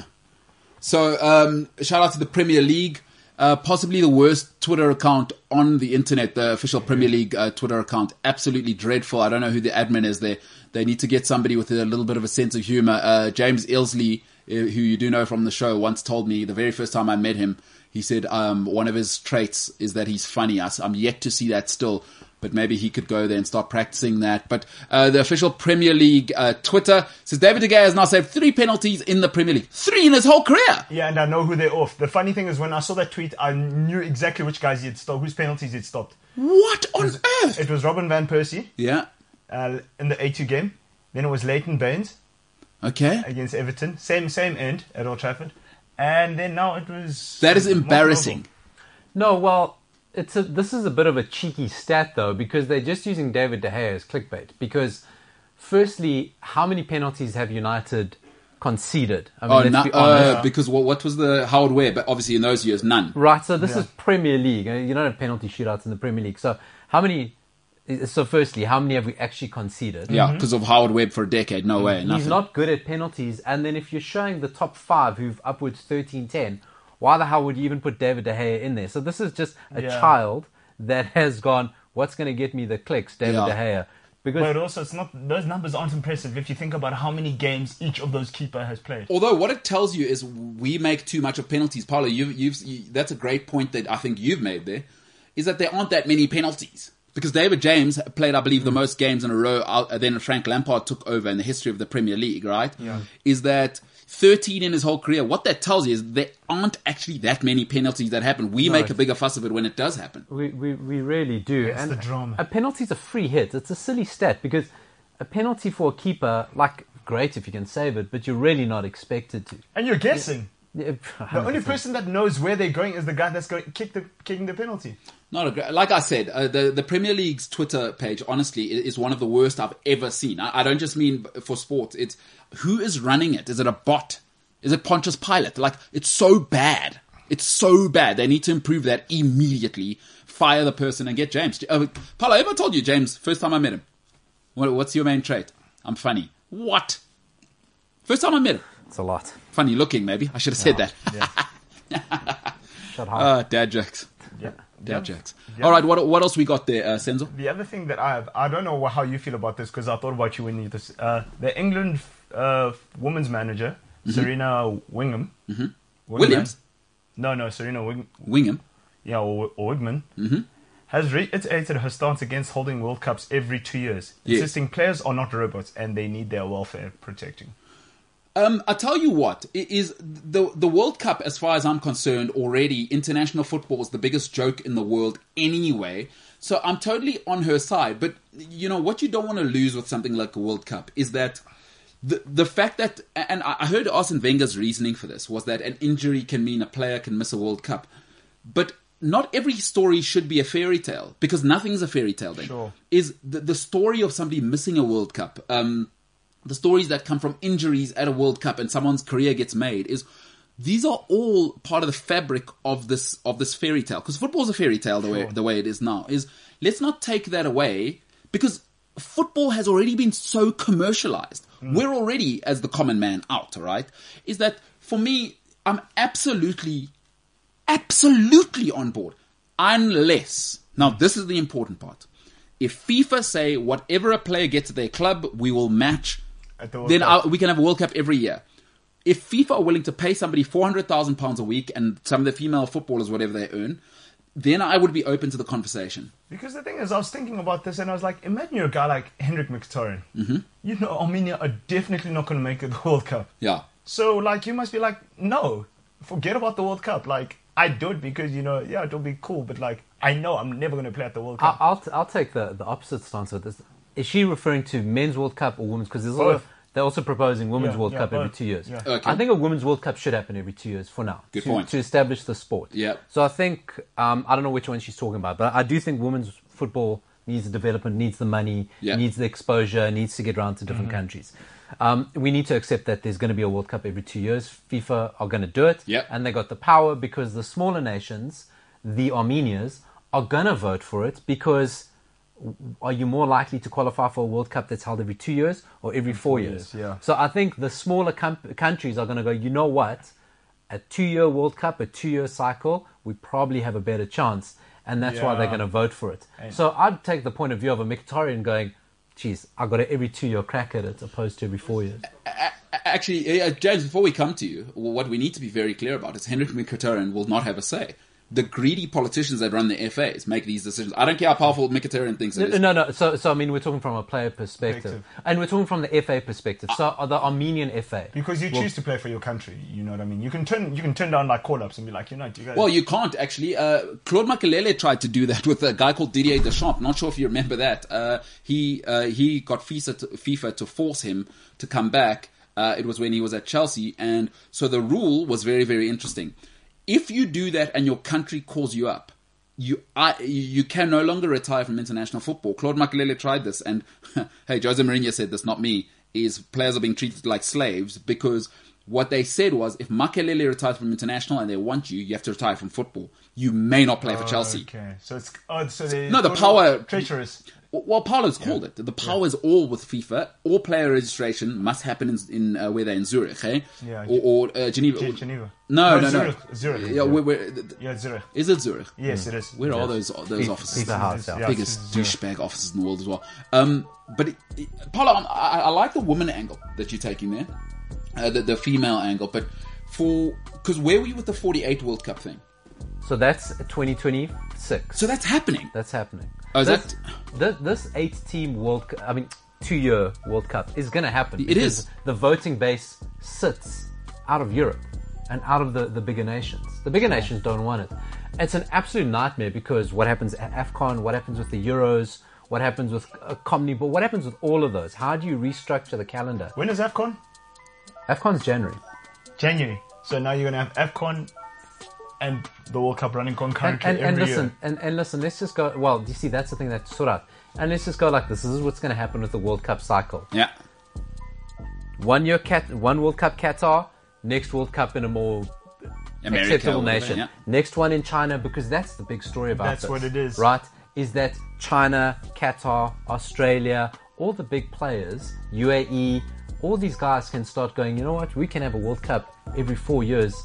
Speaker 2: So, um, shout out to the Premier League. Uh, possibly the worst Twitter account on the internet, the official Premier League uh, Twitter account. Absolutely dreadful. I don't know who the admin is there. They need to get somebody with a little bit of a sense of humor. Uh, James Ilsley, uh, who you do know from the show, once told me the very first time I met him, he said um, one of his traits is that he's funny. I, s- I'm yet to see that still, but maybe he could go there and start practicing that. But uh, the official Premier League uh, Twitter says David De Gea has now saved three penalties in the Premier League. Three in his whole career.
Speaker 4: Yeah, and I know who they're off. The funny thing is, when I saw that tweet, I knew exactly which guys he had stopped, whose penalties he'd stopped.
Speaker 2: What on earth?
Speaker 4: It was Robin van Persie
Speaker 2: Yeah.
Speaker 4: uh, in the A2 game. Then it was Leighton Baines
Speaker 2: Okay.
Speaker 4: against Everton. Same same end at Old Trafford. And then now it was
Speaker 2: That is
Speaker 4: Mark Noble.
Speaker 2: embarrassing.
Speaker 3: No, well, it's a, this is a bit of a cheeky stat though because they're just using David De Gea as clickbait. Because, firstly, how many penalties have United conceded? I mean,
Speaker 2: Oh,
Speaker 3: let's
Speaker 2: no,
Speaker 3: be honest.
Speaker 2: uh, because what, what was the Howard Webb? But obviously, in those years, none.
Speaker 3: Right, so this is Premier League. uh, You don't have penalty shootouts in the Premier League. So how many? So firstly, how many have we actually conceded?
Speaker 2: Yeah, because of Howard Webb for a decade. No way. Nothing.
Speaker 3: Mm-hmm. He's not good at penalties. And then if you're showing the top five who've upwards 13 10, why the hell would you even put David De Gea in there? So this is just a
Speaker 4: Yeah.
Speaker 3: child that has gone, what's going to get me the clicks, David
Speaker 2: Yeah.
Speaker 3: De Gea? Because
Speaker 4: But also, it's not those numbers aren't impressive if you think about how many games each of those keeper has played.
Speaker 2: Although what it tells you is we make too much of penalties, Paolo. You've, you've you, that's a great point that I think you've made there, is that there aren't that many penalties because David James played, I believe, the most games in a row. Out, then Frank Lampard took over in the history of the Premier League. Right? Yeah. Is that 13 in his whole career? What that tells you is there aren't actually that many penalties that happen. We make a bigger fuss of it when it does happen.
Speaker 3: We, we, we really do. and
Speaker 4: the drama.
Speaker 3: A penalty's a free hit. It's a silly stat because a penalty for a keeper, like, great if you can save it, but you're really not expected to.
Speaker 4: And you're guessing.
Speaker 3: Yeah,
Speaker 4: The only
Speaker 3: 100%.
Speaker 4: person that knows where they're going is the guy that's going to kick the kicking the penalty.
Speaker 2: Not a great, like I said, uh, the the Premier League's Twitter page, honestly, i- is one of the worst I've ever seen. I, I don't just mean b- for sports. It's who is running it? Is it a bot? Is it Pontius Pilate? Like it's so bad. It's so bad. They need to improve that immediately. Fire the person and get James. Uh, Paulo, I ever told you James? First time I met him. What, what's your main trait? I'm funny. What? First time I met him.
Speaker 3: It's a lot.
Speaker 2: Funny looking, maybe. I should have said that.
Speaker 3: Shut up.
Speaker 2: uh, dad jokes.
Speaker 4: Yeah.
Speaker 2: Dad jokes. All right. What what else we got there, uh, Senzo?
Speaker 4: The other thing that I have, I don't know how you feel about this because I thought about you when you this. Uh, the England uh, women's manager Serena Wingham. Mm-hmm.
Speaker 2: Williams?
Speaker 4: No, no, Serena Wing.
Speaker 2: Wingham.
Speaker 4: Yeah, or, or Wigman. Has reiterated her stance against holding World Cups every two years,
Speaker 2: Yeah.
Speaker 4: insisting players are not robots and they need their welfare protecting.
Speaker 2: Um, I tell you what, it is the the World Cup, as far as I'm concerned, already international football is the biggest joke in the world anyway. So I'm totally on her side. But you know what you don't want to lose with something like a World Cup is that the the fact that and I I heard Arsene Wenger's reasoning for this was that an injury can mean a player can miss a World Cup, but not every story should be a fairy tale because nothing's a fairy tale. Then
Speaker 4: Sure.
Speaker 2: is the, the story of somebody missing a World Cup. Um, the stories that come from injuries at a World Cup and someone's career gets made is these are all part of the fabric of this of this fairy tale because football's a fairy tale the way the way it is now is let's not take that away because football has already been so commercialized we're already as the common man out all right is that for me I'm absolutely absolutely on board. Unless, now this is the important part. If FIFA say whatever a player gets at their club, we will match,
Speaker 4: At the World
Speaker 2: then
Speaker 4: Cup.
Speaker 2: I, we can have a World Cup every year. If FIFA are willing to pay somebody £400,000 a week and some of the female footballers, whatever they earn, then I would be open to the conversation.
Speaker 4: Because the thing is, I was thinking about this and I was like, imagine you're a guy like Henrik Mkhitaryan. Mm-hmm. You know, Armenia are definitely not going to make it the World Cup.
Speaker 2: Yeah.
Speaker 4: So, like, you must be like, no, forget about the World Cup. Like, I do it because, you know, yeah, it'll be cool, but, like, I know I'm never going to play at the World
Speaker 3: I'll,
Speaker 2: Ah.
Speaker 4: Cup.
Speaker 3: I'll, t- I'll take the, the opposite stance with this. Is she referring to men's World Cup or women's? Because there's a lot of
Speaker 4: Both.
Speaker 3: They're also proposing Women's
Speaker 4: Yeah,
Speaker 3: World
Speaker 4: yeah,
Speaker 3: Cup every
Speaker 4: both.
Speaker 3: two years.
Speaker 4: Yeah.
Speaker 2: Okay.
Speaker 3: I think a Women's World Cup should happen every two years for now.
Speaker 2: Good
Speaker 3: to,
Speaker 2: point.
Speaker 3: To establish the sport.
Speaker 2: Yeah.
Speaker 3: So I think, um, I don't know which one she's talking about, but I do think women's football needs the development, needs the money,
Speaker 2: Yeah.
Speaker 3: needs the exposure, needs to get around to different
Speaker 4: Mm-hmm.
Speaker 3: countries. Um, we need to accept that there's going to be a World Cup every two years. FIFA are going to do it.
Speaker 2: Yeah.
Speaker 3: And they got the power because the smaller nations, the Armenians, are going to vote for it because are you more likely to qualify for a World Cup that's held every two years or every four years?
Speaker 4: yeah.
Speaker 3: So I think the smaller com- countries are going to go, you know what? A two year World Cup, a two year cycle, we probably have a better chance. And that's why they're
Speaker 4: Yeah.
Speaker 3: going to vote for it. So I'd take the point of view of a Mkhitaryan going, geez, I got a every two year crack at it opposed to every four years.
Speaker 2: Actually, uh, James, before we come to you, what we need to be very clear about is Henrik Mkhitaryan will not have a say. The greedy politicians that run the FAs make these decisions. I don't care how powerful Mkhitaryan thinks it is.
Speaker 3: No, no. So, so I mean, we're talking from a player perspective. And we're talking from the FA perspective. So uh, the Armenian FA.
Speaker 4: Because you choose to play for your country, you know what I mean. You can turn you can turn down like call ups and be like, you know, do you guys?
Speaker 2: Well, you can't actually. Uh, Claude Makalele tried to do that with a guy called Didier Deschamps. Not sure if you remember that. Uh, he uh, he got FIFA to, FIFA to force him to come back. Uh, it was when he was at Chelsea, and so the rule was very very interesting. If you do that and your country calls you up, you I, you can no longer retire from international football. Claude Makalele tried this, and hey, Jose Mourinho said this, not me. Is players are being treated like slaves because what they said was if Makalele retires from international and they want you, you have to retire from football. You may not play for Chelsea.
Speaker 4: Oh, Okay, so it's oh, so they
Speaker 2: No, the power-
Speaker 4: treacherous.
Speaker 2: Well, Paulo's called it. The power is all with FIFA. All player registration must happen in, in uh, where they're in Zurich, eh?
Speaker 4: Yeah.
Speaker 2: Or, or uh, Geneva.
Speaker 4: Ge- Geneva.
Speaker 2: No,
Speaker 4: No,
Speaker 2: no, no.
Speaker 4: Zurich. Zurich.
Speaker 2: Yeah, where, where, th- th-
Speaker 4: Yeah, Zurich.
Speaker 2: is it Zurich?
Speaker 4: Yes, it is.
Speaker 2: Mm. Where are those those offices?
Speaker 3: FIFA House, yeah.
Speaker 2: biggest douchebag offices in the world as well. Um, but it, it, Paula, I'm- I, I like the woman angle that you're taking there, uh, the, the female angle. But for because where were you with the 48 World Cup thing?
Speaker 3: So that's 2026.
Speaker 2: So that's happening.
Speaker 3: That's happening.
Speaker 2: Oh, is
Speaker 3: this,
Speaker 2: that-
Speaker 3: thi- this eight-team World, Cu- I mean, two-year World Cup is going to happen.
Speaker 2: It
Speaker 3: because
Speaker 2: is.
Speaker 3: The voting base sits out of Europe and out of the, the bigger nations. The bigger nations don't want it. It's an absolute nightmare because what happens at Afcon, what happens with the Euros, what happens with uh, Comnibol, what happens with all of those? How do you restructure the calendar?
Speaker 4: When is Afcon?
Speaker 3: Afcon's January.
Speaker 4: January. So now you're gonna have Afcon and the World Cup running
Speaker 3: and,
Speaker 4: concurrently
Speaker 3: and, and
Speaker 4: every
Speaker 3: listen,
Speaker 4: year.
Speaker 3: and, and listen, let's just go. Well, you see, that's the thing that's sort out. And let's just go like this. This is what's going to happen with the World Cup cycle.
Speaker 2: Yeah.
Speaker 3: One year, Cat- one World Cup Qatar, next World Cup in a more
Speaker 2: America,
Speaker 3: acceptable
Speaker 2: or whatever,
Speaker 3: nation.
Speaker 2: yeah.
Speaker 3: Next one in China, because that's the big story about
Speaker 4: That's
Speaker 3: this,
Speaker 4: what it is.
Speaker 3: right? Is that China, Qatar, Australia, all the big players, UAE, all these guys can start going. You know what? We can have a World Cup every four years.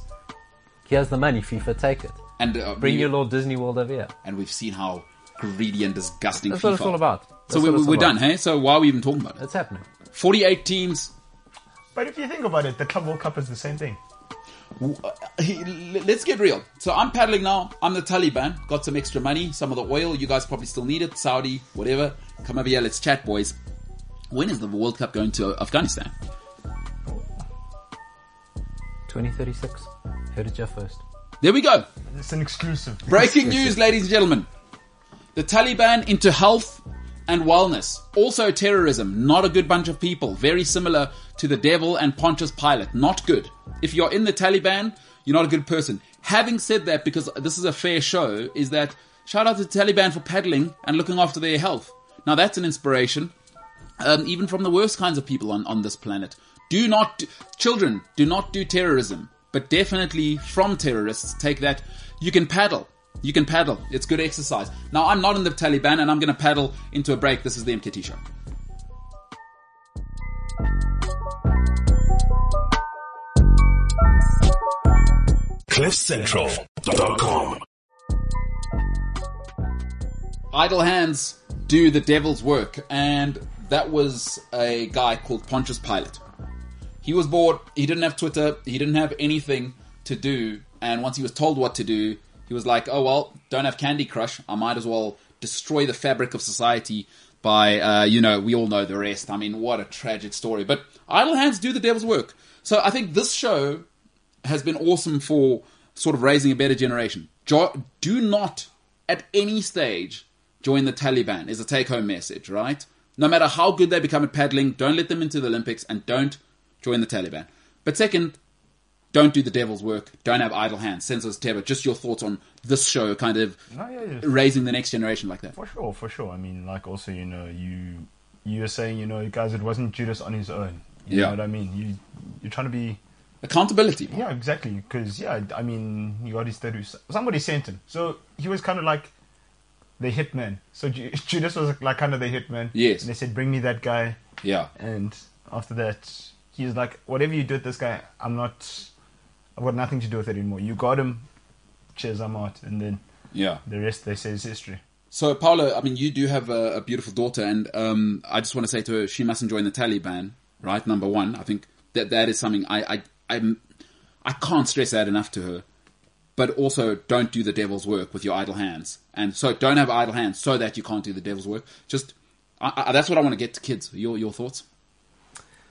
Speaker 3: Here's the money, FIFA. Take it.
Speaker 2: And uh,
Speaker 3: Bring
Speaker 2: we-
Speaker 3: your little Disney World over here.
Speaker 2: and we've seen how greedy and disgusting
Speaker 3: That's
Speaker 2: FIFA.
Speaker 3: what it's all about.
Speaker 2: So
Speaker 3: That's
Speaker 2: we,
Speaker 3: what it's
Speaker 2: we're
Speaker 3: all
Speaker 2: done,
Speaker 3: about.
Speaker 2: hey? So why are we even talking about it?
Speaker 3: That's happening.
Speaker 2: 48 teams.
Speaker 4: But if you think about it, the Club World Cup is the same thing.
Speaker 2: W- uh, he- l- Let's get real. So I'm paddling now. I'm the Taliban. Got some extra money, some of the oil. You guys probably still need it. Saudi, whatever. Come over here. Let's chat, boys. When is the World Cup going to Afghanistan?
Speaker 3: 2036. Heard it here first.
Speaker 2: There we go.
Speaker 4: It's an exclusive.
Speaker 2: Breaking news, ladies and gentlemen. The Taliban into health and wellness. Also terrorism. Not a good bunch of people. Very similar to the devil and Pontius Pilate. Not good. If you're in the Taliban, you're not a good person. Having said that, because this is a fair show, is that shout out to the Taliban for paddling and looking after their health. Now that's an inspiration um, even from the worst kinds of people on, on this planet. Do not, do- children, do not do terrorism, but definitely from terrorists, take that. You can paddle. You can paddle. It's good exercise. Now, I'm not in the Taliban and I'm going to paddle into a break. This is the MKT show.
Speaker 7: CliffCentral.com.
Speaker 2: Idle hands do the devil's work, and that was a guy called Pontius Pilate. He was bored. He didn't have Twitter. He didn't have anything to do. And once he was told what to do, he was like, "Oh well, don't have Candy Crush. I might as well destroy the fabric of society by, uh, you know, we all know the rest." I mean, what a tragic story. But idle hands do the devil's work. So I think this show has been awesome for sort of raising a better generation. Jo- do not, at any stage, join the Taliban is a take-home message, right? No matter how good they become at paddling, don't let them into the Olympics and don't join the Taliban. But second, don't do the devil's work. Don't have idle hands. Senseless terror. Just your thoughts on this show, kind of
Speaker 4: No, Oh, yeah, yeah.
Speaker 2: raising the next generation like that.
Speaker 4: For sure, for sure. I mean, like also, you know, you you were saying, you know, guys, it wasn't Judas on his own. You
Speaker 2: Yeah.
Speaker 4: know what I mean? You you're trying to be
Speaker 2: Accountability.
Speaker 4: yeah, exactly. Because yeah, I mean, he got his tattoos. Somebody sent him, so he was kind of like the hitman. So Ju- Judas was like kind of the hitman.
Speaker 2: Yes.
Speaker 4: And they said, bring me that guy.
Speaker 2: Yeah.
Speaker 4: And after that, he's like, whatever you do with this guy, I'm not. I've got nothing to do with it anymore. You got him. Cheers, I'm out. And then
Speaker 2: Yeah.
Speaker 4: the rest, they say, is history.
Speaker 2: So, Paolo, I mean, you do have a, a beautiful daughter, and um, I just want to say to her, she mustn't join the Taliban, right? Number one, I think that that is something I I I'm, I can't stress that enough to her. But also, don't do the devil's work with your idle hands, and so don't have idle hands, so that you can't do the devil's work. Just I, I, that's what I want to get to kids. Your your thoughts?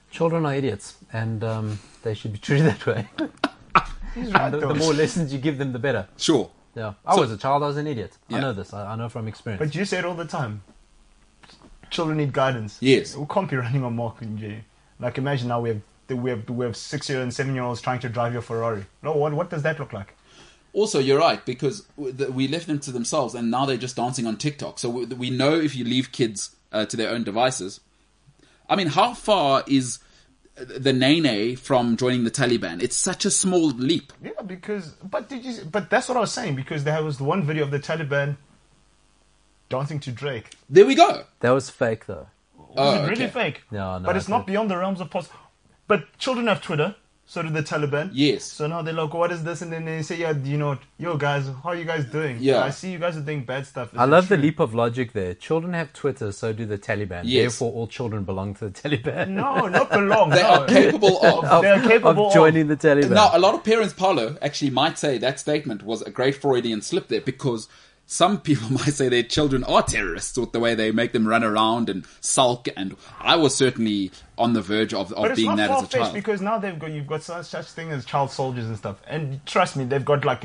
Speaker 3: Children are idiots, and um, they should be treated that way.
Speaker 4: He's
Speaker 3: And the, the more lessons you give them, the better.
Speaker 2: Sure.
Speaker 3: Yeah, I
Speaker 2: So-
Speaker 3: was a child. I was an idiot.
Speaker 2: Yeah.
Speaker 3: I know this. I, I know from experience.
Speaker 4: But you say it all the time. Children need guidance.
Speaker 2: Yes.
Speaker 4: We can't be running on Mark and Jay. Like imagine now we have the- we have we have six year and seven year olds trying to drive your Ferrari. No, what what does that look like?
Speaker 2: Also, you're right because w- the- we left them to themselves, and now they're just dancing on TikTok. So we, we know if you leave kids uh, to their own devices. I mean, how far is the Nene from joining the Taliban? It's such a small leap.
Speaker 4: Yeah, because but did you? But that's what I was saying because there was the one video of the Taliban dancing to Drake.
Speaker 2: There we go.
Speaker 3: that was fake, though.
Speaker 4: Was
Speaker 2: Oh,
Speaker 4: it really
Speaker 2: okay.
Speaker 4: fake?
Speaker 3: No, no,
Speaker 4: But it's
Speaker 3: I
Speaker 4: not
Speaker 3: did.
Speaker 4: beyond the realms of possible. But children have Twitter. So do the Taliban.
Speaker 2: Yes.
Speaker 4: So now they're like, what is this? And then they say, yeah, you know, yo guys, how are you guys doing?
Speaker 2: Yeah.
Speaker 4: I see you guys are doing bad stuff. Is
Speaker 3: I
Speaker 4: it
Speaker 3: love the
Speaker 4: true?"
Speaker 3: leap of logic there. Children have Twitter, so do the Taliban.
Speaker 2: Yes.
Speaker 3: Therefore, all children belong to the Taliban.
Speaker 4: No, not for long.
Speaker 2: They
Speaker 4: no.
Speaker 2: are capable of.
Speaker 4: They are capable
Speaker 3: of joining the Taliban.
Speaker 2: Now, a lot of parents, Paulo, actually might say that statement was a great Freudian slip there because some people might say their children are terrorists with the way they make them run around and sulk. And I was certainly on the verge of,
Speaker 4: But
Speaker 2: of
Speaker 4: it's
Speaker 2: being
Speaker 4: not
Speaker 2: that as a
Speaker 4: far-fetched
Speaker 2: child.
Speaker 4: because now they've got you've got such, such thing as child soldiers and stuff. And trust me, they've got like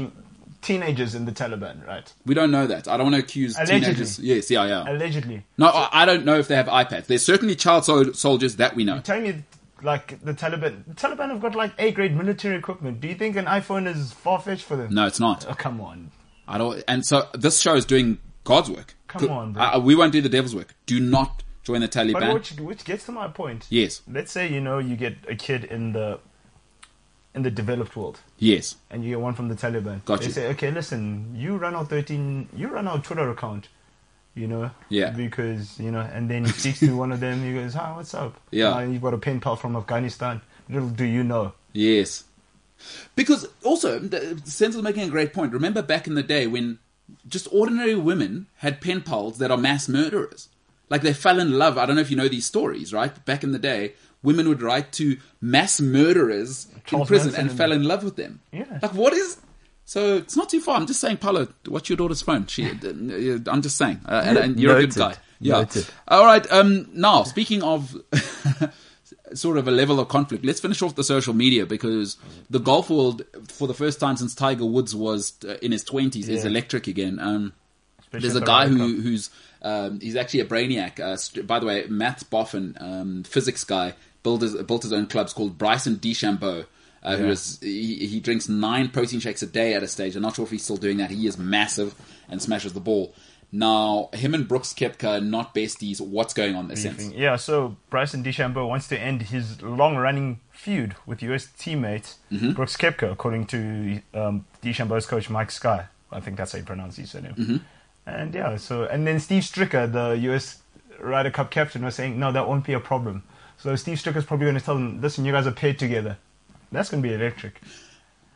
Speaker 4: teenagers in the Taliban, right?
Speaker 2: We don't know that. I don't want to accuse
Speaker 4: Allegedly.
Speaker 2: teenagers. Yes, yeah, yeah.
Speaker 4: Allegedly.
Speaker 2: no, I, I don't know if they have iPads. There's certainly child sol- soldiers that we know.
Speaker 4: Tell me, like the Taliban, the Taliban have got like A-grade military equipment. Do you think an iPhone is far-fetched for them?
Speaker 2: No, it's
Speaker 4: Oh
Speaker 2: not.
Speaker 4: come on.
Speaker 2: I don't. And so this show is doing God's work.
Speaker 4: Come
Speaker 2: Co-
Speaker 4: on, bro.
Speaker 2: I- I- we won't do the devil's work. Do not join the Taliban.
Speaker 4: But which which gets to my point.
Speaker 2: Yes,
Speaker 4: Let's say you know you get a kid in the in the developed world.
Speaker 2: yes,
Speaker 4: and you get one from the Taliban.
Speaker 2: Got
Speaker 4: they
Speaker 2: you.
Speaker 4: say, okay, listen, you run our thirteen, you run our Twitter account, you know,
Speaker 2: Yeah.
Speaker 4: because you know, and then he speaks to one of them. He goes, hi, what's up?
Speaker 2: Yeah.
Speaker 4: "Ah, you've got a pen pal from Afghanistan. Little do you know,
Speaker 2: yes. Because also, the- Sensel's making a great point. Remember back in the day when just ordinary women had pen pals that are mass murderers. Like they fell in love. I don't know if you know these stories, right? Back in the day, women would write to mass murderers in
Speaker 4: Charles
Speaker 2: prison
Speaker 4: Manson
Speaker 2: and
Speaker 4: and-
Speaker 2: fell in love with them.
Speaker 4: Yeah.
Speaker 2: Like what is? So it's not too far. I'm just saying, Paolo, watch your daughter's phone. She, I'm just saying, uh, and, and you're a
Speaker 3: Noted.
Speaker 2: good guy. Yeah.
Speaker 3: Noted.
Speaker 2: All right. Um, now, speaking of sort of a level of conflict, let's finish off the social media because the golf world, for the first time since Tiger Woods was uh, in his 20s, is
Speaker 4: Yeah.
Speaker 2: electric again. Um,
Speaker 4: Especially
Speaker 2: there's a
Speaker 4: at the
Speaker 2: guy
Speaker 4: Ryder
Speaker 2: who, who's um, he's actually a brainiac. Uh, st- by the way, maths boffin, um, physics guy, built his, built his own clubs called Bryson DeChambeau. Uh, Who is he, he drinks nine protein shakes a day at a stage. I'm not sure if he's still doing that. He is massive and smashes the ball. Now, him and Brooks Kepka are not besties. What's going on in this sense?
Speaker 4: Yeah, so Bryson DeChambeau wants to end his long-running feud with U.S. teammate
Speaker 2: Mm-hmm.
Speaker 4: Brooks Koepka, according to um, DeChambeau's coach Mike Sky. I think that's how you pronounce his surname.
Speaker 2: Mm-hmm.
Speaker 4: And yeah, so and then Steve Stricker, the U.S. Ryder Cup captain, was saying, "No, that won't be a problem." So Steve Stricker's probably going to tell them, "Listen, you guys are paired together. That's going to be electric."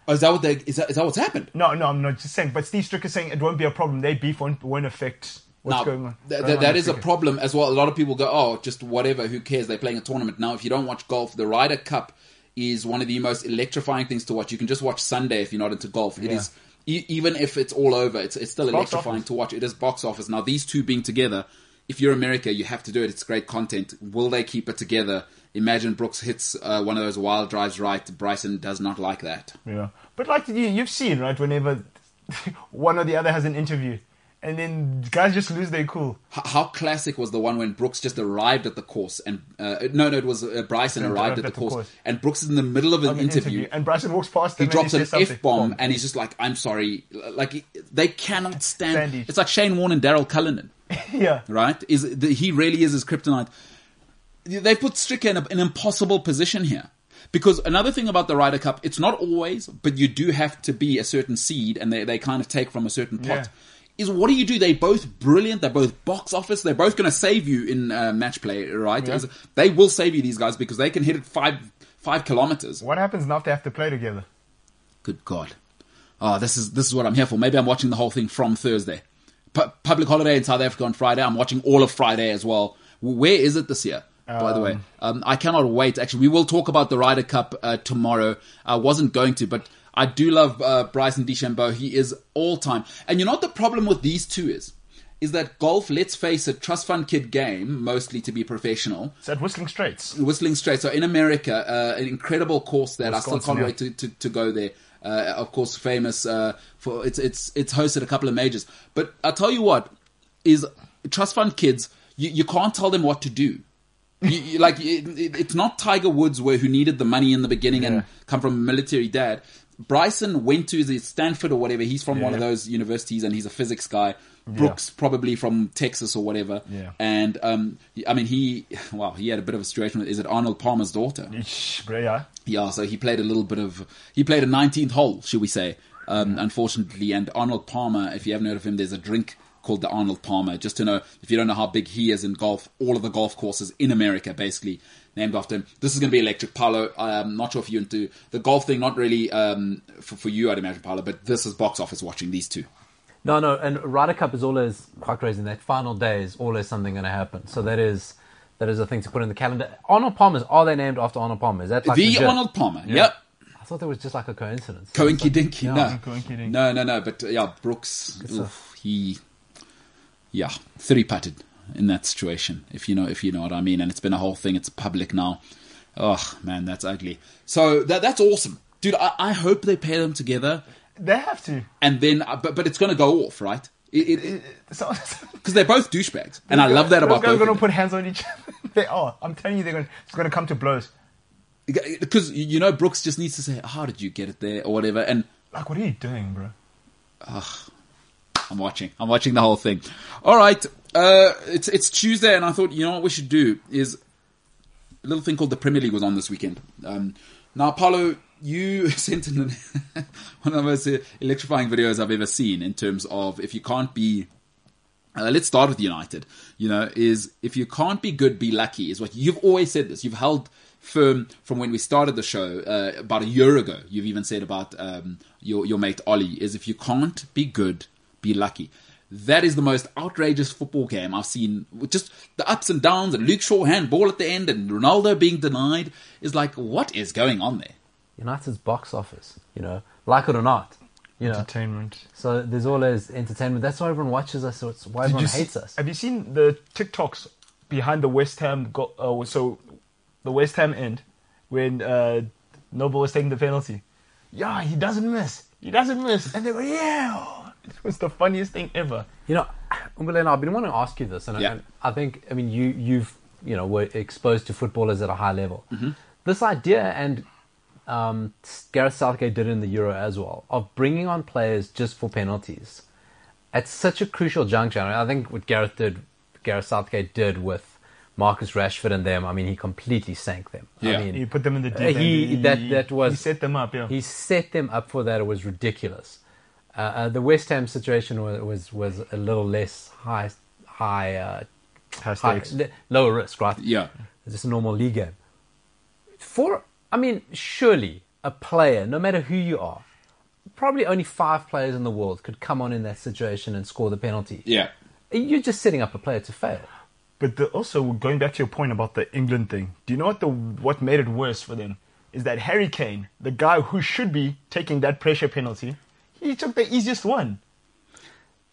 Speaker 2: Oh, is that what they, is that, is that what's happened?
Speaker 4: No, no, I'm not just saying. But Steve Stricker's saying it won't be a problem. Their beef won't, won't affect what's
Speaker 2: Now,
Speaker 4: going on.
Speaker 2: th-
Speaker 4: going
Speaker 2: th-
Speaker 4: on
Speaker 2: that
Speaker 4: with
Speaker 2: is a
Speaker 4: cricket.
Speaker 2: problem as well. A lot of people go, oh, just whatever, who cares? They're playing a tournament. Now, if you don't watch golf, the Ryder Cup is one of the most electrifying things to watch. You can just watch Sunday if you're not into golf. It
Speaker 4: Yeah.
Speaker 2: is, e- even if it's all over, it's, it's still
Speaker 4: Box
Speaker 2: electrifying
Speaker 4: office.
Speaker 2: to watch. It is box office. Now, these two being together, if you're America, you have to do it. It's great content. Will they keep it together? Imagine Brooks hits uh, one of those wild drives right. Bryson does not like that.
Speaker 4: Yeah, but like you, you've seen, right? Whenever one or the other has an interview, and then guys just lose their cool.
Speaker 2: H- how classic was the one when Brooks just arrived at the course and uh, no, no, it was uh, Bryson arrived at the course, and Brooks is in the middle of an,
Speaker 4: Of an
Speaker 2: interview.
Speaker 4: and Bryson walks past
Speaker 2: He
Speaker 4: him
Speaker 2: drops
Speaker 4: and
Speaker 2: an
Speaker 4: he says something.
Speaker 2: f bomb, and he's just like, "I'm sorry." Like he- they cannot stand.
Speaker 4: Stand each-
Speaker 2: it's like Shane Warne and Daryl Cullinan,
Speaker 4: Yeah,
Speaker 2: right? Is the, he really is his kryptonite? They put Stricker in a, an impossible position here because another thing about the Ryder Cup, it's not always, but you do have to be a certain seed, and they they kind of take from a certain pot. Is what do you do? They both brilliant. They're both box office. They're both going to save you in uh, match play, right? Is- They will save you these guys because they can hit it five five kilometers.
Speaker 4: What happens now if they have to play together?
Speaker 2: Good God. Oh, this is this is what I'm here for. Maybe I'm watching the whole thing from Thursday. Pu- public holiday in South Africa on Friday. I'm watching all of Friday as well. W- Where is it this year? By the way, um, I cannot wait. Actually, we will talk about the Ryder Cup uh, tomorrow. I wasn't going to, but I do love uh, Bryson DeChambeau. He is all time. And you know what the problem with these two is? Is that golf? Let's face it, trust fund kid game mostly to be professional.
Speaker 4: It's at Whistling Straits.
Speaker 2: Whistling Straight. So in America, uh, an incredible course that I still
Speaker 4: Wisconsin,
Speaker 2: can't
Speaker 4: yeah.
Speaker 2: wait to, to, to go there. Uh, of course, famous uh, for it's it's it's hosted a couple of majors. But I tell you what, is trust fund kids. You, you can't tell them what to do. You, you, like it, it- it's not Tiger Woods where who needed the money in the beginning and come from a military dad. Bryson went to is it Stanford or whatever. He's from one of those universities and he's a physics guy. Brooks probably from Texas or whatever.
Speaker 4: Yeah.
Speaker 2: And um, I mean, he wow, he had a bit of a situation with is it Arnold Palmer's daughter?
Speaker 4: Eesh, Grey eye.
Speaker 2: Yeah, so he played a little bit of he played a 19th hole, should we say? Um, Unfortunately, and Arnold Palmer, if you haven't heard of him, there's a drink called the Arnold Palmer. Just to know, if you don't know how big he is in golf, all of the golf courses in America basically named after him. This is going to be electric, Paolo. I'm not sure if you're into the golf thing, not really um, for, for you, I'd imagine, Paolo. But this is box office watching these two.
Speaker 3: No, no, and Ryder Cup is always quite crazy. And that final day is always something going to happen. So that is that is a thing to put in the calendar. Arnold Palmer's are they named after Arnold Palmer? Is that like
Speaker 2: the
Speaker 3: legit?
Speaker 2: Arnold Palmer.
Speaker 3: Yeah.
Speaker 2: Yep.
Speaker 3: I thought that was just like a coincidence.
Speaker 2: Coinky Dinky.
Speaker 3: Yeah,
Speaker 2: no.
Speaker 4: coinky-dinky.
Speaker 2: no, no, no. But uh, yeah, Brooks, oof, he, yeah, three putted in that situation. If you know, if you know what I mean. And it's been a whole thing. It's public now. Oh man, that's ugly. So that that's awesome, dude. I, I hope they pair them together,
Speaker 4: They have to.
Speaker 2: and then uh, but but it's gonna go off, right? It, it,
Speaker 4: So,
Speaker 2: because they're both douchebags, and I love that
Speaker 4: those
Speaker 2: about
Speaker 4: guys are
Speaker 2: both. of
Speaker 4: going
Speaker 2: them.
Speaker 4: to put hands on each other. they are. I'm telling you, they're going. to It's going to come to blows.
Speaker 2: Because you know, Brooks just needs to say, "How did you get it there?" or whatever, and
Speaker 4: Like, what are you doing, bro?
Speaker 2: I'm watching. I'm watching the whole thing. All right. Uh, it's it's Tuesday, and I thought you know what we should do is a little thing called the Premier League was on this weekend. Um, now, Paulo, you sent in an- one of the most uh, electrifying videos I've ever seen in terms of if you can't be. Uh, let's start with United. You know, is if you can't be good, be lucky. Is what you've always said. This you've held firm from when we started the show uh, about a year ago. You've even said about um, your your mate Ollie is if you can't be good, be lucky. That is the most outrageous football game I've seen. With Just the ups and downs, and Luke Shaw handball at the end, and Ronaldo being denied is like, what is going on there?
Speaker 3: United's box office, you know, like it or not, you know.
Speaker 4: Entertainment.
Speaker 3: So there's always entertainment. That's why everyone watches us. So it's why everyone
Speaker 4: Did you
Speaker 3: hates
Speaker 4: see-
Speaker 3: us.
Speaker 4: Have you seen the TikToks behind the West Ham? Go- uh, so the West Ham end when uh, Noble was taking the penalty. Yeah, he doesn't miss. He doesn't miss, and they go, yeah. It was the funniest thing ever.
Speaker 3: You know, Umbelena, I've been wanting to ask you this, and I-
Speaker 2: Yeah.
Speaker 3: and I, think, I mean, you, you've, you know, were exposed to footballers at a high level.
Speaker 2: Mm-hmm.
Speaker 3: This idea, and um, Gareth Southgate did it in the Euro as well, of bringing on players just for penalties. At such a crucial juncture, and I think what Gareth did, Gareth Southgate did with Marcus Rashford and them, I mean, he completely sank them.
Speaker 2: Yeah.
Speaker 3: I mean,
Speaker 4: He put them in the deep end.
Speaker 3: uh, he, that, that was
Speaker 4: he set them up. Yeah,
Speaker 3: he set them up for that. It was ridiculous. Uh, uh, the West Ham situation was, was was a little less high high, uh,
Speaker 4: High
Speaker 3: high
Speaker 4: stakes.
Speaker 3: li- lower risk, right?
Speaker 2: Yeah.
Speaker 3: it's just a normal league game. For I mean, surely a player, no matter who you are, probably only five players in the world could come on in that situation and score the penalty.
Speaker 2: Yeah.
Speaker 3: You're just setting up a player to fail.
Speaker 4: But the, also going back to your point about the England thing, do you know what the what made it worse for them is that Harry Kane, the guy who should be taking that pressure penalty, he took the easiest one.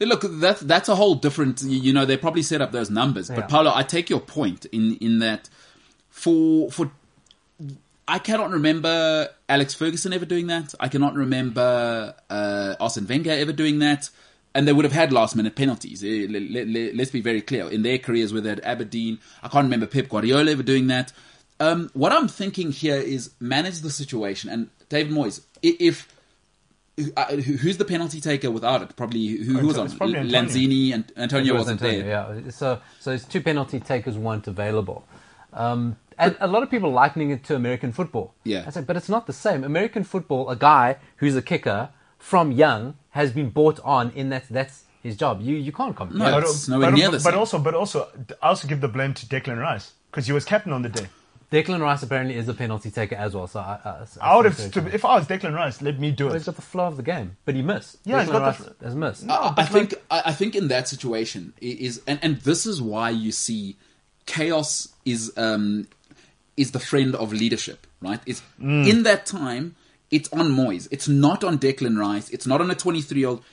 Speaker 2: Look, that's that's a whole different. You you know, they probably set up those numbers.
Speaker 3: Yeah.
Speaker 2: But Paolo, I take your point in in that for for I cannot remember Alex Ferguson ever doing that. I cannot remember uh, Arsene Wenger ever doing that. and they would have had last minute penalties. Eh, le- le- le- Let's be very clear. In their careers, whether at Aberdeen, I can't remember Pep Guardiola ever doing that. Um, what I'm thinking here is manage the situation. And David Moyes, i- if who- uh, who- who's the penalty taker without it? Probably who, who was
Speaker 4: Anto-
Speaker 2: on
Speaker 4: it's
Speaker 2: it?
Speaker 4: probably Antonio.
Speaker 2: Lanzini and Antonio
Speaker 3: It was
Speaker 2: Oh, wasn't
Speaker 3: Antonio,
Speaker 2: there.
Speaker 3: Yeah. So so it's two penalty takers weren't available. Um, and a lot of people likening it to American football.
Speaker 2: Yeah.
Speaker 3: I said, but it's not the same. American football, a guy who's a kicker from young has been bought on in that that's his job. You you can't compare.
Speaker 2: No,
Speaker 4: But,
Speaker 2: it's
Speaker 4: but,
Speaker 2: nowhere
Speaker 4: but,
Speaker 2: near the
Speaker 4: but
Speaker 2: same.
Speaker 4: also, but also, I also give the blame to Declan Rice because he was captain on the day.
Speaker 3: Declan Rice apparently is a penalty taker as well. So I, uh, I,
Speaker 4: I would have,
Speaker 3: think-
Speaker 4: to, if I was Declan Rice, let me do
Speaker 3: But he's
Speaker 4: it.
Speaker 3: got the flow of the game, but he missed.
Speaker 4: Yeah, he's
Speaker 3: Declan
Speaker 4: got
Speaker 3: Rice
Speaker 4: the fl-
Speaker 3: has missed.
Speaker 2: I I think I I think in that situation i- is and, and this is why you see chaos is um is the friend of leadership, right? It's in that time it's on Moyes, it's not on Declan Rice, it's not on a 23 year old.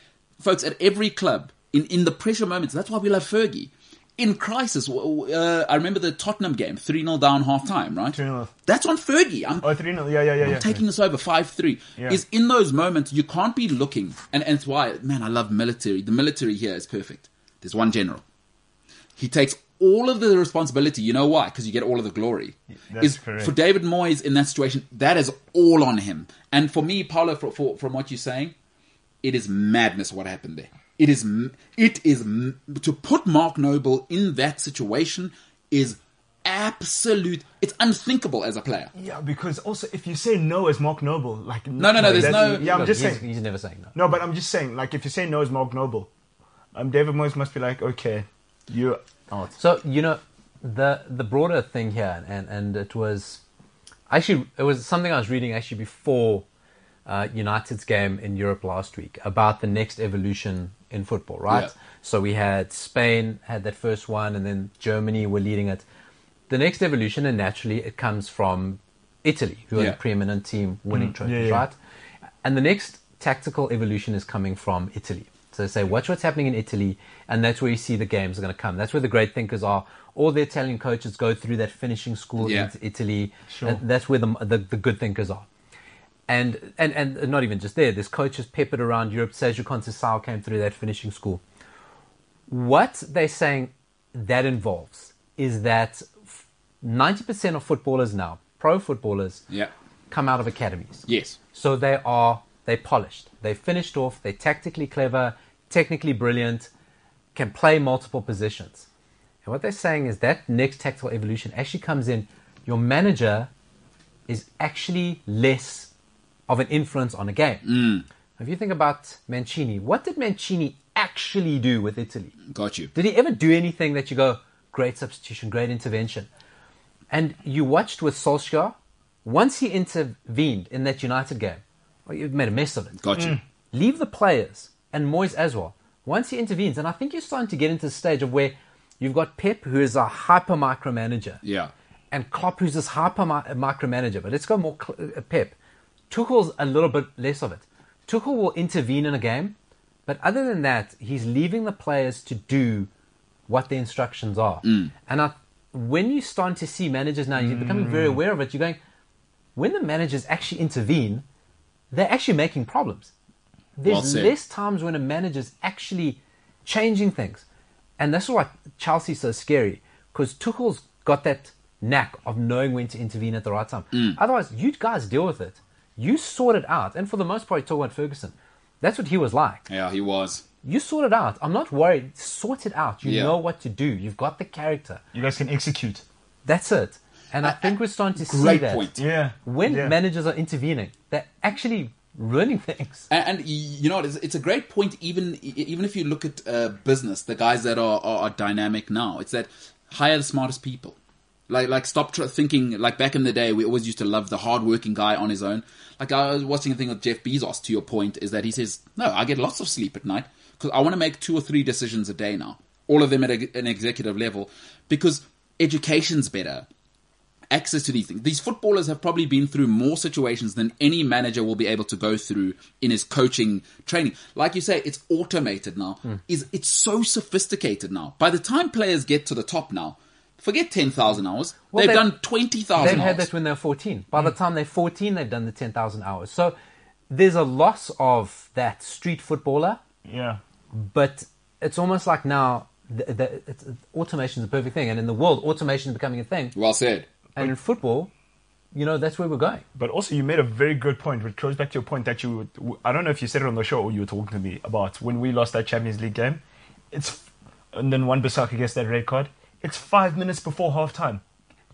Speaker 2: Folks at every club in in the pressure moments, that's why we love Fergie. In crisis, w- w- uh, I remember the Tottenham game, three 0 down half time, right?
Speaker 4: 3-0.
Speaker 2: That's on Fergie. I'm
Speaker 4: Oh, 3 0. Yeah, yeah, yeah. yeah.
Speaker 2: taking this over 5-3
Speaker 4: Yeah.
Speaker 2: is in those moments you can't be looking and, and it's why man i love military the military here is perfect there's one general he takes all of the responsibility you know why because you get all of the glory
Speaker 4: that's
Speaker 2: is
Speaker 4: correct.
Speaker 2: for david moyes in that situation that is all on him and for me paulo for, for, from what you're saying it is madness what happened there it is m- it is m- to put mark noble in that situation is absolute it's unthinkable as a player
Speaker 4: Yeah, because also, if you say no as Mark Noble, like.
Speaker 2: No, no, no, there's no-
Speaker 4: Yeah, I'm
Speaker 3: Look,
Speaker 4: just
Speaker 3: he's,
Speaker 4: saying.
Speaker 3: he's never saying no.
Speaker 4: No, but I'm just saying, like, if you say no as Mark Noble, um, David Moyes must be like, okay, you. Oh,
Speaker 3: So you know, the the broader thing here, and and it was actually it was something I was reading actually before uh, United's game in Europe last week about the next evolution in football, right?
Speaker 2: Yeah.
Speaker 3: So we had Spain had that first one, and then Germany were leading it. The next evolution, and naturally, it comes from Italy, who are
Speaker 2: Yeah.
Speaker 3: the preeminent team winning trophies,
Speaker 4: Mm. yeah.
Speaker 3: right? And the next tactical evolution is coming from Italy. So they say, watch what's happening in Italy, and that's where you see the games are going to come. That's where the great thinkers are. All the Italian coaches go through that finishing school
Speaker 2: Yeah.
Speaker 3: in Italy.
Speaker 4: Sure.
Speaker 3: That- that's where the, the, the good thinkers are. And, and and not even just there, there's coaches peppered around Europe. Sergio Conceição came through that finishing school what they're saying that involves is that f- 90% of footballers now, pro footballers,
Speaker 2: Yeah.
Speaker 3: come out of academies.
Speaker 2: yes
Speaker 3: So they are they polished. They finished off, they're tactically clever, technically brilliant, can play multiple positions. And what they're saying is that next tactical evolution actually comes in your manager is actually less of an influence on a game. If you think about Mancini, what did Mancini actually do with Italy?
Speaker 2: got you
Speaker 3: Did he ever do anything that you go, great substitution, great intervention? And you watched with Solskjaer, once he intervened in that United game, well, you've made a mess of it.
Speaker 2: Got you.
Speaker 3: Leave the players and Moyes as well. Once he intervenes, and I think you're starting to get into the stage of where you've got Pep, who is a hyper micromanager,
Speaker 2: Yeah.
Speaker 3: and Klopp, who's this hyper mi- micromanager. But let's go more cl- uh, Pep. Tuchel's a little bit less of it. Tuchel will intervene in a game, but other than that, he's leaving the players to do what the instructions are. And I, when you start to see managers now, you're becoming very aware of it. You're going, when the managers actually intervene, they're actually making problems.
Speaker 2: Well
Speaker 3: There's
Speaker 2: said.
Speaker 3: less times when a manager's actually changing things. And that's why Chelsea's so scary, because Tuchel's got that knack of knowing when to intervene at the right time.
Speaker 2: Mm.
Speaker 3: Otherwise, you guys deal with it. You sort it out. And for the most part, you talk about Ferguson. That's what he was like.
Speaker 2: Yeah, he was.
Speaker 3: You sort it out. I'm not worried. Sort it out. You
Speaker 2: Yeah.
Speaker 3: know what to do. You've got the character.
Speaker 4: you guys can execute.
Speaker 3: That's it. And I think we're starting to see
Speaker 2: Great
Speaker 3: that.
Speaker 2: point.
Speaker 4: Yeah.
Speaker 3: When
Speaker 4: yeah.
Speaker 3: managers are intervening, they're actually ruining things.
Speaker 2: And, and y- you know, what, it's, it's a great point. Even e- even if you look at uh, business, the guys that are, are are dynamic now, it's that hire the smartest people. Like like stop tr- thinking. Like back in the day, we always used to love the hardworking guy on his own. Like I was watching a thing with Jeff Bezos. To your point, is that he says, "No, I get lots of sleep at night because I want to make two or three decisions a day now. All of them at a, an executive level, because education's better." access to these things. These footballers have probably been through more situations than any manager will be able to go through in his coaching training. Like you say, it's automated now.
Speaker 3: Hmm.
Speaker 2: Is it's so sophisticated now. By the time players get to the top now, forget ten thousand hours.
Speaker 3: Well,
Speaker 2: they've,
Speaker 3: they've-
Speaker 2: done twenty thousand
Speaker 3: They've
Speaker 2: hours.
Speaker 3: had that when they were 14. By
Speaker 4: Mm.
Speaker 3: the time they're 14, they've done the 10,000 hours. So there's a loss of that street footballer
Speaker 4: Yeah.
Speaker 3: but it's almost like now the, the, it's, automation is the perfect thing, and in the world, automation is becoming a thing,
Speaker 2: Well said.
Speaker 3: and in football, you know, that's where we're going.
Speaker 4: But also, you made a very good point, which goes back to your point that you, would- I don't know if you said it on the show or you were talking to me about when we lost that Champions League game. It's, and then one Bissaka gets that red card. It's five minutes before half time.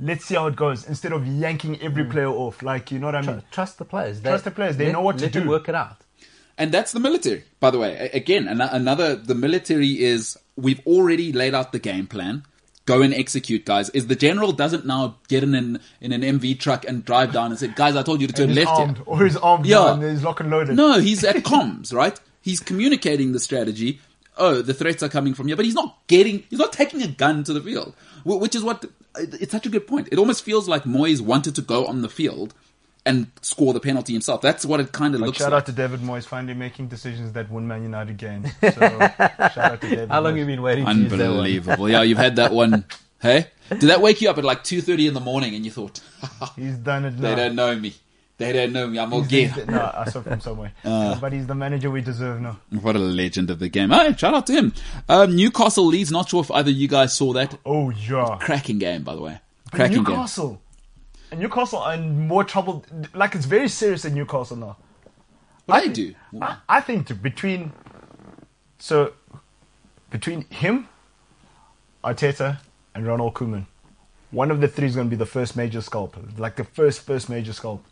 Speaker 4: Let's see how it goes instead of yanking every
Speaker 3: Hmm.
Speaker 4: player off. Like, you know what I mean?
Speaker 3: Trust the players.
Speaker 4: Mm. Trust the players. They
Speaker 3: let-
Speaker 4: know what to
Speaker 3: let them
Speaker 4: do.
Speaker 3: work it out.
Speaker 2: And that's the military, by the way. A- Again, an- another, the military is, we've already laid out the game plan. Go and execute, guys. Is the general doesn't now get in an, in an MV truck and drive down and say, guys, I told you to turn
Speaker 4: And he's
Speaker 2: left here.
Speaker 4: armed, or he's armed
Speaker 2: Yeah.
Speaker 4: now and he's lock and loaded.
Speaker 2: No, he's at comms, right? He's communicating the strategy. Oh, the threats are coming from here, but he's not getting, he's not taking a gun to the field, wh- which is what, it's such a good point. It almost feels like Moyes wanted to go on the field and score the penalty himself. That's what it kind of looks
Speaker 4: Shout
Speaker 2: like.
Speaker 4: out to David Moyes finally making decisions that won Man United games. So, shout out to David
Speaker 3: How long
Speaker 4: Moyes.
Speaker 3: you been waiting? to use that one?
Speaker 2: Unbelievable. yeah, you've had that one. Hey, did that wake you up at like two thirty in the morning and you thought,
Speaker 4: He's done it now.
Speaker 2: they don't know me, they don't know me, I'm all
Speaker 4: He's-
Speaker 2: gear.
Speaker 4: No, I saw from somewhere.
Speaker 2: Uh.
Speaker 4: but he's the manager we deserve now.
Speaker 2: What a legend of the game. Hey, shout out to him. Um, Newcastle Leeds. Not sure if either you guys saw that
Speaker 4: Oh yeah,
Speaker 2: cracking game, by the way. Cracking game.
Speaker 4: Newcastle. And Newcastle are in more trouble. Like it's very serious in Newcastle now.
Speaker 2: What do they do?
Speaker 4: I, I think t- between so between him, Arteta, and Ronald Koeman, one of the three is going to be the first major scalp, like the first first major scalp.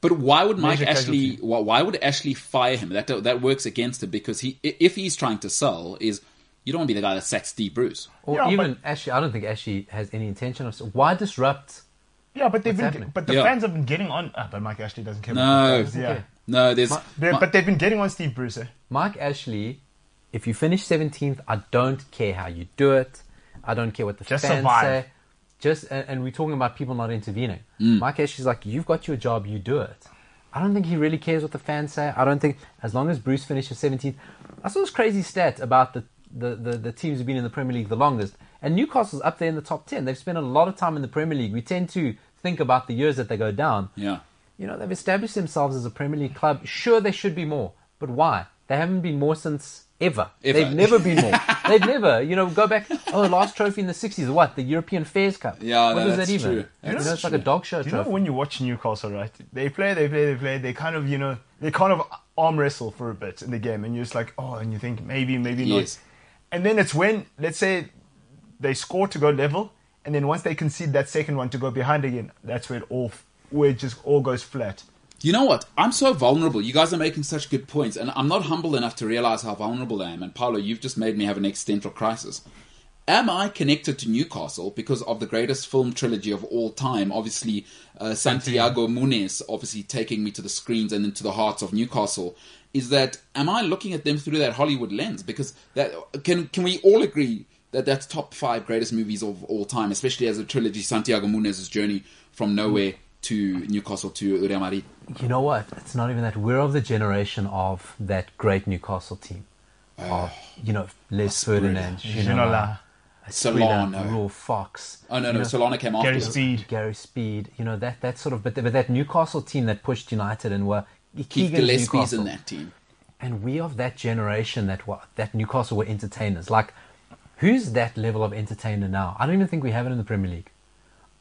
Speaker 2: But why would Mike
Speaker 4: Major
Speaker 2: Ashley?
Speaker 4: casualty.
Speaker 2: Why, why would Ashley fire him? That that works against him because he, i- if he's trying to sell, is you don't want to be the guy that sacks Steve Bruce.
Speaker 3: Or
Speaker 4: Yeah,
Speaker 3: even Ashley, I don't think Ashley has any intention of. Why disrupt?
Speaker 4: Yeah, but they've been,
Speaker 3: happening?
Speaker 4: but the
Speaker 2: Yeah.
Speaker 4: fans have been getting on. Ah, but Mike Ashley doesn't care.
Speaker 2: No.
Speaker 4: about the fans. yeah,
Speaker 2: No, there's.
Speaker 4: They-
Speaker 2: my-
Speaker 4: but they've been getting on Steve Bruce. eh?
Speaker 3: Mike Ashley, if you finish 17th, I don't care how you do it. I don't care what the
Speaker 4: Just
Speaker 3: fans
Speaker 4: survive.
Speaker 3: say. Just and, and we're talking about people not intervening. Mike Ashley's like, you've got your job, you do it. I don't think he really cares what the fans say. I don't think as long as Bruce finishes 17th. I saw this crazy stat about the the, the, the teams who've been in the Premier League the longest, and Newcastle's up there in the top 10. They've spent a lot of time in the Premier League. We tend to think about the years that they go down.
Speaker 2: Yeah.
Speaker 3: You know, they've established themselves as a Premier League club. Sure, they should be more, but why? They haven't been more since ever.
Speaker 2: Ever.
Speaker 3: They've never been more. They've never, you know, go back. Oh, last trophy in the 60s, what? The European Fairs Cup.
Speaker 2: Yeah,
Speaker 3: what
Speaker 2: no,
Speaker 3: was
Speaker 2: that's
Speaker 3: that even?
Speaker 2: true.
Speaker 3: You know,
Speaker 2: That's
Speaker 3: it's like a
Speaker 2: true.
Speaker 3: dog show
Speaker 4: Do you know
Speaker 3: trophy.
Speaker 4: when you watch Newcastle, right? They play, they play, they play. They kind of, you know, they kind of arm wrestle for a bit in the game, and you're just like, oh, and you think maybe, maybe not.
Speaker 2: Yes.
Speaker 4: And then it's when, let's say, they score to go level, and then once they concede that second one to go behind again, that's where it all, where it just all goes flat.
Speaker 2: You know what? I'm so vulnerable. You guys are making such good points, and I'm not humble enough to realize how vulnerable I am. And Paolo, you've just made me have an existential crisis. Am I connected to Newcastle because of the greatest film trilogy of all time? Obviously, uh, Santiago Muniz, obviously taking me to the screens and into the hearts of Newcastle. Is that am I looking at them through that Hollywood lens? Because that can can we all agree that that's top five greatest movies of all time, especially as a trilogy, Santiago Muniz's journey from nowhere to Newcastle to Real Madrid.
Speaker 3: You know what? It's not even that. We're of the generation of that great Newcastle team.
Speaker 2: Oh.
Speaker 3: of, you know, Les Ferdinand, Ginola,
Speaker 4: Ginola.
Speaker 2: Solano.
Speaker 3: Raw Fox.
Speaker 2: Oh no,
Speaker 3: you
Speaker 2: no,
Speaker 3: know,
Speaker 2: Solana came after.
Speaker 4: Gary Steed.
Speaker 3: Gary Speed, you know that that sort of, but, but that Newcastle team that pushed United and were
Speaker 2: Keith
Speaker 3: Keegan's
Speaker 2: Gillespie's in
Speaker 3: Newcastle.
Speaker 2: that team.
Speaker 3: and we of that generation that were, that Newcastle were entertainers. Like, who's that level of entertainer now? I don't even think we have it in the Premier League.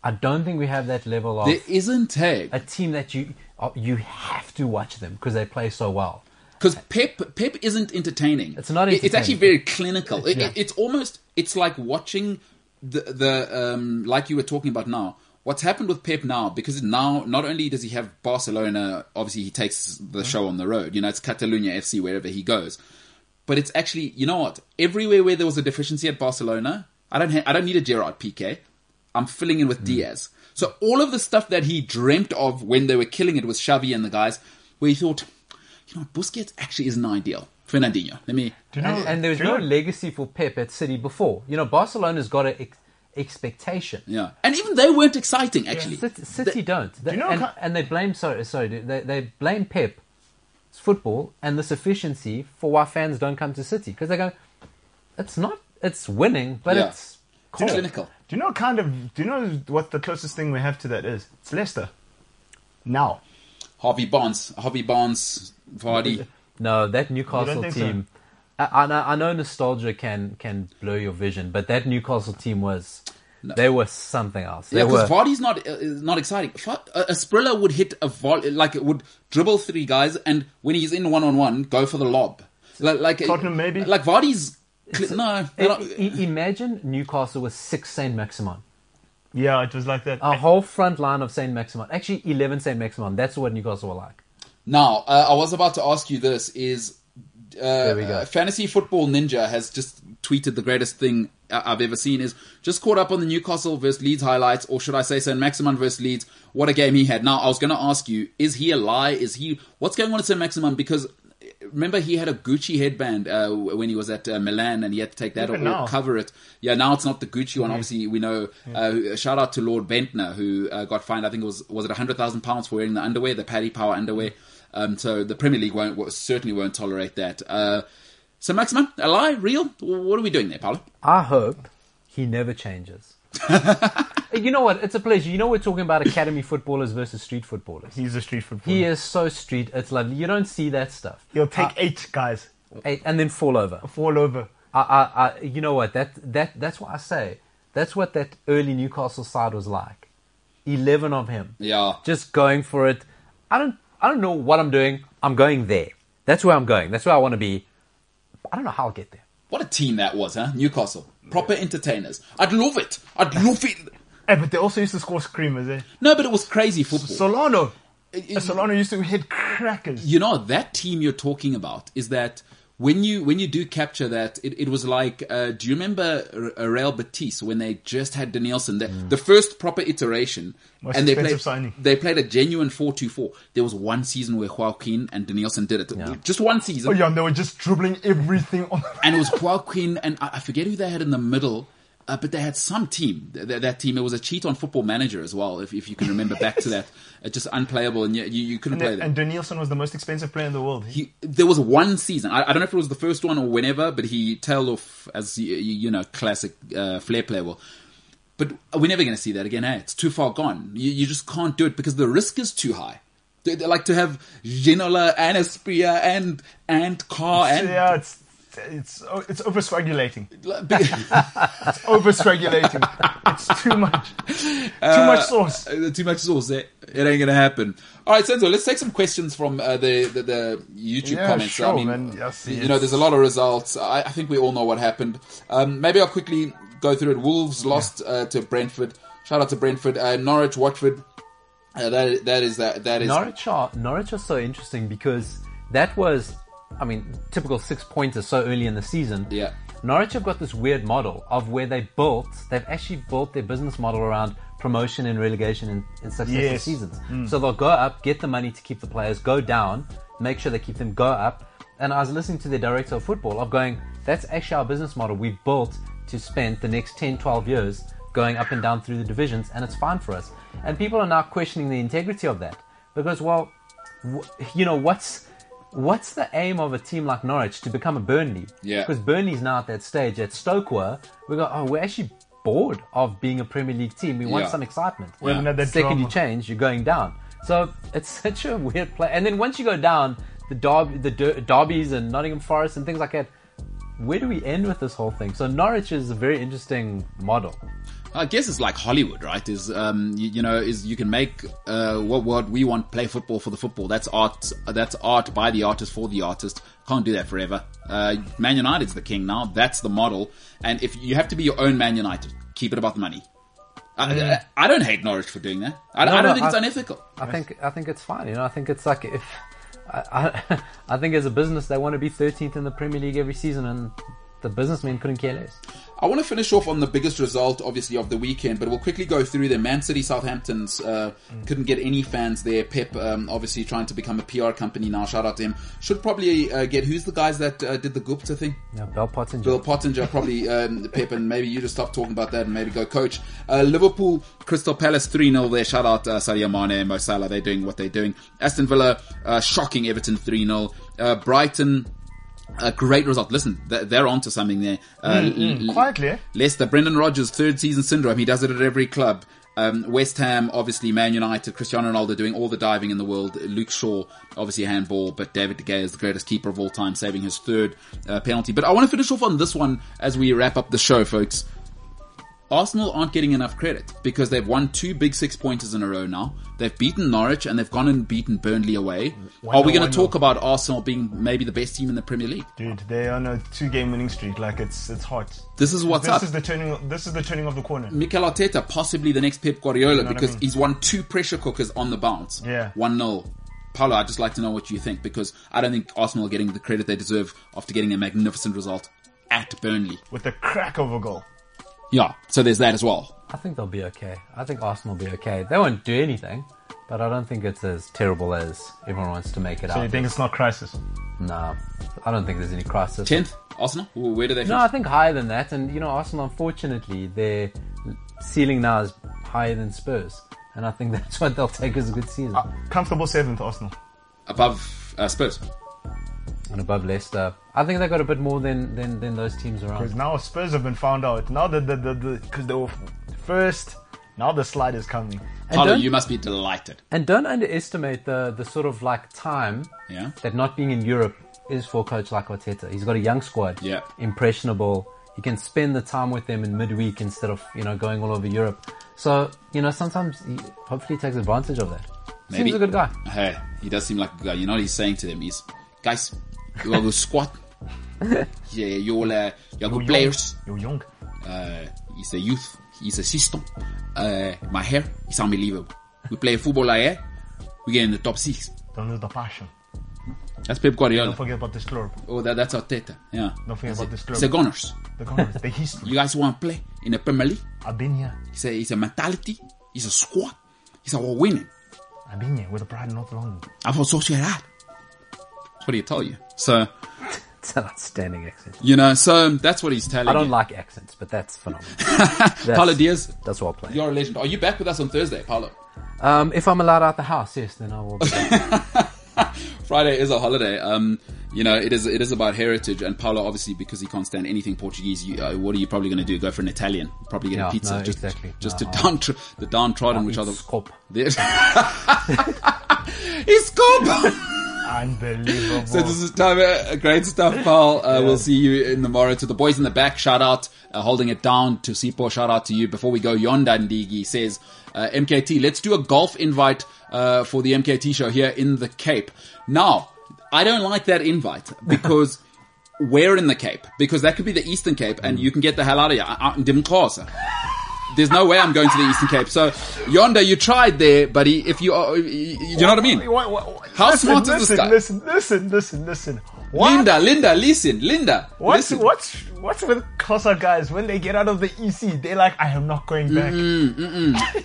Speaker 3: I don't think we have that level of
Speaker 2: There isn't hey,
Speaker 3: a team that you uh, you have to watch them because they play so well.
Speaker 2: because Pep Pep isn't entertaining.
Speaker 3: It's not
Speaker 2: It- It's actually
Speaker 3: entertaining.
Speaker 2: very clinical. It,
Speaker 3: Yeah.
Speaker 2: it- it's almost it's like watching the the um, like you were talking about now. What's happened with Pep now? Because now not only does he have Barcelona, obviously he takes the show on the road. You know, it's Catalunya FC wherever he goes. But it's actually you know what? Everywhere where there was a deficiency at Barcelona, I don't ha- I don't need a Gerard Piqué. I'm filling in with Diaz. So all of the stuff that he dreamt of when they were killing it with Xavi and the guys, where he thought, you know, Busquets actually isn't ideal. Fernandinho, let me.
Speaker 4: Do you know?
Speaker 3: and, and there was
Speaker 4: do you
Speaker 3: no
Speaker 4: know-
Speaker 3: legacy for Pep at City before. You know, Barcelona's got an ex- expectation.
Speaker 2: Yeah, and even they weren't exciting actually.
Speaker 3: City, City don't. They-
Speaker 4: you know
Speaker 3: and,
Speaker 4: what ki-
Speaker 3: and they blame sorry, sorry they, they blame Pep, it's football, and this efficiency for why fans don't come to City because they go, it's not, it's winning, but
Speaker 2: Yeah.
Speaker 3: it's cold.
Speaker 2: clinical.
Speaker 4: do you know? Kind of. Do you know what the closest thing we have to that is? It's Leicester. Now.
Speaker 2: Harvey Barnes, Harvey Barnes, Vardy.
Speaker 3: No, that
Speaker 4: You don't
Speaker 3: Newcastle
Speaker 4: think
Speaker 3: team. I, I, know- I know nostalgia can can blur your vision, but that Newcastle team was they were something else. They
Speaker 2: Yeah,
Speaker 3: were
Speaker 2: because Vardy's not uh, is not exciting. Fa- uh, Asprilla would hit a vol like it would dribble three guys, and when he's in one on one, go for the lob. Like, like
Speaker 4: Tottenham, maybe?
Speaker 2: Like Vardy's cl- no, they're not-
Speaker 3: I- I- imagine Newcastle with six Saint Maximin,
Speaker 4: Yeah, it was like that.
Speaker 3: a whole front line of Saint Maximin, actually eleven Saint Maximin. That's what Newcastle were like.
Speaker 2: Now, uh, I was about to ask you this: is uh,
Speaker 3: we go.
Speaker 2: uh, fantasy football ninja has just tweeted the greatest thing I- I've ever seen? Is just caught up on the Newcastle versus Leeds highlights, or should I say, San Maximin versus Leeds? What a game he had! Now, I was going to ask you: is he a lie? Is he what's going on at San Maximin? Because remember, he had a Gucci headband uh, when he was at uh, Milan, and he had to take that
Speaker 4: Even
Speaker 2: or-
Speaker 4: now.
Speaker 2: or cover it. Yeah, now it's not the Gucci one. Obviously, we know. Uh, shout out to Lord Bentner who uh, got fined. I think it was was it hundred thousand pounds for wearing the underwear, the Paddy Power underwear. Um, so the Premier League won't won't- certainly won't tolerate that. Uh, so Maximan, a lie, real? What are we doing there, Paolo?
Speaker 3: I hope he never changes. you know what? It's a pleasure. You know we're talking about academy footballers versus street footballers.
Speaker 4: He's a street footballer.
Speaker 3: He is Ah. so street. It's lovely. You don't see that stuff.
Speaker 4: He'll take eight guys,
Speaker 3: Hey, and then fall over.
Speaker 4: fall over.
Speaker 3: I, I, I, you know what? That that that's what I say. That's what that early Newcastle side was like. Eleven of him.
Speaker 2: Yeah.
Speaker 3: Just going for it. I don't. I don't know what I'm doing. I'm going there. That's where I'm going. That's where I want to be. I don't know how I'll get there.
Speaker 2: What a team that was, huh? Newcastle, proper entertainers. I'd love it. I'd love it.
Speaker 4: Hey, Eh, but they also used to score screamers. Eh?
Speaker 2: No, but it was crazy football.
Speaker 4: Solano, Eh,
Speaker 2: It- it-
Speaker 4: Solano used to hit crackers.
Speaker 2: you know that team you're talking about is that when you when you do capture that it, it was like uh, do you remember R- uh, Real Betis when they just had Danielson the, the first proper iteration
Speaker 4: Mm. Most
Speaker 2: and they
Speaker 4: expensive
Speaker 2: played
Speaker 4: signing.
Speaker 2: they played a genuine 4-2-4 there was one season where Joaquin and Danielson did it just one season
Speaker 4: Oh yeah, and they were just dribbling everything on.
Speaker 2: and it was Joaquin and I I forget who they had in the middle, uh, but they had some team. Th- th- that team it was a cheat on Football Manager as well, if, if you can remember back to that. Uh, just unplayable, and you, you, you couldn't
Speaker 4: and,
Speaker 2: play that.
Speaker 4: and Danielson was the most expensive player in the world.
Speaker 2: he, there was one season. I, I don't know if it was the first one or whenever, but he tailed off as you, you know classic uh, flair player will. But we're never going to see that again. Hey, it's too far gone. You, you just can't do it because the risk is too high. They, they like to have Ginola and Espria and and Carr and
Speaker 4: yeah, it's it's oh, it's overswagulating.
Speaker 2: Like,
Speaker 4: Overswagulating. it's too much. too much sauce.
Speaker 2: Uh, too much sauce. It, it ain't gonna happen. All right, Senzo, let's take some questions from uh, the, the the YouTube
Speaker 4: Yeah,
Speaker 2: comments.
Speaker 4: sure,
Speaker 2: I mean,
Speaker 4: man. Yes,
Speaker 2: you
Speaker 4: yes.
Speaker 2: know, there's a lot of results. I, I think we all know what happened. Um, maybe I'll quickly go through it. Wolves lost uh, to Brentford. Shout out to Brentford. Uh, Norwich, Watford. Uh, that that is that that is
Speaker 3: Norwich are Norwich are so interesting because that was, I mean, typical six pointer so early in the season.
Speaker 2: Yeah.
Speaker 3: Norwich have got this weird model of where they built, they've actually built their business model around promotion and relegation in, in successive
Speaker 4: Yes.
Speaker 3: seasons. So they'll go up, get the money to keep the players, go down, make sure they keep them, go up. And I was listening to the director of football of going, that's actually our business model. We built to spend the next 10, 12 years going up and down through the divisions, and it's fine for us. And people are now questioning the integrity of that because, well, w- you know, what's what's the aim of a team like Norwich to become a Burnley?
Speaker 2: Yeah.
Speaker 3: Because Burnley's now at that stage. At Stoke were, we go, oh, we're actually bored of being a Premier League team. We want
Speaker 2: Yeah.
Speaker 3: some excitement.
Speaker 4: Well, another
Speaker 3: Second you
Speaker 4: drama.
Speaker 3: change, you're going down. So it's such a weird play. And then once you go down, the derby, the der- derbies and Nottingham Forest and things like that. Where do we end with this whole thing? So Norwich is a very interesting model.
Speaker 2: I guess it's like Hollywood, right? Is um, you, you know, is you can make uh, what what we want play football for the football. That's art. That's art by the artist for the artist. Can't do that forever. Uh, Man United's the king now. That's the model. And if you have to be your own Man United, keep it about the money. I, I, I don't hate Norwich for doing that. I, I don't
Speaker 3: no,
Speaker 2: think it's
Speaker 3: I-
Speaker 2: unethical.
Speaker 3: I think I think it's fine. You know, I think it's like if I, I, I think as a business they want to be 13th in the Premier League every season, and the businessmen couldn't care less.
Speaker 2: I want to finish off on the biggest result, obviously, of the weekend, but we'll quickly go through them. Man City, Southampton's uh, couldn't get any fans there. Pep, um, obviously, trying to become a PR company now. Shout out to him. Should probably uh, get who's the guys that uh, did the Gupta thing?
Speaker 3: You know, Bell Potts and
Speaker 2: Bill Pottinger, probably um, Pep, and maybe you just stop talking about that and maybe go coach. Uh, Liverpool, Crystal Palace 3 0 there. Shout out uh, Sadio Mane and Mo Salah. They're doing what they're doing. Aston Villa, uh, shocking Everton 3 0. Uh, Brighton, a great result. Listen, th- they're onto something there. Uh, l- l-
Speaker 4: Quietly, eh?
Speaker 2: Leicester, Brendan Rodgers, third season syndrome. He does it at every club. Um, West Ham, obviously, Man United, Cristiano Ronaldo doing all the diving in the world. Luke Shaw, obviously, handball, but David De Gea is the greatest keeper of all time, saving his third uh, penalty. But I want to finish off on this one as we wrap up the show, folks. Arsenal aren't getting enough credit because they've won two big six pointers in a row now. They've beaten Norwich and they've gone and beaten Burnley away. Are we going to
Speaker 4: wonder.
Speaker 2: talk about Arsenal being maybe the best team in the Premier League?
Speaker 4: Dude, they are on a two-game winning streak. Like it's it's hot.
Speaker 2: This is what's
Speaker 4: this
Speaker 2: up.
Speaker 4: is the turning. This is the turning of the corner.
Speaker 2: Mikel Arteta possibly the next Pep Guardiola
Speaker 4: what I
Speaker 2: because
Speaker 4: mean?
Speaker 2: he's won two pressure cookers on the bounce.
Speaker 4: Yeah.
Speaker 2: One nil. Paolo, I'd just like to know what you think because I don't think Arsenal are getting the credit they deserve after getting a magnificent result at Burnley.
Speaker 4: With the crack of a goal.
Speaker 2: Yeah. So there's that as well.
Speaker 3: I think they'll be okay. I think Arsenal will be okay. They won't do anything, but I don't think it's as terrible as everyone wants to make it
Speaker 4: So you
Speaker 3: out.
Speaker 4: think it's not crisis?
Speaker 3: No, I don't think there's any crisis.
Speaker 2: Tenth, Arsenal? Wh- Where do they
Speaker 3: No,
Speaker 2: finish?
Speaker 3: I think higher than that. And you know, Arsenal, unfortunately, their ceiling now is higher than Spurs, and I think that's what they'll take as a good
Speaker 4: Uh,
Speaker 3: season.
Speaker 4: Comfortable seventh, Arsenal.
Speaker 2: Above uh, Spurs.
Speaker 3: and above Leicester, I think they got a bit more than than, than those teams
Speaker 4: Because
Speaker 3: around.
Speaker 4: now Spurs have been found out. Now the the the because they were first. Now the slide is coming.
Speaker 3: And
Speaker 2: Paolo,
Speaker 3: don't,
Speaker 2: you must be delighted.
Speaker 3: and don't underestimate the the sort of like time
Speaker 2: Yeah.
Speaker 3: that not being in Europe is for a coach like Arteta. He's got a young squad,
Speaker 2: Yeah.
Speaker 3: impressionable. He can spend the time with them in midweek instead of you know going all over Europe. So you know sometimes he hopefully he takes advantage of that.
Speaker 2: Maybe.
Speaker 3: Seems a good guy.
Speaker 2: Hey, he does seem like a good guy. You know what he's saying to them? He's, guys, you are good squad. Yeah, you all, uh, you're good players.
Speaker 4: You're young.
Speaker 2: Uh, he's a youth. He's a system. Uh, my hair is unbelievable. We play football like that. We get in the top six.
Speaker 4: Don't lose the passion.
Speaker 2: That's Pep
Speaker 4: Don't
Speaker 2: Guardiola.
Speaker 4: forget about this club.
Speaker 2: Oh, that, that's Arteta. Yeah.
Speaker 4: Don't forget about this club.
Speaker 2: It's a gunners.
Speaker 4: The Gunners, the history.
Speaker 2: You guys want to play in the Premier League?
Speaker 4: I've been here.
Speaker 2: It's a, it's a mentality. It's a squad. It's our winning.
Speaker 4: I've been here with a pride not long.
Speaker 2: I'm from Sociedad. What do you tell you? So,
Speaker 3: It's an outstanding accent.
Speaker 2: you know, so um, that's what he's telling
Speaker 3: I don't
Speaker 2: you.
Speaker 3: like accents, but that's phenomenal. that's,
Speaker 2: Paulo Diaz,
Speaker 3: That's what I'll play.
Speaker 2: you're a legend. Are you back with us on Thursday, Paulo?
Speaker 3: Um, if I'm allowed out the house, yes, then I will. Be
Speaker 2: Friday is a holiday. Um, you know, it is it is about heritage. And Paulo, obviously, because he can't stand anything Portuguese, you, uh, what are you probably going to do? Go for an Italian? Probably get
Speaker 3: Yeah,
Speaker 2: a pizza,
Speaker 3: no,
Speaker 2: just
Speaker 3: exactly.
Speaker 2: just to
Speaker 3: No, I'll-
Speaker 2: down tr- the downtrodden, which are the
Speaker 3: Scope.
Speaker 2: there- It's Copa.
Speaker 4: Unbelievable.
Speaker 2: so this is time, uh, great stuff, Paul. Uh, We'll see you in the morrow. To the boys in the back, shout out, uh, holding it down to Sipo. Shout out to you. Before we go, Yon Dandigi says, uh, MKT, let's do a golf invite uh, for the MKT show here in the Cape. Now, I don't like that invite because. We're in the Cape? Because that could be the Eastern Cape, and you can get the hell out of here. I- I'm Dimkosa. There's no way I'm going to the Eastern Cape. So, Yonder, you tried there, buddy. If you are, you you know what I mean?
Speaker 4: What- what- what-
Speaker 2: How
Speaker 4: listen,
Speaker 2: smart is this
Speaker 4: listen,
Speaker 2: guy?
Speaker 4: Listen, listen, listen, listen. What?
Speaker 2: Linda, Linda, listen, Linda.
Speaker 4: What's
Speaker 2: listen.
Speaker 4: what's what's with Kosa guys when they get out of the EC? They're like, I am not going back.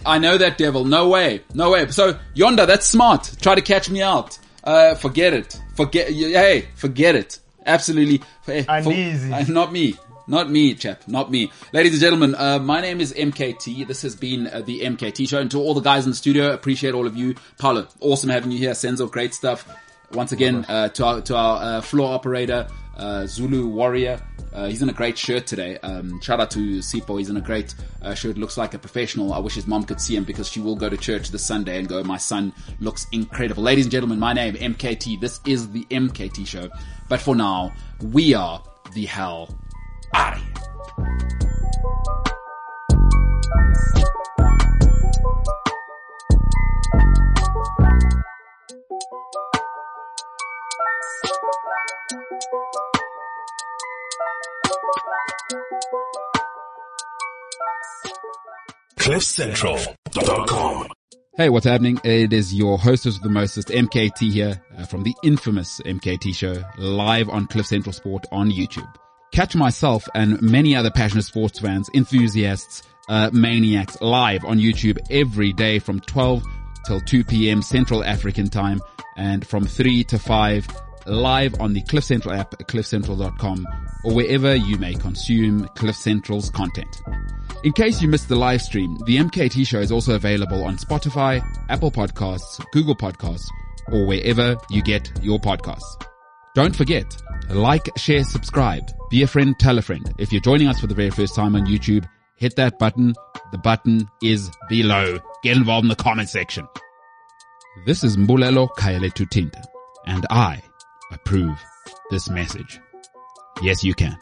Speaker 2: I know that devil. No way, no way. So Yonder, that's smart. Try to catch me out. Uh, forget it. Forget. y- Hey, forget it. Absolutely. eh, for-
Speaker 4: Uneasy.
Speaker 2: uh, not me. Not me, chap. Not me. Ladies and gentlemen, uh, my name is MKT. This has been uh, the MKT show. And to all the guys in the studio, appreciate all of you. Paolo, awesome having you here. Senzo, great stuff. Once again, uh, to our, to our uh, floor operator, uh, Zulu Warrior. Uh, he's in a great shirt today. Um, shout out to Sipo. He's in a great uh, shirt. Looks like a professional. I wish his mom could see him because she will go to church this Sunday and go, my son looks incredible. Ladies and gentlemen, my name, MKT. This is the MKT show. But for now, we are the hell out of here.
Speaker 7: CliffCentral.com.
Speaker 2: Hey, what's happening? It is your hostess of the mostest, MKT here uh, from the infamous MKT show live on Cliff Central Sport on YouTube. Catch myself and many other passionate sports fans, enthusiasts, uh, maniacs live on YouTube every day from 12 till 2 p.m. Central African time and from 3 to 5 live on the Cliff Central app, cliffcentral.com or wherever you may consume Cliff Central's content. In case you missed the live stream, the MKT show is also available on Spotify, Apple Podcasts, Google Podcasts, or wherever you get your podcasts. Don't forget, like, share, subscribe, be a friend, tell a friend. If you're joining us for the very first time on YouTube, hit that button. The button is below. Get involved in the comment section. This is Mbulelo Kaeletu Tinta, and I approve this message. Yes, you can.